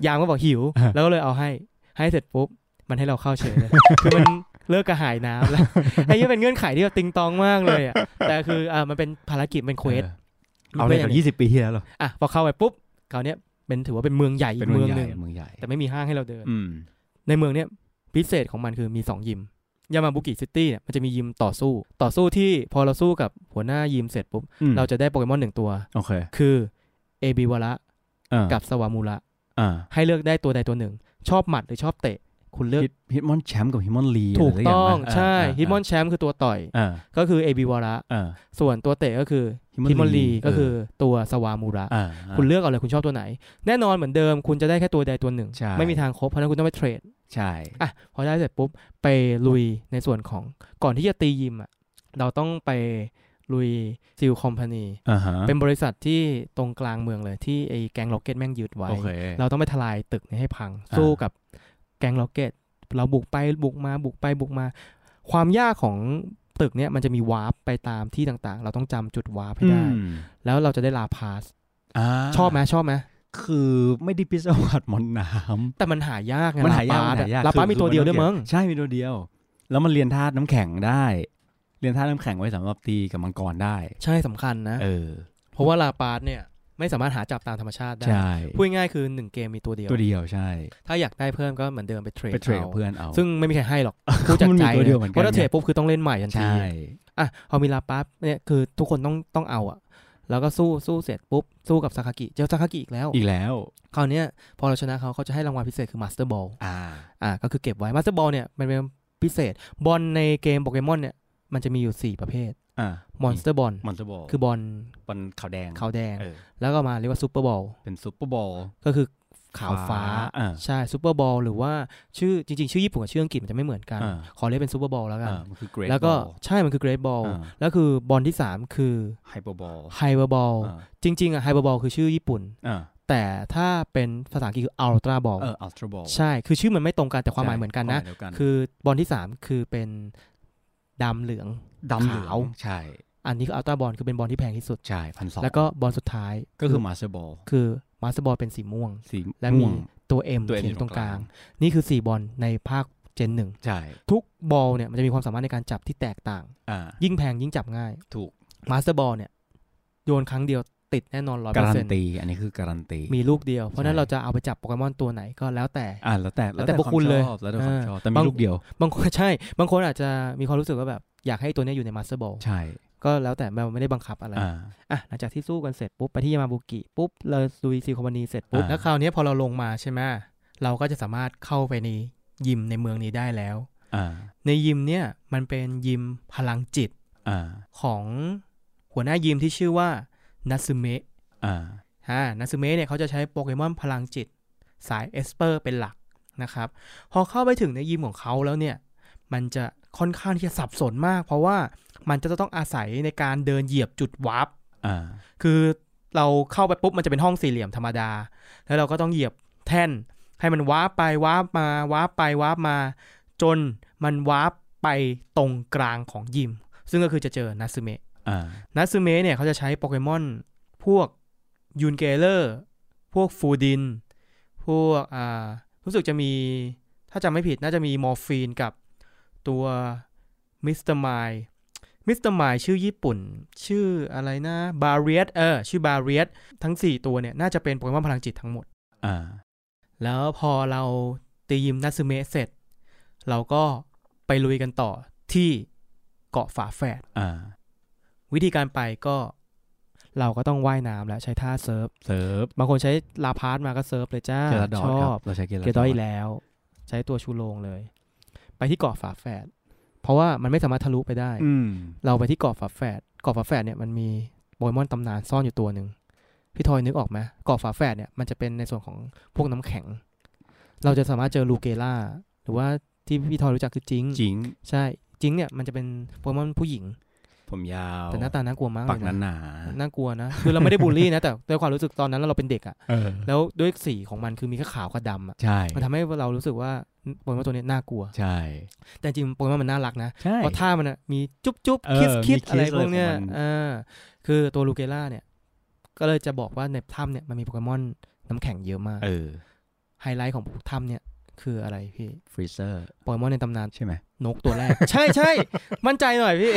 [SPEAKER 2] ยามก็บอกหิว แล้วก็เลยเอาให้ ให้เสร็จปุ๊บ มันให้เราเข้าเฉยเลย คือมันเลิกกระหายน้ำแล้วไอ้นี่เป็นเงื่อนไขที่แบบติงตองมากเลยอะแต่คืออ่ามันเป็นภารกิจเป็นเควส
[SPEAKER 3] เอาเลยกับยี่สิบปีที่แล้วเหรอ
[SPEAKER 2] อ่ะพอเข้าไปปุ๊บคราวเนี้ยเป็นถือว่าเป็นเมืองใหญ่อีกเมืองหนึ่ง
[SPEAKER 3] เมืองใหญ่
[SPEAKER 2] แต่ไม่มีห้างให้เราเดิน
[SPEAKER 3] อืม
[SPEAKER 2] ในเมืองเนี้ยพิเศษของมันคือมี 2 ยิมยามาบุกิซิตี้เนี่ยมันจะมียิมต่อสู้ ต่อสู้ที่พอเราสู้กับหัวหน้ายิมเสร็จปุ๊บ
[SPEAKER 3] อืม
[SPEAKER 2] เราจะได้โปเกมอนหนึ่งตัว
[SPEAKER 3] โอเค
[SPEAKER 2] คือเอบิวระ
[SPEAKER 3] อ่า
[SPEAKER 2] กับสวามูระ
[SPEAKER 3] อ่า
[SPEAKER 2] ให้เลือกได้ตัวใดตัวหนึ่ง ชอบหมัดหรือชอบเตะ คุณเลือก
[SPEAKER 3] ฮิตฮิตมอนแชมป์กับฮิตมอนลี
[SPEAKER 2] ถูกต้อง
[SPEAKER 3] ะไรสั
[SPEAKER 2] ใช่
[SPEAKER 3] ย่าะา
[SPEAKER 2] ฮิตมอนแชมป์คือตัวต่อย
[SPEAKER 3] อ่า
[SPEAKER 2] ก็คือเอบิวระ
[SPEAKER 3] อ่า
[SPEAKER 2] ส่วนตัวเตะก็คือฮิมอนลีก็คือตัวสวามูระ
[SPEAKER 3] อ่า
[SPEAKER 2] คุณเลือกเอาเลยคุณชอบตัวไหน แน่นอนเหมือนเดิมคุณจะได้แค่ตัวใดตัวหนึ่ง
[SPEAKER 3] ใช่
[SPEAKER 2] ไม่มีทางครบเพราะฉะนั้นคุณต้องไปเทรด
[SPEAKER 3] ใช่
[SPEAKER 2] อ่ะพอได้เสร็จปุ๊บไปลุยในส่วนของก่อนที่จะตียิมอ่ะเราต้องไปลุยซิลคอมพานี
[SPEAKER 3] อ่าฮะ
[SPEAKER 2] เป็นบริษัทที่ตรงกลางเมืองเลยที่ไอ้แกงล็อกเก็ตแม่งยึดไว้
[SPEAKER 3] โอเค
[SPEAKER 2] เราต้องไปทลายตึกนี้ให้พัง
[SPEAKER 3] อ่า
[SPEAKER 2] สู้กับแกงล็อกเก็ตเราบุกไปบุกมาบุกไปบุกมา ความยากของตึกเนี้ยมันจะมีวาร์ปไปตามที่ต่างๆ เราต้องจำจุดวาร์ปให้ได้
[SPEAKER 3] อืม
[SPEAKER 2] แล้วเราจะได้ลาพาส
[SPEAKER 3] า
[SPEAKER 2] ชอบไหมชอบไหม
[SPEAKER 3] คือไม่ได้พิศวาสมอนน้
[SPEAKER 2] แต่มันหายากไง
[SPEAKER 3] ำมันหายาก
[SPEAKER 2] ลป
[SPEAKER 3] มัน
[SPEAKER 2] ร์ต
[SPEAKER 3] หายาก
[SPEAKER 2] อะลาปาร์ต
[SPEAKER 3] คือ
[SPEAKER 2] มีตัวเดียวด้วย
[SPEAKER 3] คือ
[SPEAKER 2] มั้ง
[SPEAKER 3] ใช่มีตัวเดียว แล้วมันเรียนธาตุน้ำแข็งได้ เรียนธาตุน้ำแข็งไว้สำหรับตีกับมังกรได้
[SPEAKER 2] ใช่สำคัญนะ
[SPEAKER 3] เออ
[SPEAKER 2] เพราะว่าลาปาร์ตเนี่ยไม่สามารถหาจับตามธรรมชาติได้
[SPEAKER 3] ใช่
[SPEAKER 2] พูดง่ายๆคือ 1 เกมมีตัวเดียว
[SPEAKER 3] ตัวเดียวใช่
[SPEAKER 2] ถ้าอยากได้เพิ่มก็เหมือนเดิมไปเทรด
[SPEAKER 3] ไปเทรดกับ
[SPEAKER 2] อา
[SPEAKER 3] เพื่อนเอา
[SPEAKER 2] ซึ่งไม่มีใครให้หรอกพูดจาก
[SPEAKER 3] มันมี
[SPEAKER 2] ใจ
[SPEAKER 3] ตัวเดียว
[SPEAKER 2] นะ
[SPEAKER 3] เหมือนกัน
[SPEAKER 2] เพราะถ้าเทรด
[SPEAKER 3] ไง
[SPEAKER 2] ปุ๊บคือต้องเล่นใหม่ทันที
[SPEAKER 3] ใช่
[SPEAKER 2] อ่ะพอมีลาปาร์ตเนี่ยคือทุกคนต้องต้องเอาอะแล้วก็สู้สู้เสร็จปุ๊บสู้กับซาคากิเจอซาคากิอีกแล้ว
[SPEAKER 3] อีกแล้ว
[SPEAKER 2] คราวเนี้ยพอเราชนะเขาเขาจะให้รางวัลพิเศษคือมาสเตอร์บอล
[SPEAKER 3] อ่า
[SPEAKER 2] อ่ะก็คือเก็บไว้มาสเตอร์บอลเนี่ยมันเป็นพิเศษบอลในเกมโปเกมอนเนี่ยมันจะมีอยู่สี่ประเภท
[SPEAKER 3] อ่าม
[SPEAKER 2] อนสเตอร์บอล
[SPEAKER 3] มอนสเตอร์บอล
[SPEAKER 2] คือบอล
[SPEAKER 3] บอลขาวแดง
[SPEAKER 2] ขาวแดง
[SPEAKER 3] เออ
[SPEAKER 2] แล้วก็มาเรียกว่าซูเปอร์บอล
[SPEAKER 3] เป็นซุปเปอร์บอล
[SPEAKER 2] ก็คือขาวฟ้า
[SPEAKER 3] อ่า
[SPEAKER 2] ใช่ซูเปอร์บอลหรือว่าชื่อจริง ๆ ชื่อญี่ปุ่นกับชื่ออังกฤษมันจะไม่เหมือนกัน
[SPEAKER 3] อ่า
[SPEAKER 2] ขอเรียกเป็นซูเปอร์บอลแล้วกัน
[SPEAKER 3] อ่ามันคือเกรด
[SPEAKER 2] แล้วก็ใช่มันคือเกรดบอล
[SPEAKER 3] อ่า
[SPEAKER 2] แล้วคือบอลที่ 3 คือ
[SPEAKER 3] ไฮเปอร์บอล
[SPEAKER 2] ไฮเปอร์บอล
[SPEAKER 3] อ่า
[SPEAKER 2] จริง ๆอะไฮเปอร์บอลคือชื่อญี่ปุ่น
[SPEAKER 3] อ่า
[SPEAKER 2] แต่ถ้าเป็นภาษาอังกฤษคืออัลตร้าบอล
[SPEAKER 3] เอออัลตราบอล
[SPEAKER 2] ใช่คือชื่อมันไม่ตรงกันแต่ความหมายเหมือนกันนะ
[SPEAKER 3] คื
[SPEAKER 2] คือ อบอลที่ 3 คือเป็นดำเหลือง
[SPEAKER 3] ดำเหลือ
[SPEAKER 2] ขาว
[SPEAKER 3] งใช่
[SPEAKER 2] อันนี้คืออัลตร้าบอลคือเป็นบอลที่แพงที่สุด
[SPEAKER 3] ใช่พันสอง
[SPEAKER 2] แล้วก็บอลสุดท้าย
[SPEAKER 3] ก็คือมาสเตอร์บอล
[SPEAKER 2] คือมาสเตอร์บอลเป็นสีม่วง
[SPEAKER 3] สี
[SPEAKER 2] และ
[SPEAKER 3] ม่
[SPEAKER 2] มี
[SPEAKER 3] วง
[SPEAKER 2] ตัว M
[SPEAKER 3] ตัว M
[SPEAKER 2] เขีย
[SPEAKER 3] อยู่
[SPEAKER 2] น
[SPEAKER 3] ต
[SPEAKER 2] ต
[SPEAKER 3] ร
[SPEAKER 2] รง ง
[SPEAKER 3] ก
[SPEAKER 2] ก
[SPEAKER 3] ลา
[SPEAKER 2] ลาง ง นี่คือ 4 บอลในภาคเจนหนึ่ง
[SPEAKER 3] ใช่
[SPEAKER 2] ทุกบอลเนี่ยมันจะมีความสามารถในการจับที่แตกต่าง
[SPEAKER 3] อ่า
[SPEAKER 2] ยิ่งแพงยิ่งจับง่าย
[SPEAKER 3] ถูก
[SPEAKER 2] มาสเตอร์บอลเนี่ย โยนครั้งเดียวติดแน่นอนร้อย
[SPEAKER 3] กา
[SPEAKER 2] เปอร์
[SPEAKER 3] รั
[SPEAKER 2] เซ็
[SPEAKER 3] น
[SPEAKER 2] นต์
[SPEAKER 3] ตี อันนี้คือการันตี
[SPEAKER 2] มีลูกเดียว เพราะฉะนั้น
[SPEAKER 3] ใช่
[SPEAKER 2] เราจะเอาไปจับโปเกมอนตัวไหนก็แล้วแต่
[SPEAKER 3] อ่าแล้วแต่
[SPEAKER 2] แล้วแต่พวกคุณเลย
[SPEAKER 3] ชอบแล้วแต่ความ
[SPEAKER 2] อ่า
[SPEAKER 3] ชอบแต่มี
[SPEAKER 2] บาง
[SPEAKER 3] ลูกเดียว
[SPEAKER 2] บางคน ใช่ บางคนอาจจะมีความรู้สึกว่าแบบ อยากให้ตัวเนี้ยอยู่ในมาสเตอร์บอล
[SPEAKER 3] ใช่
[SPEAKER 2] ก็แล้วแต่เราไม่ได้บังคับอะไร
[SPEAKER 3] อ่า
[SPEAKER 2] อ่ะหลังจากที่สู้กันเสร็จปุ๊บไปที่ยามาบุกิปุ๊บเราดูซีคอมพานีเสร็จปุ๊บ
[SPEAKER 3] อ่า
[SPEAKER 2] แล้วคราวเนี้ยพอเราลงมาใช่ไหมเราก็จะสามารถเข้าไปในยิมในเมืองนี้ได้แล้ว
[SPEAKER 3] อ่า
[SPEAKER 2] ในยิมเนี่ยมันเป็นยิมพลังจิต
[SPEAKER 3] อ่า
[SPEAKER 2] ของหัวหน้ายิมที่ชื่อว่านัซึเมะ
[SPEAKER 3] อ่า
[SPEAKER 2] ฮะนัซึเมะเนี่ยเขาจะใช้โปเกมอนพลังจิต สายเอสเปอร์เป็นหลักนะครับ พอเข้าไปถึงในยิมของเขาแล้วเนี่ย มันจะค่อนข้างที่จะสับสนมาก เพราะว่ามันจะต้องอาศัยในการเดินเหยียบจุดวาร์ป
[SPEAKER 3] อ่า
[SPEAKER 2] คือเราเข้าไปปุ๊บมันจะเป็นห้องสี่เหลี่ยมธรรมดา แล้วเราก็ต้องเหยียบแท่น ให้มันวาร์ปไปวาร์ปมาวาร์ปไปวาร์ปมา จนมันวาร์ปไปตรงกลางของยิม ซึ่งก็คือจะเจอนาซึเมะ
[SPEAKER 3] อ่า
[SPEAKER 2] นาซึเมะเนี่ยเขาจะใช้โปเกมอนพวกยูนเกเลอร์ พวกฟูดิน พวกอ่ารู้สึกจะมีถ้าจำไม่ผิดน่าจะมีมอร์ฟีนกับตัว มิสเตอร์มายมิสเตอร์มายชื่อญี่ปุ่น ชื่ออะไรนะบาเรียสเออชื่อบาเรียสทั้ง 4 ตัวเนี่ย น่าจะเป็นโปเกมอนพลังจิตทั้งหมด
[SPEAKER 3] อ่า
[SPEAKER 2] แล้วพอเราตียิมนัตสึเมะเสร็จ เราก็ไปลุยกันต่อที่เกาะฝาแฝด
[SPEAKER 3] อ่า
[SPEAKER 2] วิธีการไปก็เราก็ต้องว่ายน้ำแล้วใช้ท่าเซิร์ฟ
[SPEAKER 3] เซิร์ฟ
[SPEAKER 2] บางคนใช้ลาพาร์ตมาก็เซิร์ฟเลยจ้า
[SPEAKER 3] เกลาดอ
[SPEAKER 2] ช
[SPEAKER 3] ดค
[SPEAKER 2] อ
[SPEAKER 3] รั
[SPEAKER 2] บบ
[SPEAKER 3] เราใช้เกลาด
[SPEAKER 2] เกียร์ดอยอีกแล้ว ใช้ตัวชูโรงเลย ไปที่เกาะฝาแฝดเพราะว่ามันไม่สามารถทะลุไปได้
[SPEAKER 3] อืม
[SPEAKER 2] เราไปที่เกาะฝาแฝดเกาะฝาแฝดเนี่ยมันมีโปเกมอนตำนานซ่อนอยู่ตัวหนึ่งพี่ทอยนึกออกไหมเกาะฝาแฝดเนี่ยมันจะเป็นในส่วนของพวกน้ำแข็ง เราจะสามารถเจอลูเกล่าหรือว่าที่พี่ทอยรู้จักคือจิง
[SPEAKER 3] จริง
[SPEAKER 2] ใช่จิงเนี่ยมันจะเป็นโปเกมอนผู้หญิง
[SPEAKER 3] ผมยาว
[SPEAKER 2] แต่หน้าตาน่ากลัวมาก
[SPEAKER 3] ปา
[SPEAKER 2] เล
[SPEAKER 3] ก
[SPEAKER 2] ย
[SPEAKER 3] ห
[SPEAKER 2] นะ
[SPEAKER 3] นา
[SPEAKER 2] น่ากลัวนะ คือเราไม่ได้บูลลี่นะ แต่ด้วยความรู้สึกตอนนั้นเราเป็นเด็กอะ
[SPEAKER 3] ๆเออ
[SPEAKER 2] แล้วด้วยสีของมันคือมีแค่ขาวกับดำอะ
[SPEAKER 3] ใช่
[SPEAKER 2] มันทำให้เรารู้สึกว่าโปเกมอนตัวเนี้ยน่ากลัว
[SPEAKER 3] ใช่
[SPEAKER 2] แต่จริงโปเกมอนมันน่ารักนะ
[SPEAKER 3] ใช่
[SPEAKER 2] เพราะท่ามันอะมีจุ๊บจุ๊บ
[SPEAKER 3] เออ
[SPEAKER 2] คิสคิส
[SPEAKER 3] มี kiss
[SPEAKER 2] อะไรพวกเนี้ย
[SPEAKER 3] อะไรของมัน
[SPEAKER 2] เออคือตัวลูเกล่าเนี่ย ก็เลยจะบอกว่าในถ้ำเนี่ยมันมีโปเกมอนน้ำแข็งเยอะมาก
[SPEAKER 3] เออ
[SPEAKER 2] ไฮไลท์ของถ้ำเนี่ยคืออะไรพี่
[SPEAKER 3] ฟรีเซอร์
[SPEAKER 2] โปเกมอนในตำนาน
[SPEAKER 3] ใช่ไหม
[SPEAKER 2] นกตัวแรก ใช่ใช่ มั่นใจหน่อยพี่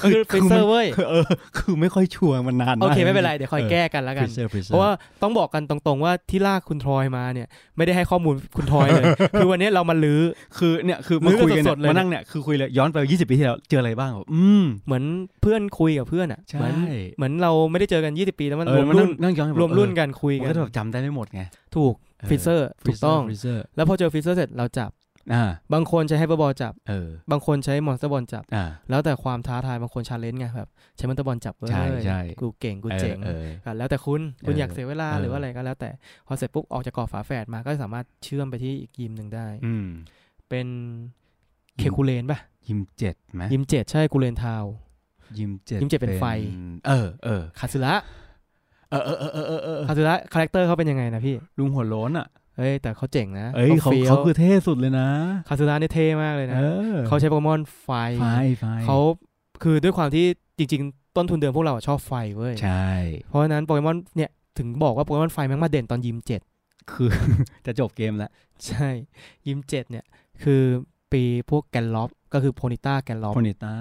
[SPEAKER 2] คือฟ
[SPEAKER 3] คื
[SPEAKER 2] รี
[SPEAKER 3] อมัน
[SPEAKER 2] เซอร์เว้ย
[SPEAKER 3] เออ คือไม่ค่อยชัวร์มันนานาก
[SPEAKER 2] โอเคไม่เป็นไร เดี๋ยวคอยแก้กันแล้ว
[SPEAKER 3] ฟ
[SPEAKER 2] กั
[SPEAKER 3] รี
[SPEAKER 2] น
[SPEAKER 3] เซอร์ฟรีเซอร์
[SPEAKER 2] เพราะว่าต้องบอกกันตรงๆว่าที่ลากคุณทรอยมาเนี่ย ไม่ได้ให้ข้อมูลคุณทรอย
[SPEAKER 3] [LAUGHS]
[SPEAKER 2] เลย คือวันนี้เรามาลื้อ
[SPEAKER 3] คือเนี่ยคือมาคุยกัน
[SPEAKER 2] เรื่องสดๆเลย
[SPEAKER 3] มานั่งเนี่ยคือคุยเลยย้อนไป 20 ปีที่แล้วเจออะไรบ้างอืม
[SPEAKER 2] เหมือนเพื่อนคุยกับเพื่อนอ่ะ
[SPEAKER 3] ใช่
[SPEAKER 2] เหมือนเหมือนเราไม่ได้เจอกัน 20 ปีแล้วมัน
[SPEAKER 3] เอ
[SPEAKER 2] ร
[SPEAKER 3] อ
[SPEAKER 2] วม
[SPEAKER 3] มานั่
[SPEAKER 2] รุ่
[SPEAKER 3] ง
[SPEAKER 2] น
[SPEAKER 3] นั่งย้อน
[SPEAKER 2] รวมรุ่น
[SPEAKER 3] กัน
[SPEAKER 2] กันคุย
[SPEAKER 3] เออผม
[SPEAKER 2] กัน
[SPEAKER 3] ก็จะแบบจำได้ไม่หมดไง
[SPEAKER 2] ถูกฟิเซอร์ถูกต้อง
[SPEAKER 3] ฟรีเซอร์
[SPEAKER 2] แล้วพอเจอฟิเซอร์เสร็จเราจับ
[SPEAKER 3] อ่า
[SPEAKER 2] บางคนใช้ไฮเปอร์บอลจับ
[SPEAKER 3] เออบ
[SPEAKER 2] างคนใช้มอนสเตอร์บอลจับ
[SPEAKER 3] อ่า
[SPEAKER 2] แล้วแต่ความท้าทายบางคนชาเลนจ์ไงแบบใช้มอนสเตอร์บอลจับเว้ย
[SPEAKER 3] ใช่ใช่
[SPEAKER 2] กูเก่งกู
[SPEAKER 3] ออ
[SPEAKER 2] เจ๋ง
[SPEAKER 3] ออ
[SPEAKER 2] ก็แล้วแต่คุณคุณ
[SPEAKER 3] เอออย
[SPEAKER 2] อากเสียเวลา
[SPEAKER 3] เออ
[SPEAKER 2] หรือว่าอะไรก็แล้ว แต่พอเสร็จปุ๊บออกจากกรอบฝาแฝดมาก็สามารถเชื่อมไปที่อีกยิมหนึ่งได้
[SPEAKER 3] อืม
[SPEAKER 2] เป็นเค
[SPEAKER 3] ยิม
[SPEAKER 2] คูเลนป่ะ
[SPEAKER 3] ยิมเจ็ดไหม
[SPEAKER 2] ยิมเจ็ดใช่กูเลนทาว
[SPEAKER 3] ยิมเจ็ด
[SPEAKER 2] ยิมเจ็ดเป็นไฟ
[SPEAKER 3] เออเออ
[SPEAKER 2] คาสึระ
[SPEAKER 3] เออเออเออเออเออเออ
[SPEAKER 2] คาสึระคาแรคเตอร์เขาเป็นยังไงนะพี่
[SPEAKER 3] ลุงหัวโล้นอ่ะ
[SPEAKER 2] เอ้ย แต่เขาเจ๋งนะ
[SPEAKER 3] เอ้ยเขา
[SPEAKER 2] ฟี้ยว
[SPEAKER 3] เขาคือเท่สุดเลยนะ
[SPEAKER 2] คาสึระเนี่ยเท่มากเลยนะ
[SPEAKER 3] เออ
[SPEAKER 2] เขาใช้โปเกมอนไฟ
[SPEAKER 3] ไฟไฟ
[SPEAKER 2] เขาคือด้วยความที่จริง ๆ ต้นทุนเดิมพวกเราอะชอบไฟเว้ย
[SPEAKER 3] ใช่
[SPEAKER 2] เพราะฉะนั้นโปเกมอนเนี่ย ถึงบอกว่าโปเกมอนไฟแม่งมาเด่นตอนยิมเจ็ด [LAUGHS]
[SPEAKER 3] คือ จะจบเกมแล้ว
[SPEAKER 2] ใช่ ยิมเจ็ดเนี่ย คือปีพวกแกนล็อปก็คือโพนิต้าแกนล็อป
[SPEAKER 3] คอนิต้า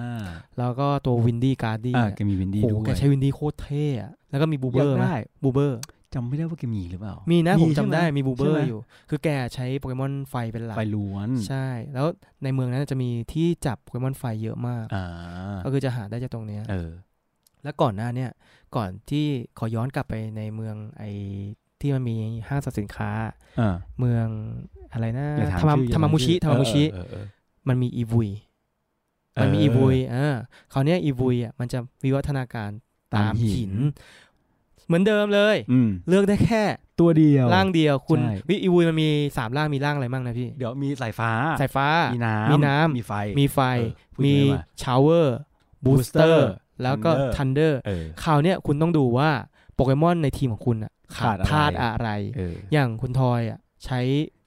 [SPEAKER 2] แล้วก็ตัววินดี้การ์ดี้
[SPEAKER 3] อ่าแกมีวินดี้
[SPEAKER 2] โห
[SPEAKER 3] ด้วย
[SPEAKER 2] แกใช้วินดี้โคตรเท่อะแล้วก็มีบูเบ
[SPEAKER 3] ย
[SPEAKER 2] อก ร์ไหม
[SPEAKER 3] ได้
[SPEAKER 2] บูเบอร์
[SPEAKER 3] จำไม่ได้ว่าแกมีหรือเปล่า
[SPEAKER 2] มีนะผม
[SPEAKER 3] ใช่
[SPEAKER 2] จำ
[SPEAKER 3] ไหม
[SPEAKER 2] ได้มีบูเบอ
[SPEAKER 3] ใช่ไห
[SPEAKER 2] ร์
[SPEAKER 3] ม
[SPEAKER 2] อยู่ คือแกใช้โปเกมอนไฟเป็นหลัก
[SPEAKER 3] ไฟล้วน
[SPEAKER 2] ใช่ แล้วในเมืองนั้นจะมีที่จับโปเกมอนไฟเยอะมาก
[SPEAKER 3] อ่า
[SPEAKER 2] ก็คือจะหาได้จากตรงเนี้ย
[SPEAKER 3] เออ
[SPEAKER 2] แล้วก่อนหน้าเนี่ยก่อนที่ขอย้อนกลับไปในเมืองไอที่มันมีห้างสรรพสินค้า
[SPEAKER 3] อ่า
[SPEAKER 2] เมืองอะไรนะ
[SPEAKER 3] อย่ถ
[SPEAKER 2] ทามา
[SPEAKER 3] ชื่ออย่
[SPEAKER 2] ทามามุชิ
[SPEAKER 3] ถ
[SPEAKER 2] ทามามุชิ
[SPEAKER 3] เออเออ
[SPEAKER 2] มันมีอีวุย
[SPEAKER 3] เออ
[SPEAKER 2] มันมีอีวุยเออคราวเนี้ยอีวุยอ่ะมันจะวิวัฒนาการตามหิน เหมือนเดิมเลย
[SPEAKER 3] อืม
[SPEAKER 2] เลือกได้แค่
[SPEAKER 3] ตัวเดียว
[SPEAKER 2] ร่างเดียวคุณ
[SPEAKER 3] ใช่
[SPEAKER 2] วิอีวุยมันมีสามร่างมีร่างอะไรบ้างนะพี่
[SPEAKER 3] เดี๋ยวมีสายฟ้า
[SPEAKER 2] สายฟ้า
[SPEAKER 3] มีน้ำ
[SPEAKER 2] มีน้ำ
[SPEAKER 3] มีไฟ
[SPEAKER 2] มีไฟ
[SPEAKER 3] เออพูด
[SPEAKER 2] มี
[SPEAKER 3] ได้ว่า
[SPEAKER 2] ชาวเวอร์ บูสเตอ
[SPEAKER 3] Booster
[SPEAKER 2] ร์ แล้วก็
[SPEAKER 3] Thunder
[SPEAKER 2] ทันเดอร์
[SPEAKER 3] เออ
[SPEAKER 2] คราวเนี้ยคุณต้องดูว่าโปเกมอนในทีมของคุณอะขาดธา
[SPEAKER 3] ขาด
[SPEAKER 2] ตุ
[SPEAKER 3] อะไร
[SPEAKER 2] อะไร
[SPEAKER 3] เออ
[SPEAKER 2] อย่างคุณทอยอะใช้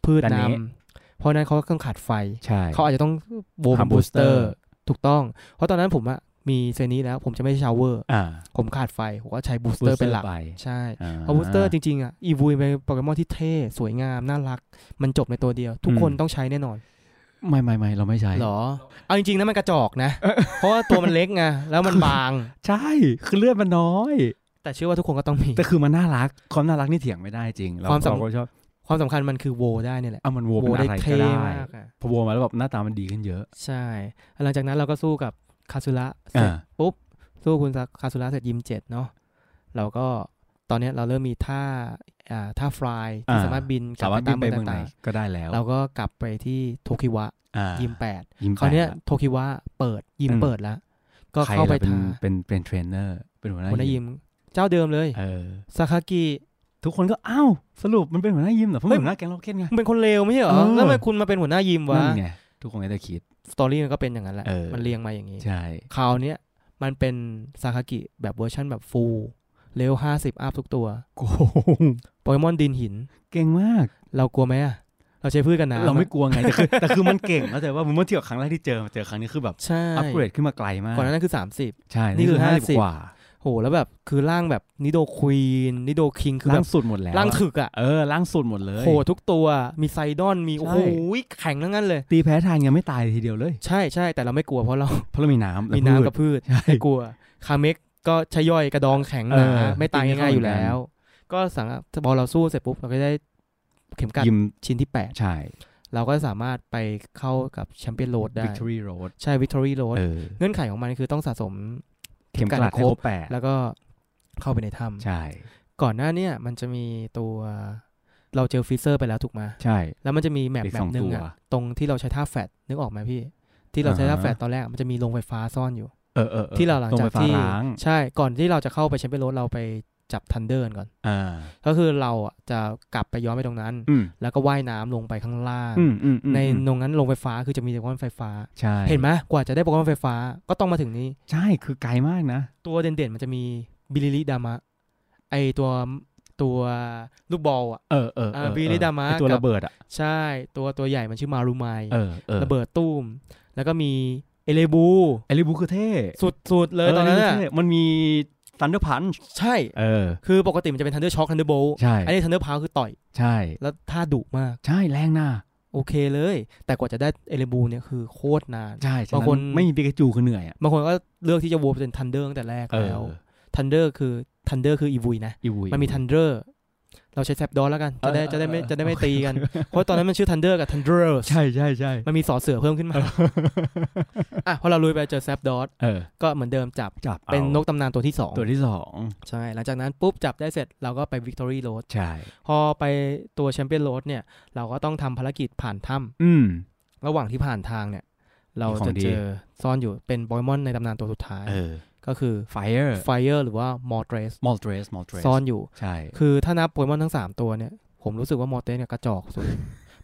[SPEAKER 2] พืช
[SPEAKER 3] ดัน
[SPEAKER 2] น
[SPEAKER 3] เนะ
[SPEAKER 2] ำเพราะฉะนั้นเขาก็ต้องขาดไฟ
[SPEAKER 3] ใช่
[SPEAKER 2] เขาอาจจะต้องโบม
[SPEAKER 3] ทำ
[SPEAKER 2] บูสเตอ
[SPEAKER 3] booster
[SPEAKER 2] ร์ ถูกต้อง เพราะตอนนั้นผมอะมีเซนี้แล้วผมจะไม่ใช้ชาวเวอร์
[SPEAKER 3] อ่า
[SPEAKER 2] ผมขาดไฟ ผมก็ใช้บูส
[SPEAKER 3] บู
[SPEAKER 2] เตอ
[SPEAKER 3] ส
[SPEAKER 2] ร์
[SPEAKER 3] เตอ
[SPEAKER 2] เป็น
[SPEAKER 3] ร์
[SPEAKER 2] หลัก
[SPEAKER 3] ไป
[SPEAKER 2] ใช่
[SPEAKER 3] อ่
[SPEAKER 2] เพราะบูสเตอร์จริงๆอะอีวูเป็นโปเกมอนที่เท่ สวยงาม น่ารัก มันจบในตัวเดียว ทุกคนต้องใช้แน่นอน
[SPEAKER 3] ไม่ไม่ไม่เราไม่ใช่
[SPEAKER 2] หรอ เอาจริงๆนะมันกระจอก
[SPEAKER 3] [LAUGHS]
[SPEAKER 2] นะ เพราะว่าตัวมันเล็กไง แล้วมันบาง
[SPEAKER 3] ใช่ คือเลือดมันน้อย
[SPEAKER 2] แต่เชื่อว่าทุกคนก็ต้องมี
[SPEAKER 3] แต่คือมันน่ารัก ความน่ารักนี่เถียงไม่ได้จริงเร
[SPEAKER 2] ความสำ
[SPEAKER 3] เรก็ชอบ
[SPEAKER 2] ความสำคัญมันคือโวได้เนี่ยแหละ
[SPEAKER 3] เอามันโว
[SPEAKER 2] โว
[SPEAKER 3] เป็น
[SPEAKER 2] ได้
[SPEAKER 3] อะไร
[SPEAKER 2] เท่
[SPEAKER 3] ก็ได้
[SPEAKER 2] มากอะ
[SPEAKER 3] พอโวมาแล้วแบบหน้าตามันดีขึ้นเยอะ
[SPEAKER 2] ใช่แล้วหลังจากนั้นเราก็สู้กับคาซุระเสร็จ
[SPEAKER 3] อ่า
[SPEAKER 2] สู้คุณคาซุระเสร็จยิมเจ็ดเนาะเราก็ตอนเนี้ยเราเริ่มมีท่าอ่าท่าฟลายที่สามารถบินกลั
[SPEAKER 3] สา
[SPEAKER 2] บ
[SPEAKER 3] มารถ
[SPEAKER 2] ไป
[SPEAKER 3] บิ
[SPEAKER 2] ตาม
[SPEAKER 3] นไป
[SPEAKER 2] เมือง
[SPEAKER 3] เมืองไหน
[SPEAKER 2] ต่าง
[SPEAKER 3] ก็ได้แล้ว
[SPEAKER 2] ๆเราก็กลับไปที่โทคิวะ
[SPEAKER 3] อ่า
[SPEAKER 2] ยิมแปด
[SPEAKER 3] ยิม
[SPEAKER 2] คราวเนี้ย
[SPEAKER 3] แปด
[SPEAKER 2] โทคิวะเปิดยิม
[SPEAKER 3] อืม
[SPEAKER 2] เปิดแล้ว ก็
[SPEAKER 3] ใคร
[SPEAKER 2] เข้าไป
[SPEAKER 3] ล่ะเป็น
[SPEAKER 2] ทา
[SPEAKER 3] เป็นเป็นเทรนเนอร์เป็นหัวหน้า
[SPEAKER 2] คนใน
[SPEAKER 3] ยิ
[SPEAKER 2] ยิ
[SPEAKER 3] ม
[SPEAKER 2] มเจ้าเดิมเลย
[SPEAKER 3] เออ
[SPEAKER 2] ซาคากิ
[SPEAKER 3] ทุกคนก็อ้าวสรุปมันเป็นหัวหน้ายิมเหรอเพราะมัน
[SPEAKER 2] เฮ้ย
[SPEAKER 3] หัวหน้าแก๊งล็อกเก็ตไง
[SPEAKER 2] มึงเป็นคนเลวไม่ใช่เหรอ
[SPEAKER 3] เออ
[SPEAKER 2] แล้วทำไมคุณมาเป็นหัวหน้ายิมวะ
[SPEAKER 3] นั่นไงทุกคนก็จะคิด
[SPEAKER 2] สตอรี่มันก็เป็นอย่างนั้นแหละ
[SPEAKER 3] เออ
[SPEAKER 2] มันเรียงมาอย่างนี้
[SPEAKER 3] ใช่
[SPEAKER 2] คราวเนี้ยมันเป็นซาคากิแบบเวอร์ชันแบบฟูลเลวห้าสิบอัพทุกตัว
[SPEAKER 3] โกง
[SPEAKER 2] โปเกมอนดินหิน
[SPEAKER 3] เก่งมาก
[SPEAKER 2] เรากลัวไหมอะเราใช้พืชกันนะ
[SPEAKER 3] เราไม่กลัวไง แต่คือแต่คือมันเก่งเข้าใจว่ามันเมื่อเทียบกับครั้งแรกที่เจอมาเจอครั้งนี้คือแบบ
[SPEAKER 2] ใช่
[SPEAKER 3] อัปเกรดขึ้นมาไกลมาก
[SPEAKER 2] ก่อนหน้านั้นคือ 30
[SPEAKER 3] ใช่
[SPEAKER 2] นี่คือ
[SPEAKER 3] 50
[SPEAKER 2] 50
[SPEAKER 3] กว่า
[SPEAKER 2] โหแล้วแบบคือร่างแบบนิโดควีนนิโดคิงคือแบ
[SPEAKER 3] ล่าง
[SPEAKER 2] บ
[SPEAKER 3] สุดหมดแล้ว
[SPEAKER 2] ร่าง
[SPEAKER 3] อะ
[SPEAKER 2] ถึกอ่ะ
[SPEAKER 3] เออล่างสุดหมดเลย
[SPEAKER 2] โหทุกตัวมีไซดอนมี
[SPEAKER 3] ใช่
[SPEAKER 2] โอ้โหแข็งทั้งนั้นเลย
[SPEAKER 3] ตีแพ้ทางยังไม่ตายทีเดียวเลย
[SPEAKER 2] ใช่ใช่แต่เราไม่กลัวเพราะเรา
[SPEAKER 3] เพราะเรามีน้ [LAUGHS] ำและ
[SPEAKER 2] มี
[SPEAKER 3] พืช
[SPEAKER 2] น้ำกับพืช
[SPEAKER 3] ใช่
[SPEAKER 2] ไม่กลัว คาเมกก็ชะย่อยกระดองแข็งห
[SPEAKER 3] เอ
[SPEAKER 2] นา
[SPEAKER 3] อ
[SPEAKER 2] ไม่ตาย
[SPEAKER 3] เป็นอย่างนั้น
[SPEAKER 2] ง่ายๆอยู่แล้ว ก็สั่งพอเราสู้เสร็จปุ๊บเราก็ได้เข็มกลัด
[SPEAKER 3] ยิม
[SPEAKER 2] ชิ้นที่
[SPEAKER 3] ใช่
[SPEAKER 2] 8 เราก็สามารถไปเข้ากับแชมเปี้ยนโรดได้
[SPEAKER 3] Victory Road
[SPEAKER 2] ใช่ Victory Road
[SPEAKER 3] เออ
[SPEAKER 2] เงื่อนไขของมันคือต้องสะสม เข็
[SPEAKER 3] เข็
[SPEAKER 2] ม
[SPEAKER 3] ม
[SPEAKER 2] ก
[SPEAKER 3] ก
[SPEAKER 2] ลั
[SPEAKER 3] ลั
[SPEAKER 2] ด
[SPEAKER 3] ด
[SPEAKER 2] ค
[SPEAKER 3] ค
[SPEAKER 2] ร
[SPEAKER 3] ร
[SPEAKER 2] บ
[SPEAKER 3] บแปด
[SPEAKER 2] แล้วก็เข้าไปในถ้
[SPEAKER 3] ใช่
[SPEAKER 2] ำก่อนหน้าเนี่ยมันจะมีตัวเราเจอฟรีเซอร์ไปแล้วถูกไหม
[SPEAKER 3] ใช่
[SPEAKER 2] แล้วมันจะมีแมป
[SPEAKER 3] อีก
[SPEAKER 2] แม
[SPEAKER 3] ส
[SPEAKER 2] ป
[SPEAKER 3] อง
[SPEAKER 2] หนึ่
[SPEAKER 3] ตั
[SPEAKER 2] ง
[SPEAKER 3] ว
[SPEAKER 2] อะตรงที่เราใช้ท่าแฟดนึกออกไหมพี่ ที่เราใช้ท่า
[SPEAKER 3] อ่าฮะ
[SPEAKER 2] แฟดตอนแรกอะมันจะมีโรงไฟฟ้าซ่อนอยู่
[SPEAKER 3] เออเออออ
[SPEAKER 2] ที่เราหลัง
[SPEAKER 3] ต
[SPEAKER 2] จาก
[SPEAKER 3] ไฟฟ้
[SPEAKER 2] ที่
[SPEAKER 3] ร้าง
[SPEAKER 2] ใช่ก่อนที่เราจะเข้าไปแชมเปี้ยนโรดเราไปจับทันเดอร์ก่อน
[SPEAKER 3] อ่า
[SPEAKER 2] ก็คือเราอ่ะจะกลับไปย้อนไปตรงนั้น
[SPEAKER 3] อืม
[SPEAKER 2] แล้วก็ว่ายน้ำลงไปข้างล่าง
[SPEAKER 3] อืมอืมอืม
[SPEAKER 2] ใน
[SPEAKER 3] อืม
[SPEAKER 2] ตรงนั้นลงไฟฟ้าคือจะมีโปเกมอนไฟฟ้า
[SPEAKER 3] ใช่
[SPEAKER 2] เห็นไหมกว่าจะได้โปเกมอนไฟฟ้าก็ต้องมาถึงนี้
[SPEAKER 3] ใช่คือไกลมากนะ
[SPEAKER 2] ตัวเด่นๆมันจะมีบิลิลิดามะไอตัวตัวลูกบอลอ่ะ
[SPEAKER 3] เออเออเออ
[SPEAKER 2] อ่า Billy
[SPEAKER 3] เออ
[SPEAKER 2] Dama
[SPEAKER 3] ไอ้ตัว
[SPEAKER 2] กับ
[SPEAKER 3] ระเบิดอ่ะ
[SPEAKER 2] ใช่ตัวตัวใหญ่มันชื่อมารูไมาย
[SPEAKER 3] เออเออ
[SPEAKER 2] ระเบิดตู้ม แล้วก็มีเอเลบู
[SPEAKER 3] ไอริบุคือเท่
[SPEAKER 2] สุดๆเลยตอนนั้นอะ
[SPEAKER 3] เท่มันมีทันเดอร์พันช์
[SPEAKER 2] ใช่
[SPEAKER 3] เออ
[SPEAKER 2] คือปกติมันจะเป็นทันเดอร์ช็อคทันเดอร์โบล
[SPEAKER 3] ใช่
[SPEAKER 2] อันนี้ทันเดอร์พาวคือต่อย
[SPEAKER 3] ใช่
[SPEAKER 2] แล้วท่าดุมาก
[SPEAKER 3] ใช่แรงนะ
[SPEAKER 2] โอเคเลย แต่กว่าจะได้เอเลบูเนี่ยคือโคตรนาน
[SPEAKER 3] ใช่ฉะ
[SPEAKER 2] บางคน
[SPEAKER 3] ไม่มีปิกาจูคือเหนื่อยอ่ะ
[SPEAKER 2] บางคนก็เลือกที่จะวัวเป็นทันเดอร์ตั้งแต่แรก
[SPEAKER 3] เออ
[SPEAKER 2] แล้วทันเดอร์คือทันเดอร์คืออีวุยนะ
[SPEAKER 3] อีวุย
[SPEAKER 2] มันมีทันเดอร์เราใช้แซบดอนแล้วกัน จะได้
[SPEAKER 3] เออเออ
[SPEAKER 2] จะได้ไม่
[SPEAKER 3] เออ
[SPEAKER 2] จะได้ไม่ตีกัน เพราะตอนนั้นมันชื่อทันเดอร์กับทันเดอร์
[SPEAKER 3] ใช่ใช่ใช่
[SPEAKER 2] มันมีสอเสือเพิ่มขึ้นมาอ่ะพอเราลุยไปเจอแซบดอส
[SPEAKER 3] เออ
[SPEAKER 2] ก็เหมือนเดิมจับ
[SPEAKER 3] จับอา
[SPEAKER 2] เป็นนกตำนานตัวที่สอง
[SPEAKER 3] ตัวที่สอง
[SPEAKER 2] ใช่ หลังจากนั้นปุ๊บจับได้เสร็จเราก็ไปวิกตอรี่โรด
[SPEAKER 3] ใช่
[SPEAKER 2] พอไปตัวแชมเปี้ยนโรดเนี่ยเราก็ต้องทำภารกิจผ่านถ้ำ
[SPEAKER 3] อืม
[SPEAKER 2] ระหว่างที่ผ่านทางเนี่ย เรา
[SPEAKER 3] มีขอ
[SPEAKER 2] จะ
[SPEAKER 3] งดี
[SPEAKER 2] เจอซ่อนอยู่เป็นโปเกมอนในตำนานตัวสุดท้าย
[SPEAKER 3] เออ
[SPEAKER 2] ก็คือ
[SPEAKER 3] fire
[SPEAKER 2] Fire หรือว่าม r เ r รส
[SPEAKER 3] small dress small dress
[SPEAKER 2] ซ่อนอยู่
[SPEAKER 3] ใช่
[SPEAKER 2] คือถ้านับโปเกมอนทั้ง 3 ตัวเนี่ย ผมรู้สึกว่าม r เ r รสเนี่ยกระจอกสุ
[SPEAKER 3] [LAUGHS]
[SPEAKER 2] ด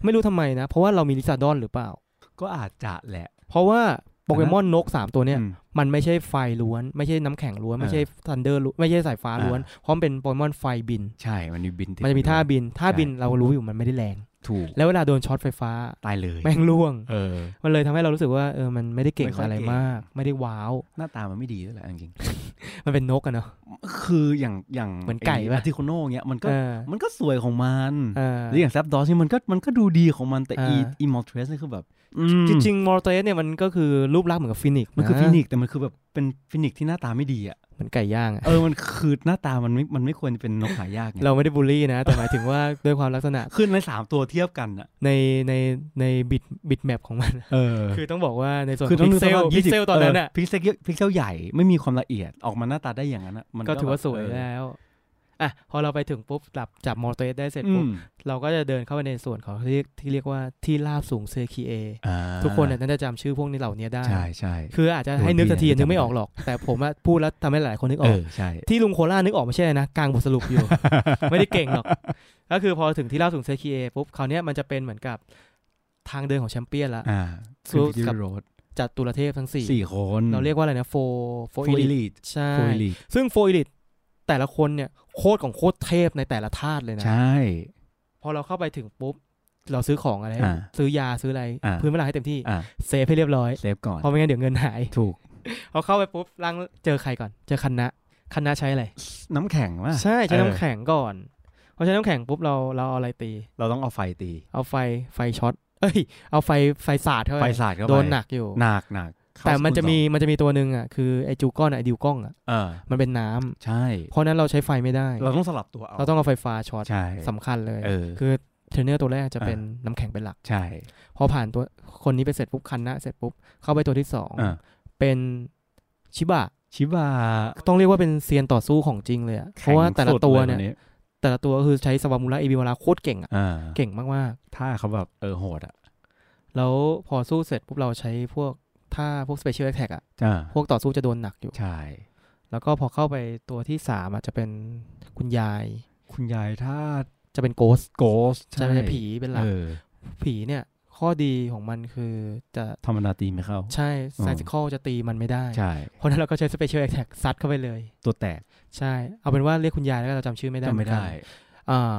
[SPEAKER 2] ไม่รู้ทำไมนะ เพราะว่าเรามีลิซาดอนหรือเปล่า
[SPEAKER 3] ก็อาจจะแหละ
[SPEAKER 2] เพราะว่าโปเกมอนนก 3 ตัวเนี่ย
[SPEAKER 3] อืม
[SPEAKER 2] มันไม่ใช่ไฟล้วน ไม่ใช่น้ำแข็งล้วน ไม่ใช่ทันเดอร์ล้วนไม่ใช่สายฟ้าล้วน
[SPEAKER 3] อ่
[SPEAKER 2] เพราะมันเป็นโปเกมอนไฟบิน
[SPEAKER 3] ใช่มันมีบินติด
[SPEAKER 2] มันจะมีท่า
[SPEAKER 3] ด้วย
[SPEAKER 2] บิน ท่าบินเรารู้อยู่มันไม่ได้แรง
[SPEAKER 3] ถูก
[SPEAKER 2] แล้วเวลาโดนช็อตไฟฟ้า
[SPEAKER 3] ตายเลย
[SPEAKER 2] แม่งล่วง
[SPEAKER 3] เออ
[SPEAKER 2] มันเลยทำให้เรารู้สึกว่าเออมันไม่ได้เก่ง
[SPEAKER 3] ไม่ค่อย
[SPEAKER 2] อะไร
[SPEAKER 3] เก่ง
[SPEAKER 2] มาก ไม่ได้ว้าว
[SPEAKER 3] หน้าตามันไม่ดีด้วยแหละจริง
[SPEAKER 2] มันเป็นนกอะเนาะ
[SPEAKER 3] ๆคืออย่างอย่าง
[SPEAKER 2] เหมือนไก่ปะ
[SPEAKER 3] ทิโคโน่เงี้ยมันก็
[SPEAKER 2] เออ
[SPEAKER 3] มันก็สวยของมัน
[SPEAKER 2] เออ
[SPEAKER 3] หรืออย่างแซปดอสนี่มันก็มันก็ดูดีของมันแต่
[SPEAKER 2] เอออี
[SPEAKER 3] อีอีมอลเทรสนี่คือแบบอืม
[SPEAKER 2] จริงๆมอร์เตสเนี่ยมันก็คือรูปลักษณ์เหมือนกับฟินิกซ์
[SPEAKER 3] มันคือ
[SPEAKER 2] นะ
[SPEAKER 3] ฟินิกซ์แต่มันคือแบบเป็นฟินิกซ์ที่หน้าตาไม่
[SPEAKER 2] [LAUGHS]
[SPEAKER 3] ดีอ่ะ
[SPEAKER 2] เหมือนไก่ย่างอะ
[SPEAKER 3] เออมันคือหน้าตามันไม่มันไม่ควรจะเป็นนกหายากไง
[SPEAKER 2] เราไม่ได้บูลลี่นะ แต่หมายถึงว่า [LAUGHS] ด้วยความลักษณะ
[SPEAKER 3] ขึ้นในสามตัวเทียบกันอ่ะ
[SPEAKER 2] ในในในบิดบิดแมปของมัน
[SPEAKER 3] เออ
[SPEAKER 2] คือต้องบอกว่าในส่วนข
[SPEAKER 3] คือ
[SPEAKER 2] อง
[SPEAKER 3] ต้อง
[SPEAKER 2] พิ
[SPEAKER 3] ดู
[SPEAKER 2] กเซล
[SPEAKER 3] สำหรับ
[SPEAKER 2] พิก
[SPEAKER 3] 20
[SPEAKER 2] เซลตอนนั้นอ่ะ
[SPEAKER 3] เพิกเซลพิกเซลใหญ่ไม่มีความละเอียดออกมาหน้าตาได้อย่างนั้นอ่ะมัน
[SPEAKER 2] ก็ถือว่า
[SPEAKER 3] แบบ
[SPEAKER 2] สวย
[SPEAKER 3] เออ
[SPEAKER 2] แล้วอ่ะพอเราไปถึงปุ๊บจับจับมอร์เตสได้เสร็จ
[SPEAKER 3] อื
[SPEAKER 2] ปุ๊บ
[SPEAKER 3] ม
[SPEAKER 2] เราก็จะเดินเข้าไปในส่วนของที่เรียกที่เรียกว่าที่ลาบสูงเซคีเอ
[SPEAKER 3] อ่า
[SPEAKER 2] ทุกคนน่ะน่าจะจำชื่อพวกนี้เหล่านี้ได้
[SPEAKER 3] ใช่ใช่
[SPEAKER 2] คืออาจจะ
[SPEAKER 3] โดน
[SPEAKER 2] ให้นึก
[SPEAKER 3] พี่
[SPEAKER 2] สักที
[SPEAKER 3] นะ
[SPEAKER 2] นึก
[SPEAKER 3] จำ
[SPEAKER 2] ไม่
[SPEAKER 3] ได้
[SPEAKER 2] ออกหรอก แต่ผมอะพูดแล้วทำให้หลายคนนึกอ
[SPEAKER 3] เอ
[SPEAKER 2] อก
[SPEAKER 3] อใช่
[SPEAKER 2] ที่ลุงโคล่านึกออกไม่ใช่อะไรนะ กลางบทสรุป
[SPEAKER 3] [LAUGHS]
[SPEAKER 2] อยู่ ไม่ได้เก่งหรอก ก็คือพอถึงที่เล่าถึงเซคีเอปุ๊บคราวเนี้ยมันจะเป็นเหมือนกับทางเดินของแชมเปี้ยนละ
[SPEAKER 3] อ่า
[SPEAKER 2] สู้
[SPEAKER 3] สู้
[SPEAKER 2] กั
[SPEAKER 3] กับ บโรด
[SPEAKER 2] จัดตุลเทพทั้ง
[SPEAKER 3] สี่คน
[SPEAKER 2] 4 เราเรียกว่าอะไรนะโฟโฟ
[SPEAKER 3] โฟ
[SPEAKER 2] อิลิ
[SPEAKER 3] อิ
[SPEAKER 2] ท
[SPEAKER 3] ลิท
[SPEAKER 2] ใช่
[SPEAKER 3] โฟอิลิท
[SPEAKER 2] ซึ่งโฟอิลิทแต่ละคนเนี่ยโคตรของโคตรเทพในแต่ละธาตุเลยนะ
[SPEAKER 3] ใช่
[SPEAKER 2] พอเราเข้าไปถึงปุ๊บ เราซื้อของอะไร
[SPEAKER 3] อ่า
[SPEAKER 2] ซื้อยาซื้ออะไร
[SPEAKER 3] อ่า
[SPEAKER 2] พื้นเวลาให้เต็มที่
[SPEAKER 3] อ่า
[SPEAKER 2] เซฟให้เรียบร้อย
[SPEAKER 3] เซฟก่อน
[SPEAKER 2] เพราะไม่งั้นเดี๋ยวเงินหาย
[SPEAKER 3] ถูก
[SPEAKER 2] พอเข้าไปปุ๊บร่างเจอใครก่อน เจอคันนะคันนะใช้อะไร
[SPEAKER 3] น้ำแข็งว่า
[SPEAKER 2] ใช่ใช้
[SPEAKER 3] เออ
[SPEAKER 2] น้ำแข็งก่อนพอใช้น้ำแข็งปุ๊บเราเราเอาอะไรตี
[SPEAKER 3] เราต้องเอาไฟตี
[SPEAKER 2] เอาไฟไฟช็อต [LAUGHS] เอ้ย เอาไฟไฟสาดเข้า
[SPEAKER 3] ไฟ
[SPEAKER 2] ไป
[SPEAKER 3] สาดเข้าไป
[SPEAKER 2] โดนหนักอยู่
[SPEAKER 3] หนักหนักเข้า
[SPEAKER 2] แต่มัน
[SPEAKER 3] คูณ
[SPEAKER 2] จะมี
[SPEAKER 3] สอง
[SPEAKER 2] มันจะมีตัวหนึ่งอ่ะคือไอจูก้อนอะไอดิวก้องอ่ะ
[SPEAKER 3] เออ
[SPEAKER 2] มันเป็นน้ำ
[SPEAKER 3] ใช่
[SPEAKER 2] เพราะฉะนั้นเราใช้ไฟไม่ได้
[SPEAKER 3] เราต้องสลับตัวเอา
[SPEAKER 2] เราต้องเอาไฟฟ้าช็อต
[SPEAKER 3] ใช่
[SPEAKER 2] สำคัญเลย
[SPEAKER 3] เออ
[SPEAKER 2] คือเทรนเนอร์ตัวแรกจะ
[SPEAKER 3] อ่า
[SPEAKER 2] เป็นน้ำแข็งเป็นหลัก
[SPEAKER 3] ใช่
[SPEAKER 2] พอผ่านตัวคนนี้ไปเสร็จปุ๊บคันนะเสร็จปุ๊บเข้าไปตัวที่สอง
[SPEAKER 3] อ่า
[SPEAKER 2] เป็นชิบะ
[SPEAKER 3] ชิบะ
[SPEAKER 2] ต้องเรียกว่าเป็นเซียนต่อสู้ของจริงเลยอะเพราะว่าแต่ละตัวเนี่ยแต่ละตัวก็คือใช้สวามูระเอบิวาราโคตรเก่งอ่ะ
[SPEAKER 3] อ่า
[SPEAKER 2] เก่งมากๆ
[SPEAKER 3] ถ้าเขาแบบเออโหดอ่ะ
[SPEAKER 2] แล้วพอสู้เสร็จปุ๊บเราใช้พวกถ้าพวก Special Attack อะ
[SPEAKER 3] จ้า
[SPEAKER 2] พวกต่อสู้จะโดนหนักอยู่
[SPEAKER 3] ใช่
[SPEAKER 2] แล้วก็พอเข้าไปตัวที่สามอะจะเป็นคุณยาย
[SPEAKER 3] คุณยายถ้า
[SPEAKER 2] จะเป็นโกส
[SPEAKER 3] โกส
[SPEAKER 2] จะเป็นผีเป็นหลัก
[SPEAKER 3] เออ
[SPEAKER 2] ผีเนี่ย ข้อดีของมันคือจะ
[SPEAKER 3] ธรรมดาตีไม่เข้า
[SPEAKER 2] ใช่
[SPEAKER 3] อืม
[SPEAKER 2] Psychical จะตีมันไม่ได้
[SPEAKER 3] ใช่
[SPEAKER 2] เพราะฉะนั้นเราก็ใช้ Special Attack ซัดเข้าไปเลย
[SPEAKER 3] ตัวแตก
[SPEAKER 2] ใช่ เอาเป็นว่าเรียกคุณยายแล้วก็เราจำชื่อไม่ได้
[SPEAKER 3] จำไม่ได้
[SPEAKER 2] เหอนกันอ่า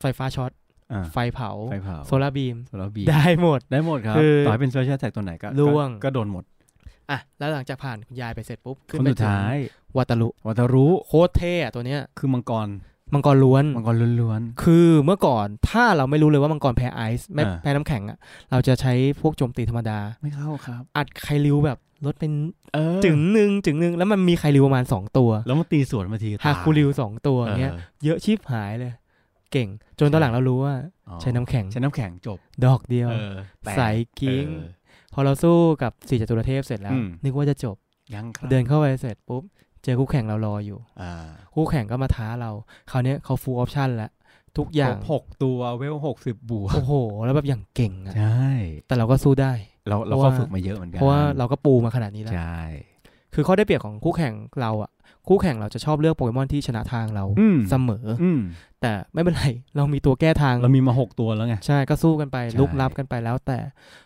[SPEAKER 2] ไฟฟ้าช็อต
[SPEAKER 3] อ่า
[SPEAKER 2] ไฟเผา
[SPEAKER 3] ไฟเผา
[SPEAKER 2] โซลาร์บีม
[SPEAKER 3] โซลาร์บี
[SPEAKER 2] ได้หมด
[SPEAKER 3] ได้หมดครับ
[SPEAKER 2] คือ
[SPEAKER 3] ต่อให้เป็นโซเชียลแท็กตัวไหนก็
[SPEAKER 2] ล่วง
[SPEAKER 3] ก็ก็โดนหมด
[SPEAKER 2] อ่ะแล้วหลังจากผ่านคุณยายไปเสร็จปุ๊บ
[SPEAKER 3] คน
[SPEAKER 2] ไป
[SPEAKER 3] สุดท้าย
[SPEAKER 2] วัตาลุ
[SPEAKER 3] วัตารุ
[SPEAKER 2] โคตรเท่อะตัวเนี้ย
[SPEAKER 3] คือมังกร
[SPEAKER 2] มังกรล้วน
[SPEAKER 3] มังกรล้วน
[SPEAKER 2] คือเมื่อก่อนถ้าเราไม่รู้เลยว่ามังกรแพ้ไอซ์ไม่
[SPEAKER 3] อ่า
[SPEAKER 2] แพ้น้ำแข็งอะเราจะใช้พวกโจมตีธรรมดา
[SPEAKER 3] ๆไม่เข้าครับ
[SPEAKER 2] อัดไคริวแบบลดเป็น
[SPEAKER 3] เออ
[SPEAKER 2] จึงหนึ่งจึงหนึ่งแล้วมันมีไคริวประมาณ 2 ตัว
[SPEAKER 3] แล้วมันตีสวนมาที
[SPEAKER 2] ฮาคูริวสองตัว
[SPEAKER 3] ตาย
[SPEAKER 2] เงี้ย
[SPEAKER 3] ออ
[SPEAKER 2] เยอะชิบหายเลย เก่ง จนตอนหลังเรารู้ว่า
[SPEAKER 3] อ๋อ
[SPEAKER 2] ใช้น้ำแข็ง
[SPEAKER 3] ใช้น้ำแข็งจบ
[SPEAKER 2] ดอกเดียว
[SPEAKER 3] เออแต่
[SPEAKER 2] สายกิ้ง
[SPEAKER 3] เออ
[SPEAKER 2] พอเราสู้กับสี่จตุรเทพเสร็จแล้ว
[SPEAKER 3] อืม
[SPEAKER 2] นึกว่าจะจบ
[SPEAKER 3] ยังครับ
[SPEAKER 2] เดินเข้าไปเสร็จปุ๊บ เจอคู่แข่งเรารออยู่
[SPEAKER 3] อ่า
[SPEAKER 2] คู่แข่งก็มาท้าเรา คราวเนี้ยเขาฟูลออปชั่นแล้ว ทุกอย่าง
[SPEAKER 3] ครบหกตัวเวลหกสิบบวก
[SPEAKER 2] โอ้โห แล้วแบบอย่างเก่งอะ
[SPEAKER 3] ใช่
[SPEAKER 2] แต่เราก็สู้ได้
[SPEAKER 3] เราเรา
[SPEAKER 2] เพราะ
[SPEAKER 3] ก็
[SPEAKER 2] ว่า
[SPEAKER 3] ฝึกมาเยอะเหมือนกั
[SPEAKER 2] เพราะว่าเราก็ปูมาขนาดนี้แล้ว
[SPEAKER 3] ใช่
[SPEAKER 2] คือข้อได้เปรียบของคู่แข่งเราอะคู่แข่งเราจะชอบเลือกโปเกมอนที่ชนะทางเรา
[SPEAKER 3] อืม
[SPEAKER 2] เสมออ
[SPEAKER 3] อืม
[SPEAKER 2] แต่ไม่เป็นไร เรามีตัวแก้ทาง
[SPEAKER 3] เรามีมาหกตัวแล้วไง
[SPEAKER 2] ใช่ ก็สู้กันไป
[SPEAKER 3] ใช่
[SPEAKER 2] ลุกลับกันไปแล้ว แต่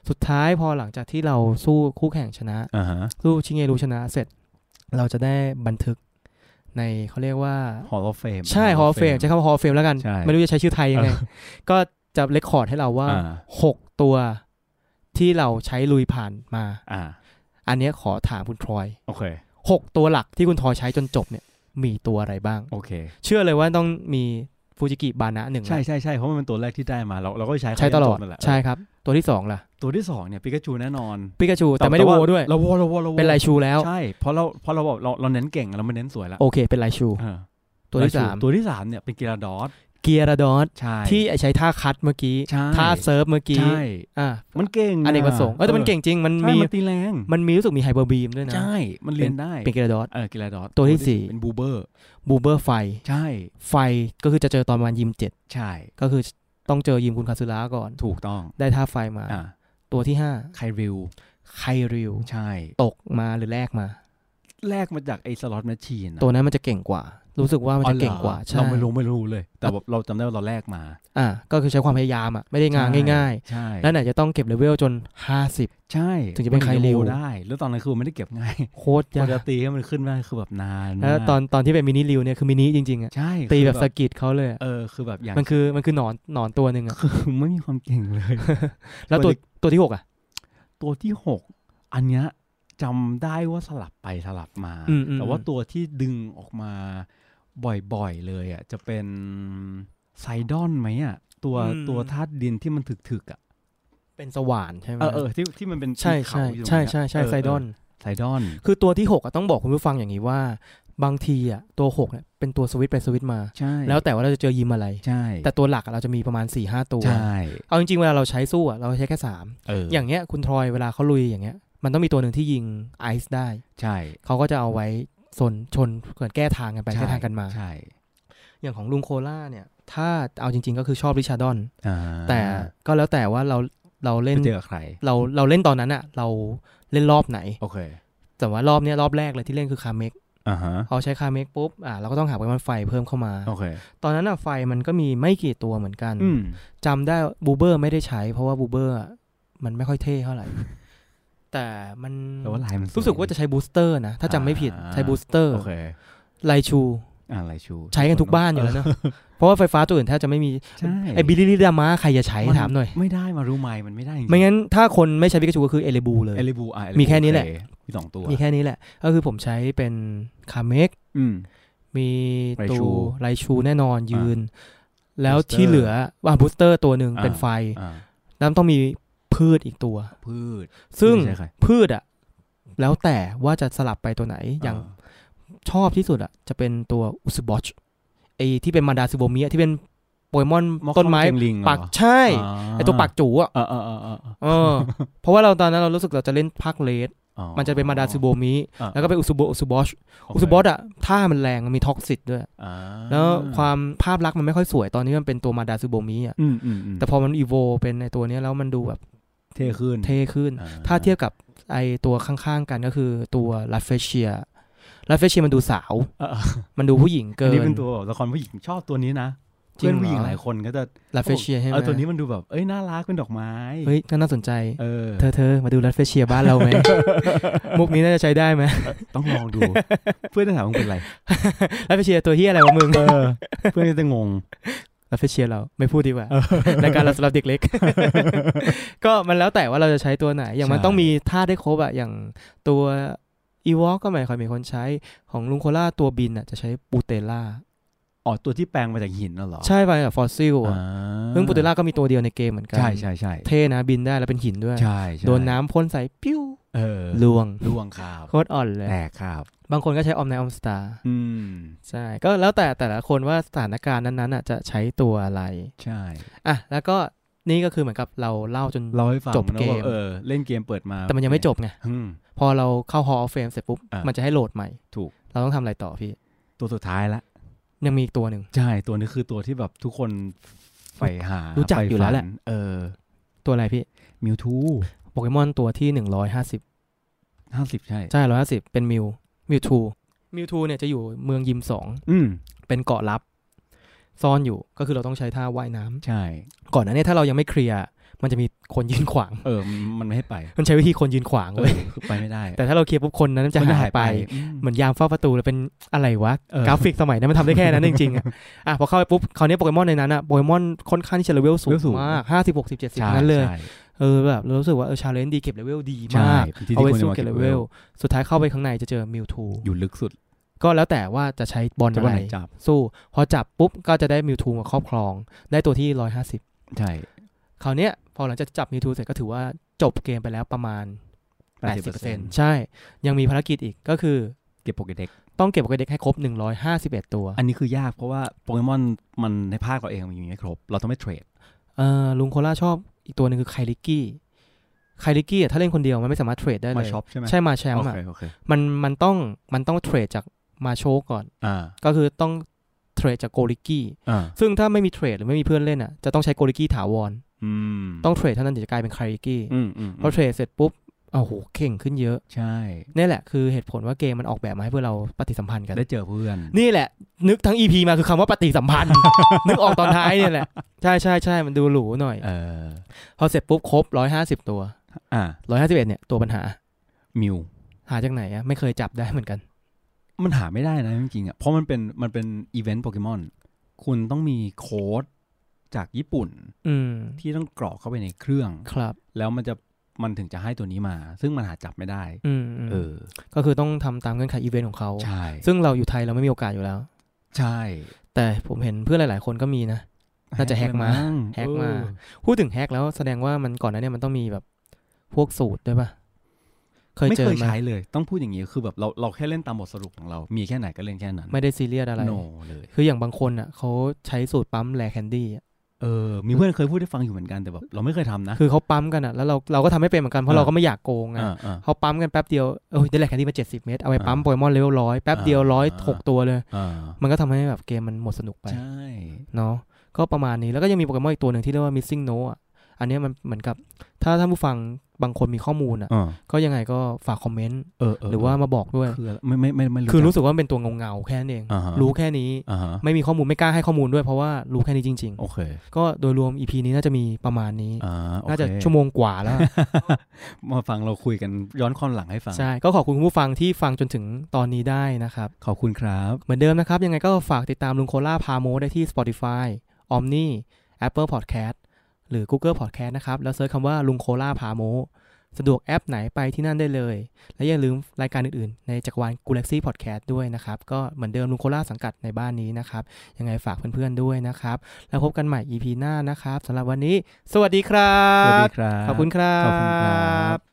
[SPEAKER 2] สุดท้ายพอหลังจากที่เราสู้คู่แข่งชนะ
[SPEAKER 3] อ่าฮะ
[SPEAKER 2] สู้ชิงเงรูชนะเสร็จ เราจะได้บันทึกในเขาเรียกว่า
[SPEAKER 3] Hall of Fame
[SPEAKER 2] ใช่ฮอลเฟมใช้คำว่าฮอลเฟมแล้วกัน
[SPEAKER 3] ใช่
[SPEAKER 2] ไม่รู้จะใช้ชื่อไทยยังไง ก็จะเรคคอร์ดให้เราว่า
[SPEAKER 3] อ่า
[SPEAKER 2] หกตัวที่เราใช้ลุยผ่านมา
[SPEAKER 3] อ่า
[SPEAKER 2] อันเนี้ยขอถามคุณทรอย
[SPEAKER 3] โอเค
[SPEAKER 2] หกตัวหลักที่คุณทรอยใช้จนจบเนี่ย มีตัวอะไรบ้าง
[SPEAKER 3] โอเค
[SPEAKER 2] เชื่อเลยว่าต้องมีฟูจิกิบานะหนึ่ง
[SPEAKER 3] ใช่ใช่ใช่เพราะมันเป็นตัวแรกที่ได้มา เราเราก็ใช้
[SPEAKER 2] ใช้ตลอด
[SPEAKER 3] นั่นแหละ
[SPEAKER 2] ใช่ครับ ตัวที่สองล่ะ
[SPEAKER 3] ตัวที่สองเนี่ยปิกาจูแน่นอน
[SPEAKER 2] ปิกาจูแต่ไม่ได้โวด้วย
[SPEAKER 3] เราโวเราโวเราโว
[SPEAKER 2] เป็นไรชูแล้ว
[SPEAKER 3] ใช่ เพราะเราเพราะเราบอกเราเราเน้นเก่งเราไม่เน้นสวยละ
[SPEAKER 2] โอเค เป็นไรชู
[SPEAKER 3] เออ
[SPEAKER 2] ตัวที่สาม
[SPEAKER 3] ตัวที่สามเนี่ยเป็นกีฬาดอส
[SPEAKER 2] เกียร์ดอส
[SPEAKER 3] ใช่
[SPEAKER 2] ที่ใช้ท่าคัดเมื่อกี้
[SPEAKER 3] ใช่
[SPEAKER 2] ท่าเซิร์ฟเมื่อกี้
[SPEAKER 3] ใช่
[SPEAKER 2] อ่า
[SPEAKER 3] มันเก่ง
[SPEAKER 2] อันเอกประสงค์เออแต่มันเก่งจริงมัน
[SPEAKER 3] ใช่
[SPEAKER 2] มี
[SPEAKER 3] มันตีแรง
[SPEAKER 2] มันมีรู้สึกมีไฮเปอร์บีมด้วยนะ
[SPEAKER 3] ใช่มันเรียนได้
[SPEAKER 2] เป็นเกรดอส
[SPEAKER 3] เออกีฬาดอส
[SPEAKER 2] ตัวที่สี่
[SPEAKER 3] เป็นบูเบอร์
[SPEAKER 2] บูเบอร์ไฟ
[SPEAKER 3] ใช่
[SPEAKER 2] ไฟก็คือจะเจอตอนประมาณยิมเจ็ด
[SPEAKER 3] ใช่
[SPEAKER 2] ก็คือต้องเจอยิมคุณคาซึระก่อน
[SPEAKER 3] ถูกต้อง
[SPEAKER 2] ได้ท่าไฟมา
[SPEAKER 3] อ่า
[SPEAKER 2] ตัวที่ห้า
[SPEAKER 3] ไคริว
[SPEAKER 2] ไคริว
[SPEAKER 3] ใช่
[SPEAKER 2] ตกมาหรือแลกมา
[SPEAKER 3] แรกมาจากไอ้สล็อตแมชชีน
[SPEAKER 2] ตัวนั้นมันจะเก่งกว่า รู้สึกว่ามันจะเก่งกว่า
[SPEAKER 3] อ๋อ
[SPEAKER 2] ใช่
[SPEAKER 3] เหรอเราไม่รู้ไม่รู้เลย แต่แบบเราจำได้ว่าเราแลกมา
[SPEAKER 2] อ่าก็คือใช้ความพยายามอ่ะ ไม่ได้งานง่าย
[SPEAKER 3] ใช่
[SPEAKER 2] ๆ แล้วไหนจะต้องเก็บเลเวลจน 50
[SPEAKER 3] ใช่
[SPEAKER 2] ถึงจะเป็นใครเร็ว
[SPEAKER 3] มัได้ แล้วตอนนั้นคือไม่ได้เก็บง่าย
[SPEAKER 2] โคตร
[SPEAKER 3] ป
[SPEAKER 2] ยาก
[SPEAKER 3] กติให้มันขึ้นมาคือแบบนาน
[SPEAKER 2] แล้วตอนตอนที่เป็นมินิริวเนี่ยคือมินิจริงๆอ่ะ
[SPEAKER 3] ใช่
[SPEAKER 2] ตีแบบ
[SPEAKER 3] คือ
[SPEAKER 2] สะกิดเขาเลยอะ
[SPEAKER 3] เออคือแบบอย่าง
[SPEAKER 2] มันคือมันคือหนอนหนอนตัวหนึ่งอ่ะ
[SPEAKER 3] คือ [LAUGHS] ไม่มีความเก่งเลย
[SPEAKER 2] แล้วตัวตัวที่หกอ่ะ
[SPEAKER 3] ตัวที่หกอันเนี้ยจำได้ว่าสลับไปสลับมา
[SPEAKER 2] อืมอืม
[SPEAKER 3] แต่ว่าตัวที่ดึงออกมาบ่อยๆเลยอ่ะจะเป็นไซดอนไหมอ่ะตัวตัวธาตุดินที่มันถึกๆอ่ะ
[SPEAKER 2] เป็นสว่านใช่ไหม
[SPEAKER 3] เออเออที่ที่มันเป็น
[SPEAKER 2] ใช่
[SPEAKER 3] ภูเขา
[SPEAKER 2] ใช่
[SPEAKER 3] อยู่ตรง
[SPEAKER 2] ใช่
[SPEAKER 3] เนี้ย
[SPEAKER 2] ใช่ใช่
[SPEAKER 3] เ
[SPEAKER 2] ไซดอน
[SPEAKER 3] ไซดอน
[SPEAKER 2] คือตัวที่ 6อ่ะต้องบอกคุณผู้ฟังอย่างนี้ว่า บางทีอ่ะตัว6เนี่ยเป็นตัวสวิตช์ไปสวิตช์มา
[SPEAKER 3] ใช่
[SPEAKER 2] แล้วแต่ว่าเราจะเจอยิมอะไร
[SPEAKER 3] ใช่
[SPEAKER 2] แต่ตัวหลักอะเราจะมีประมาณ4ี่ห้าตัว
[SPEAKER 3] ใช่
[SPEAKER 2] เอาจริงๆเวลาเราใช้สู้อ่ะเราใช้แค่
[SPEAKER 3] เอ
[SPEAKER 2] 3
[SPEAKER 3] ออ
[SPEAKER 2] อย่างเงี้ยคุณทรอยเวลาเขาลุยอย่างเงี้ยมันต้องมีตัวหนึ่งที่ยิงไอซ์ได้
[SPEAKER 3] ใช่
[SPEAKER 2] เขาก็จะเอาไว้สนชนเกิดแก้ทางกันไปแก้ทางกันมา
[SPEAKER 3] ใช่
[SPEAKER 2] อย่างของลุงโคล่าเนี่ย ถ้าเอาจริง ๆ ก็คือชอบริชาร์ดอน
[SPEAKER 3] อ่า
[SPEAKER 2] แต่ก็แล้วแต่ว่าเราเรา
[SPEAKER 3] ไป
[SPEAKER 2] เล่น
[SPEAKER 3] เจอกับใคร
[SPEAKER 2] เราเราเล่นตอนนั้นอ่ะเราเล่นรอบไหน
[SPEAKER 3] โอเค
[SPEAKER 2] แต่ว่ารอบเนี้ยรอบแรกเลยที่เล่นคือคาเมก
[SPEAKER 3] อ่าฮะ
[SPEAKER 2] พอใช้คาเมกปุ๊บ อ่าเราก็ต้องหาโปเกมอนไฟเพิ่มเข้ามา
[SPEAKER 3] โอเค
[SPEAKER 2] ตอนนั้นอ่ะไฟมันก็มีไม่กี่ตัวเหมือนกัน
[SPEAKER 3] อืม
[SPEAKER 2] จำได้บูเบอร์ไม่ได้ใช้ เพราะว่าบูเบอร์อ่ะมันไม่ค่อยเท่เท่าไหร่ [LAUGHS] แต่มัน
[SPEAKER 3] แต่ว่าลายมันย
[SPEAKER 2] รู้สึกว่าจะใช้บูสเตอร์นะ ถ้าจำไม่ผิด
[SPEAKER 3] อ่า
[SPEAKER 2] ใช้บูสเตอร์
[SPEAKER 3] โอเค
[SPEAKER 2] ไลชู
[SPEAKER 3] อ่าลายชู
[SPEAKER 2] ใช้กันทุกบ้านอยู่แล้วเนอะเพราะว่าไฟฟ้าตัวอื่นแทบจะไม่มี
[SPEAKER 3] ใช่
[SPEAKER 2] ไอ้บิลลี่ดามาใครจะใช้
[SPEAKER 3] น
[SPEAKER 2] ถามหน่อย
[SPEAKER 3] ไม่ได้มารู้ไหมมันไม่ได้จริง
[SPEAKER 2] ไม่งั้นถ้าคนไม่ใช้พิกาจูก็คือเอเลบูเลย
[SPEAKER 3] เอลิบูอ่ะ Elibu
[SPEAKER 2] มีแค่นี้แหละ
[SPEAKER 3] โอเคมีสองตัว
[SPEAKER 2] มีแค่นี้แหละ ก็คือผมใช้เป็นคาเมก
[SPEAKER 3] อืม
[SPEAKER 2] มี
[SPEAKER 3] ไร
[SPEAKER 2] ตั
[SPEAKER 3] ชู
[SPEAKER 2] วไรชูแน่นอนยืน แล้ว
[SPEAKER 3] Booster
[SPEAKER 2] ที่เหลือว่าบูสเตอร์ตัวหนึ่ง
[SPEAKER 3] อ่า
[SPEAKER 2] เป็นไฟ
[SPEAKER 3] อ่า
[SPEAKER 2] แล้วต้องมีพืชอีกตัว
[SPEAKER 3] พืช
[SPEAKER 2] ซึ่ง
[SPEAKER 3] ใช่ใช่
[SPEAKER 2] พืชอ่ะ แล้วแต่ว่าจะสลับไปตัวไหน อย่าง
[SPEAKER 3] เ
[SPEAKER 2] ชอบที่สุดอ่ะ จะเป็นตัวอุซบอชไอที่เป็นมาดาซูโบเมียที่เป็นโปเกมอน
[SPEAKER 3] อก
[SPEAKER 2] ต้นไม้
[SPEAKER 3] เกลิงเหรอ
[SPEAKER 2] ปักใช่
[SPEAKER 3] า
[SPEAKER 2] ไอตัวปักจูอ่ะ
[SPEAKER 3] เออเออเออเออเออ
[SPEAKER 2] เอ
[SPEAKER 3] [LAUGHS]
[SPEAKER 2] อ เพราะว่าเราตอนนั้นเรารู้สึกเราจะเล่นพักเลส
[SPEAKER 3] อ๋อ
[SPEAKER 2] มันจะเป็นมาดาซูโบมิ
[SPEAKER 3] อ่า
[SPEAKER 2] แล้วก็เป็นอุซบอุซบอช
[SPEAKER 3] โ
[SPEAKER 2] อุซบอชอ่ะท่ามันแรงมันมีท็อกซิตด้วย
[SPEAKER 3] อ่า
[SPEAKER 2] แล้วความภาพลักษณ์มันไม่ค่อยสวยตอนนี้มันเป็นตัวมาดาซูโบมิอ่ะ
[SPEAKER 3] อืมอืมอืม
[SPEAKER 2] แต่พอมันอีโวเป็นในตัวเนี้ยแล้วมันดูแบบ
[SPEAKER 3] เท่ขึ้น
[SPEAKER 2] เท่ขึ้น
[SPEAKER 3] อ่
[SPEAKER 2] ถ้าเทียบกับไอตัวข้างๆกันก็คือตัวลาเฟเชียลาเฟเชียมันดูสาว
[SPEAKER 3] เออ
[SPEAKER 2] มันดูผู้หญิงเกิ
[SPEAKER 3] อัน
[SPEAKER 2] น
[SPEAKER 3] นี้เป็นตัวแบบละครผู้หญิงชอบตัวนี้นะ
[SPEAKER 2] จริ
[SPEAKER 3] เพื่อง น
[SPEAKER 2] เหรอ
[SPEAKER 3] ผู้หญิงหลายคนก็จะ
[SPEAKER 2] ลาเฟเชียใช่ไหม
[SPEAKER 3] เออตัวนี้มันดูแบบเอ้ยน่ารักเป็นดอกไม้
[SPEAKER 2] เฮ้ยก็น่าสนใจ
[SPEAKER 3] เออ
[SPEAKER 2] เธอเธอมาดูลาเฟเชียบ้านเราไหม มุกนี้น่าจะใช้ได้ไหม
[SPEAKER 3] ต้องลอง [LAUGHS] ดู เพื่อนจะถามมึงเป็นไร
[SPEAKER 2] ลาเฟเชียตัวเฮียอะไรวะมึง
[SPEAKER 3] เออเพื่อนจะงง
[SPEAKER 2] แล้วไปเชียร์เราไม่พูดดีกว่า รายการเราสำหรับเด็ก
[SPEAKER 3] [LAUGHS]
[SPEAKER 2] เล็ก ก็มันแล้วแต่ว่าเราจะใช้ตัวไหน อย่างมัน
[SPEAKER 3] ใช่
[SPEAKER 2] ต้องมีท่าได้ครบอะอย่างตัวอีวอก็ไม่ค่อยมีคนใช้ของลุงโคล่าตัวบินอะจะใช้ปูเตล่า
[SPEAKER 3] อ๋อตัวที่แปลงมาจากหินน่ะเหรอ
[SPEAKER 2] ใช่ไปกับฟอสซิล
[SPEAKER 3] อ่า
[SPEAKER 2] อะซึ่งปูเตล่าก็มีตัวเดียวในเกมเหมือนกัน
[SPEAKER 3] ใช่ใช่ใช่
[SPEAKER 2] เท่นะบินได้แล้วเป็นหินด้วย
[SPEAKER 3] ใช่ใช่
[SPEAKER 2] โดนน้ำพ่นใส่ปิ้ว
[SPEAKER 3] เออ
[SPEAKER 2] ลวง
[SPEAKER 3] ลวงครับ
[SPEAKER 2] โคตรอ่อนเลย
[SPEAKER 3] แตกครับ
[SPEAKER 2] บางคนก็ใช้ออมไนออมสตาร์
[SPEAKER 3] อืม
[SPEAKER 2] ใช่ก็แล้วแต่แต่ละคนว่าสถานการณ์นั้นๆอะจะใช้ตัวอะไร
[SPEAKER 3] ใช่
[SPEAKER 2] อ่ะแล้วก็นี่ก็คือเหมือนกับเราเล่าจน
[SPEAKER 3] เราให้ฟัง
[SPEAKER 2] จบ
[SPEAKER 3] นะ
[SPEAKER 2] เก
[SPEAKER 3] ว่า
[SPEAKER 2] ม
[SPEAKER 3] เออ เล่นเกมเปิดมา
[SPEAKER 2] แต่มันยังไม่จบไง
[SPEAKER 3] อืม
[SPEAKER 2] พอเราเข้า Hall of Fame เสร็จปุ๊บ
[SPEAKER 3] อ่ะ
[SPEAKER 2] มันจะให้โหลดใหม่
[SPEAKER 3] ถูก
[SPEAKER 2] เราต้องทำอะไรต่อพี่
[SPEAKER 3] ตัวสุดท้ายละ
[SPEAKER 2] ยังมีอีกตัวหนึ่ง
[SPEAKER 3] ใช่ ตัวนี้คือตัวที่แบบทุกคนใฝ่หา
[SPEAKER 2] รู้
[SPEAKER 3] รู้
[SPEAKER 2] จักอยู่แล้วแหละ
[SPEAKER 3] เออ
[SPEAKER 2] ตัวอะไรพี่
[SPEAKER 3] มิวทู
[SPEAKER 2] โปเกมอนตัวที่ 150
[SPEAKER 3] ห้าสิบใช่
[SPEAKER 2] ใช่ 150 เป็นมิวมิวทูมิวทูเนี่ยจะอยู่เมืองยิม
[SPEAKER 3] อืม
[SPEAKER 2] 2 เป็นเกาะลับ ซ่อนอยู่ก็คือเราต้องใช้ท่าว่ายน้ำ
[SPEAKER 3] ใช่
[SPEAKER 2] ก่อนหนั้านเนี่ยถ้าเรายังไม่เคลียร์มันจะมีคนยืนขวาง [LAUGHS]
[SPEAKER 3] เออ มันไม่ให้ไป
[SPEAKER 2] มันใช้วิธีคนยืนขวางเว้ย
[SPEAKER 3] คือไปไม่ได้
[SPEAKER 2] แต่ถ้าเราเคลียร์ปุ๊บคนนั้นจะ
[SPEAKER 3] มัน
[SPEAKER 2] หายไป
[SPEAKER 3] อืม
[SPEAKER 2] เหมือนยามเฝ้าประตูเลยเป็นอะไรวะ
[SPEAKER 3] เออ
[SPEAKER 2] กราฟิกสมัยนั้นมันทำได้แค่นั้นจริงๆอ่ะอ่ะพอเข้าไปปุ๊บคราวนี้โปเกมอนในนั้นอ่ะโปเกมอนค่อนข้างที่จะเลเวลสู
[SPEAKER 3] เล
[SPEAKER 2] ง
[SPEAKER 3] เวลสูง
[SPEAKER 2] มากห้าสิบหกสิบเจ็ดสิบ
[SPEAKER 3] ใช่
[SPEAKER 2] นั้นเลย
[SPEAKER 3] ใช่
[SPEAKER 2] เออแบบเรารู้สึกว่าเออชาเลนจ์ดีเก็บเลเวลดี
[SPEAKER 3] ใช่
[SPEAKER 2] มาก
[SPEAKER 3] ป็นที่
[SPEAKER 2] เอาไว้
[SPEAKER 3] ที่
[SPEAKER 2] สู้
[SPEAKER 3] คนจะ
[SPEAKER 2] เก็บเล
[SPEAKER 3] มา
[SPEAKER 2] เวล สุดท้ายเข้าไปข้างในจะเจอมิวทู
[SPEAKER 3] อยู่ลึกสุด
[SPEAKER 2] ก็แล้วแต่ว่าจะใช้บอล
[SPEAKER 3] จะ
[SPEAKER 2] อะ
[SPEAKER 3] ไป
[SPEAKER 2] ไร
[SPEAKER 3] ไหนจับ
[SPEAKER 2] สู้ พอจับปุ๊บก็จะได้มิวทูมาครอบครอง ได้ตัวที่ร้อยห้าสิบ
[SPEAKER 3] ใช่
[SPEAKER 2] คราวเนี้ยพอหลังจากจับมิวทูเสร็จก็ถือว่าจบเกมไปแล้วประมาณ
[SPEAKER 3] แปดสิบเปอร์เซ็นต์
[SPEAKER 2] 80%ใช่ ยังมีภารกิจอีกก็คือ
[SPEAKER 3] เก็บโปเกเด็ก
[SPEAKER 2] ต้องเก็บโปเกเด็กให้ครบ 151 ตัว
[SPEAKER 3] อันนี้คือยากเพราะว่าโปเกมอนมันในภาคเราเองมันอยู่ไม่ครบ เราต้องไม่เทรด
[SPEAKER 2] เออลุงโคล่าชอบอีกตัวหนึ่งคือไคลิกี้ไคลิกี้อะถ้าเล่นคนเดียวมันไม่สามารถเทรดได้เล
[SPEAKER 3] มาย ช็อปใช่ไหม
[SPEAKER 2] ใช่มาแชม
[SPEAKER 3] โอ
[SPEAKER 2] ป์อะ
[SPEAKER 3] เคโอเค
[SPEAKER 2] มันมันต้องมันต้องเทรดจากมาโชก่อน
[SPEAKER 3] อ่า
[SPEAKER 2] ก็คือต้องเทรดจากโกลิกี้
[SPEAKER 3] อ่า
[SPEAKER 2] ซึ่งถ้าไม่มีเทรดหรือไม่มีเพื่อนเล่นอ่ะจะต้องใช้โกลิกี้ถาวร
[SPEAKER 3] อืม
[SPEAKER 2] ต้องเทรดเท่านั้นถึงจะกลายเป็นไคลิกี้
[SPEAKER 3] อืมอืม
[SPEAKER 2] พอเทรดเสร็จปุ๊บโอ้โหเข่งขึ้นเยอะ
[SPEAKER 3] ใช่
[SPEAKER 2] นี่แหละคือเหตุผลว่าเกมมันออกแบบมาให้เพื่อเราปฏิสัมพันธ์กัน
[SPEAKER 3] ได้เจอเพื่อน
[SPEAKER 2] นี่แหละ นึกทั้ง EP มาคือคำว่าปฏิสัม
[SPEAKER 3] [LAUGHS]
[SPEAKER 2] พันธ์ นึกออกตอนท้ายเนี่ยแหละใช่ใช่ใช่มันดูหรูหน่อย
[SPEAKER 3] เออ
[SPEAKER 2] พอเสร็จปุ๊บครบร้อยห้าสิบตัว
[SPEAKER 3] อ่า
[SPEAKER 2] ร้อยห้าสิบเอ็ดเนี่ยตัวปัญหา
[SPEAKER 3] มิว
[SPEAKER 2] หาจากไหนอะไม่เคยจับได้เหมือนกัน
[SPEAKER 3] มันหาไม่ได้นะจริงๆอ่ะ เพราะมันเป็นมันเป็นอีเวนต์โปเกมอน คุณต้องมีโค้ดจากญี่ปุ่น
[SPEAKER 2] อืม
[SPEAKER 3] ที่ต้องกรอกเข้าไปในเครื่อง
[SPEAKER 2] ครับ
[SPEAKER 3] แล้วมันจะมันถึงจะให้ตัวนี้มา ซึ่งมันหาจับไม่ได้
[SPEAKER 2] อืมอืม
[SPEAKER 3] เออ
[SPEAKER 2] ก็คือต้องทำตามเงื่อนไขอีเวนต์ของเขา
[SPEAKER 3] ใช่
[SPEAKER 2] ซึ่งเราอยู่ไทยเราไม่มีโอกาสอยู่แล้ว
[SPEAKER 3] ใช่
[SPEAKER 2] แต่ผมเห็นเพื่อนหลาย ๆ คนก็มีนะ น่าจะแฮ็กมา แฮ็กมา พูดถึงแฮกแล้วแสดงว่ามันก่อนหน้าเนี่ยมันต้องมีแบบพวกสูตรด้วยป่ะ เค
[SPEAKER 3] เอย อไม่
[SPEAKER 2] เจ
[SPEAKER 3] เค
[SPEAKER 2] อย ไหม
[SPEAKER 3] ใช้เลย ต้องพูดอย่างนี้คือแบบเราเราแค่เล่นตามบทสรุปของเรา มีแค่ไหนก็เล่นแค่นั้น
[SPEAKER 2] ไม่ได้ซีเรียสอะไร
[SPEAKER 3] โนเลย
[SPEAKER 2] คืออย่างบางคนอ่ะเขาใช้สูตรปั๊มแลแคนดี้อะ
[SPEAKER 3] เออ มีเพื่อนเคยพูดให้ฟังอยู่เหมือนกันแต่แบบเราไม่เคยทำนะ
[SPEAKER 2] คือเขาปั๊มกันอ่ะแล้วเราเราก็ทำไม่เป็นเหมือนกันเพราะเราก็ไม่อยากโกงอ่ะ
[SPEAKER 3] อ่าอ่า
[SPEAKER 2] เขาปั๊มกันแป๊บเดียวเอ้ยได้แหลกแคนดี้มา 70 เมตร เอาไปปั๊ม
[SPEAKER 3] อ่า
[SPEAKER 2] โปเกมอนเลเวลร้อยแป๊บเดียวร้อย
[SPEAKER 3] อ่า
[SPEAKER 2] หกตัวเลย
[SPEAKER 3] อ่า
[SPEAKER 2] มันก็ทำให้แบบเกมมันหมดสนุกไป
[SPEAKER 3] ใช่
[SPEAKER 2] เนาะก็ประมาณนี้แล้วก็ยังมีโปเกมอนอีกตัวหนึ่งที่เรียกว่า missing no อ่ะอันเนี้ยมันเหมือนกับ ถ้าท่านผู้ฟังบางคนมีข้อมูลอ่ะ
[SPEAKER 3] อ่า
[SPEAKER 2] ก็ยังไงก็ฝากคอมเมนต์
[SPEAKER 3] เออเเห
[SPEAKER 2] รือว่ามาบอกด้วย
[SPEAKER 3] คืออะไรไม่ไม่ไม่ไม่
[SPEAKER 2] คือรู้สึกว่ามันเป็นตัวเงาเงาๆแค่นั้นเอง
[SPEAKER 3] อ่าฮะ
[SPEAKER 2] รู้แค่นี้
[SPEAKER 3] อ่าฮะ
[SPEAKER 2] ไม่มีข้อมูลไม่กล้าให้ข้อมูลด้วยเพราะว่ารู้แค่นี้จริง
[SPEAKER 3] โอเค
[SPEAKER 2] ๆ ก็โดยรวม EP นี้น่าจะมีประมาณนี้
[SPEAKER 3] อ่าโอ
[SPEAKER 2] น่า
[SPEAKER 3] เค
[SPEAKER 2] จะชั่วโมงกว่าแล้ว
[SPEAKER 3] มาฟังเราคุยกันย้อนความหลังให้ฟัง
[SPEAKER 2] ใช่ก็ขอบคุณคุณผู้ฟังที่ฟังจนถึงตอนนี้ได้นะครับ
[SPEAKER 3] ขอบคุณครับ
[SPEAKER 2] เหมือนเดิมนะครับ ยังไงก็ฝากติดตามลุงโคล่าพาโมได้ที่ Spotify Omni Apple Podcast หรือ Google Podcast นะครับ แล้วเซิร์ชคำว่าลุงโคล่าพาโมสะดวกแอปไหนไปที่นั่นได้เลย และอย่าลืมรายการอื่นๆ ในจักรวาล Galaxy Podcast ด้วยนะครับ ก็เหมือนเดิมลุงโคล่าสังกัดในบ้านนี้นะครับ ยังไงฝากเพื่อนๆด้วยนะครับ แล้วพบกันใหม่ EP หน้านะครับสำหรับวันนี้ สวัสดีครั
[SPEAKER 3] สวัส
[SPEAKER 2] บ
[SPEAKER 3] ดีครับ
[SPEAKER 2] ขอบคุณครั
[SPEAKER 3] ขอบคุณครับ บ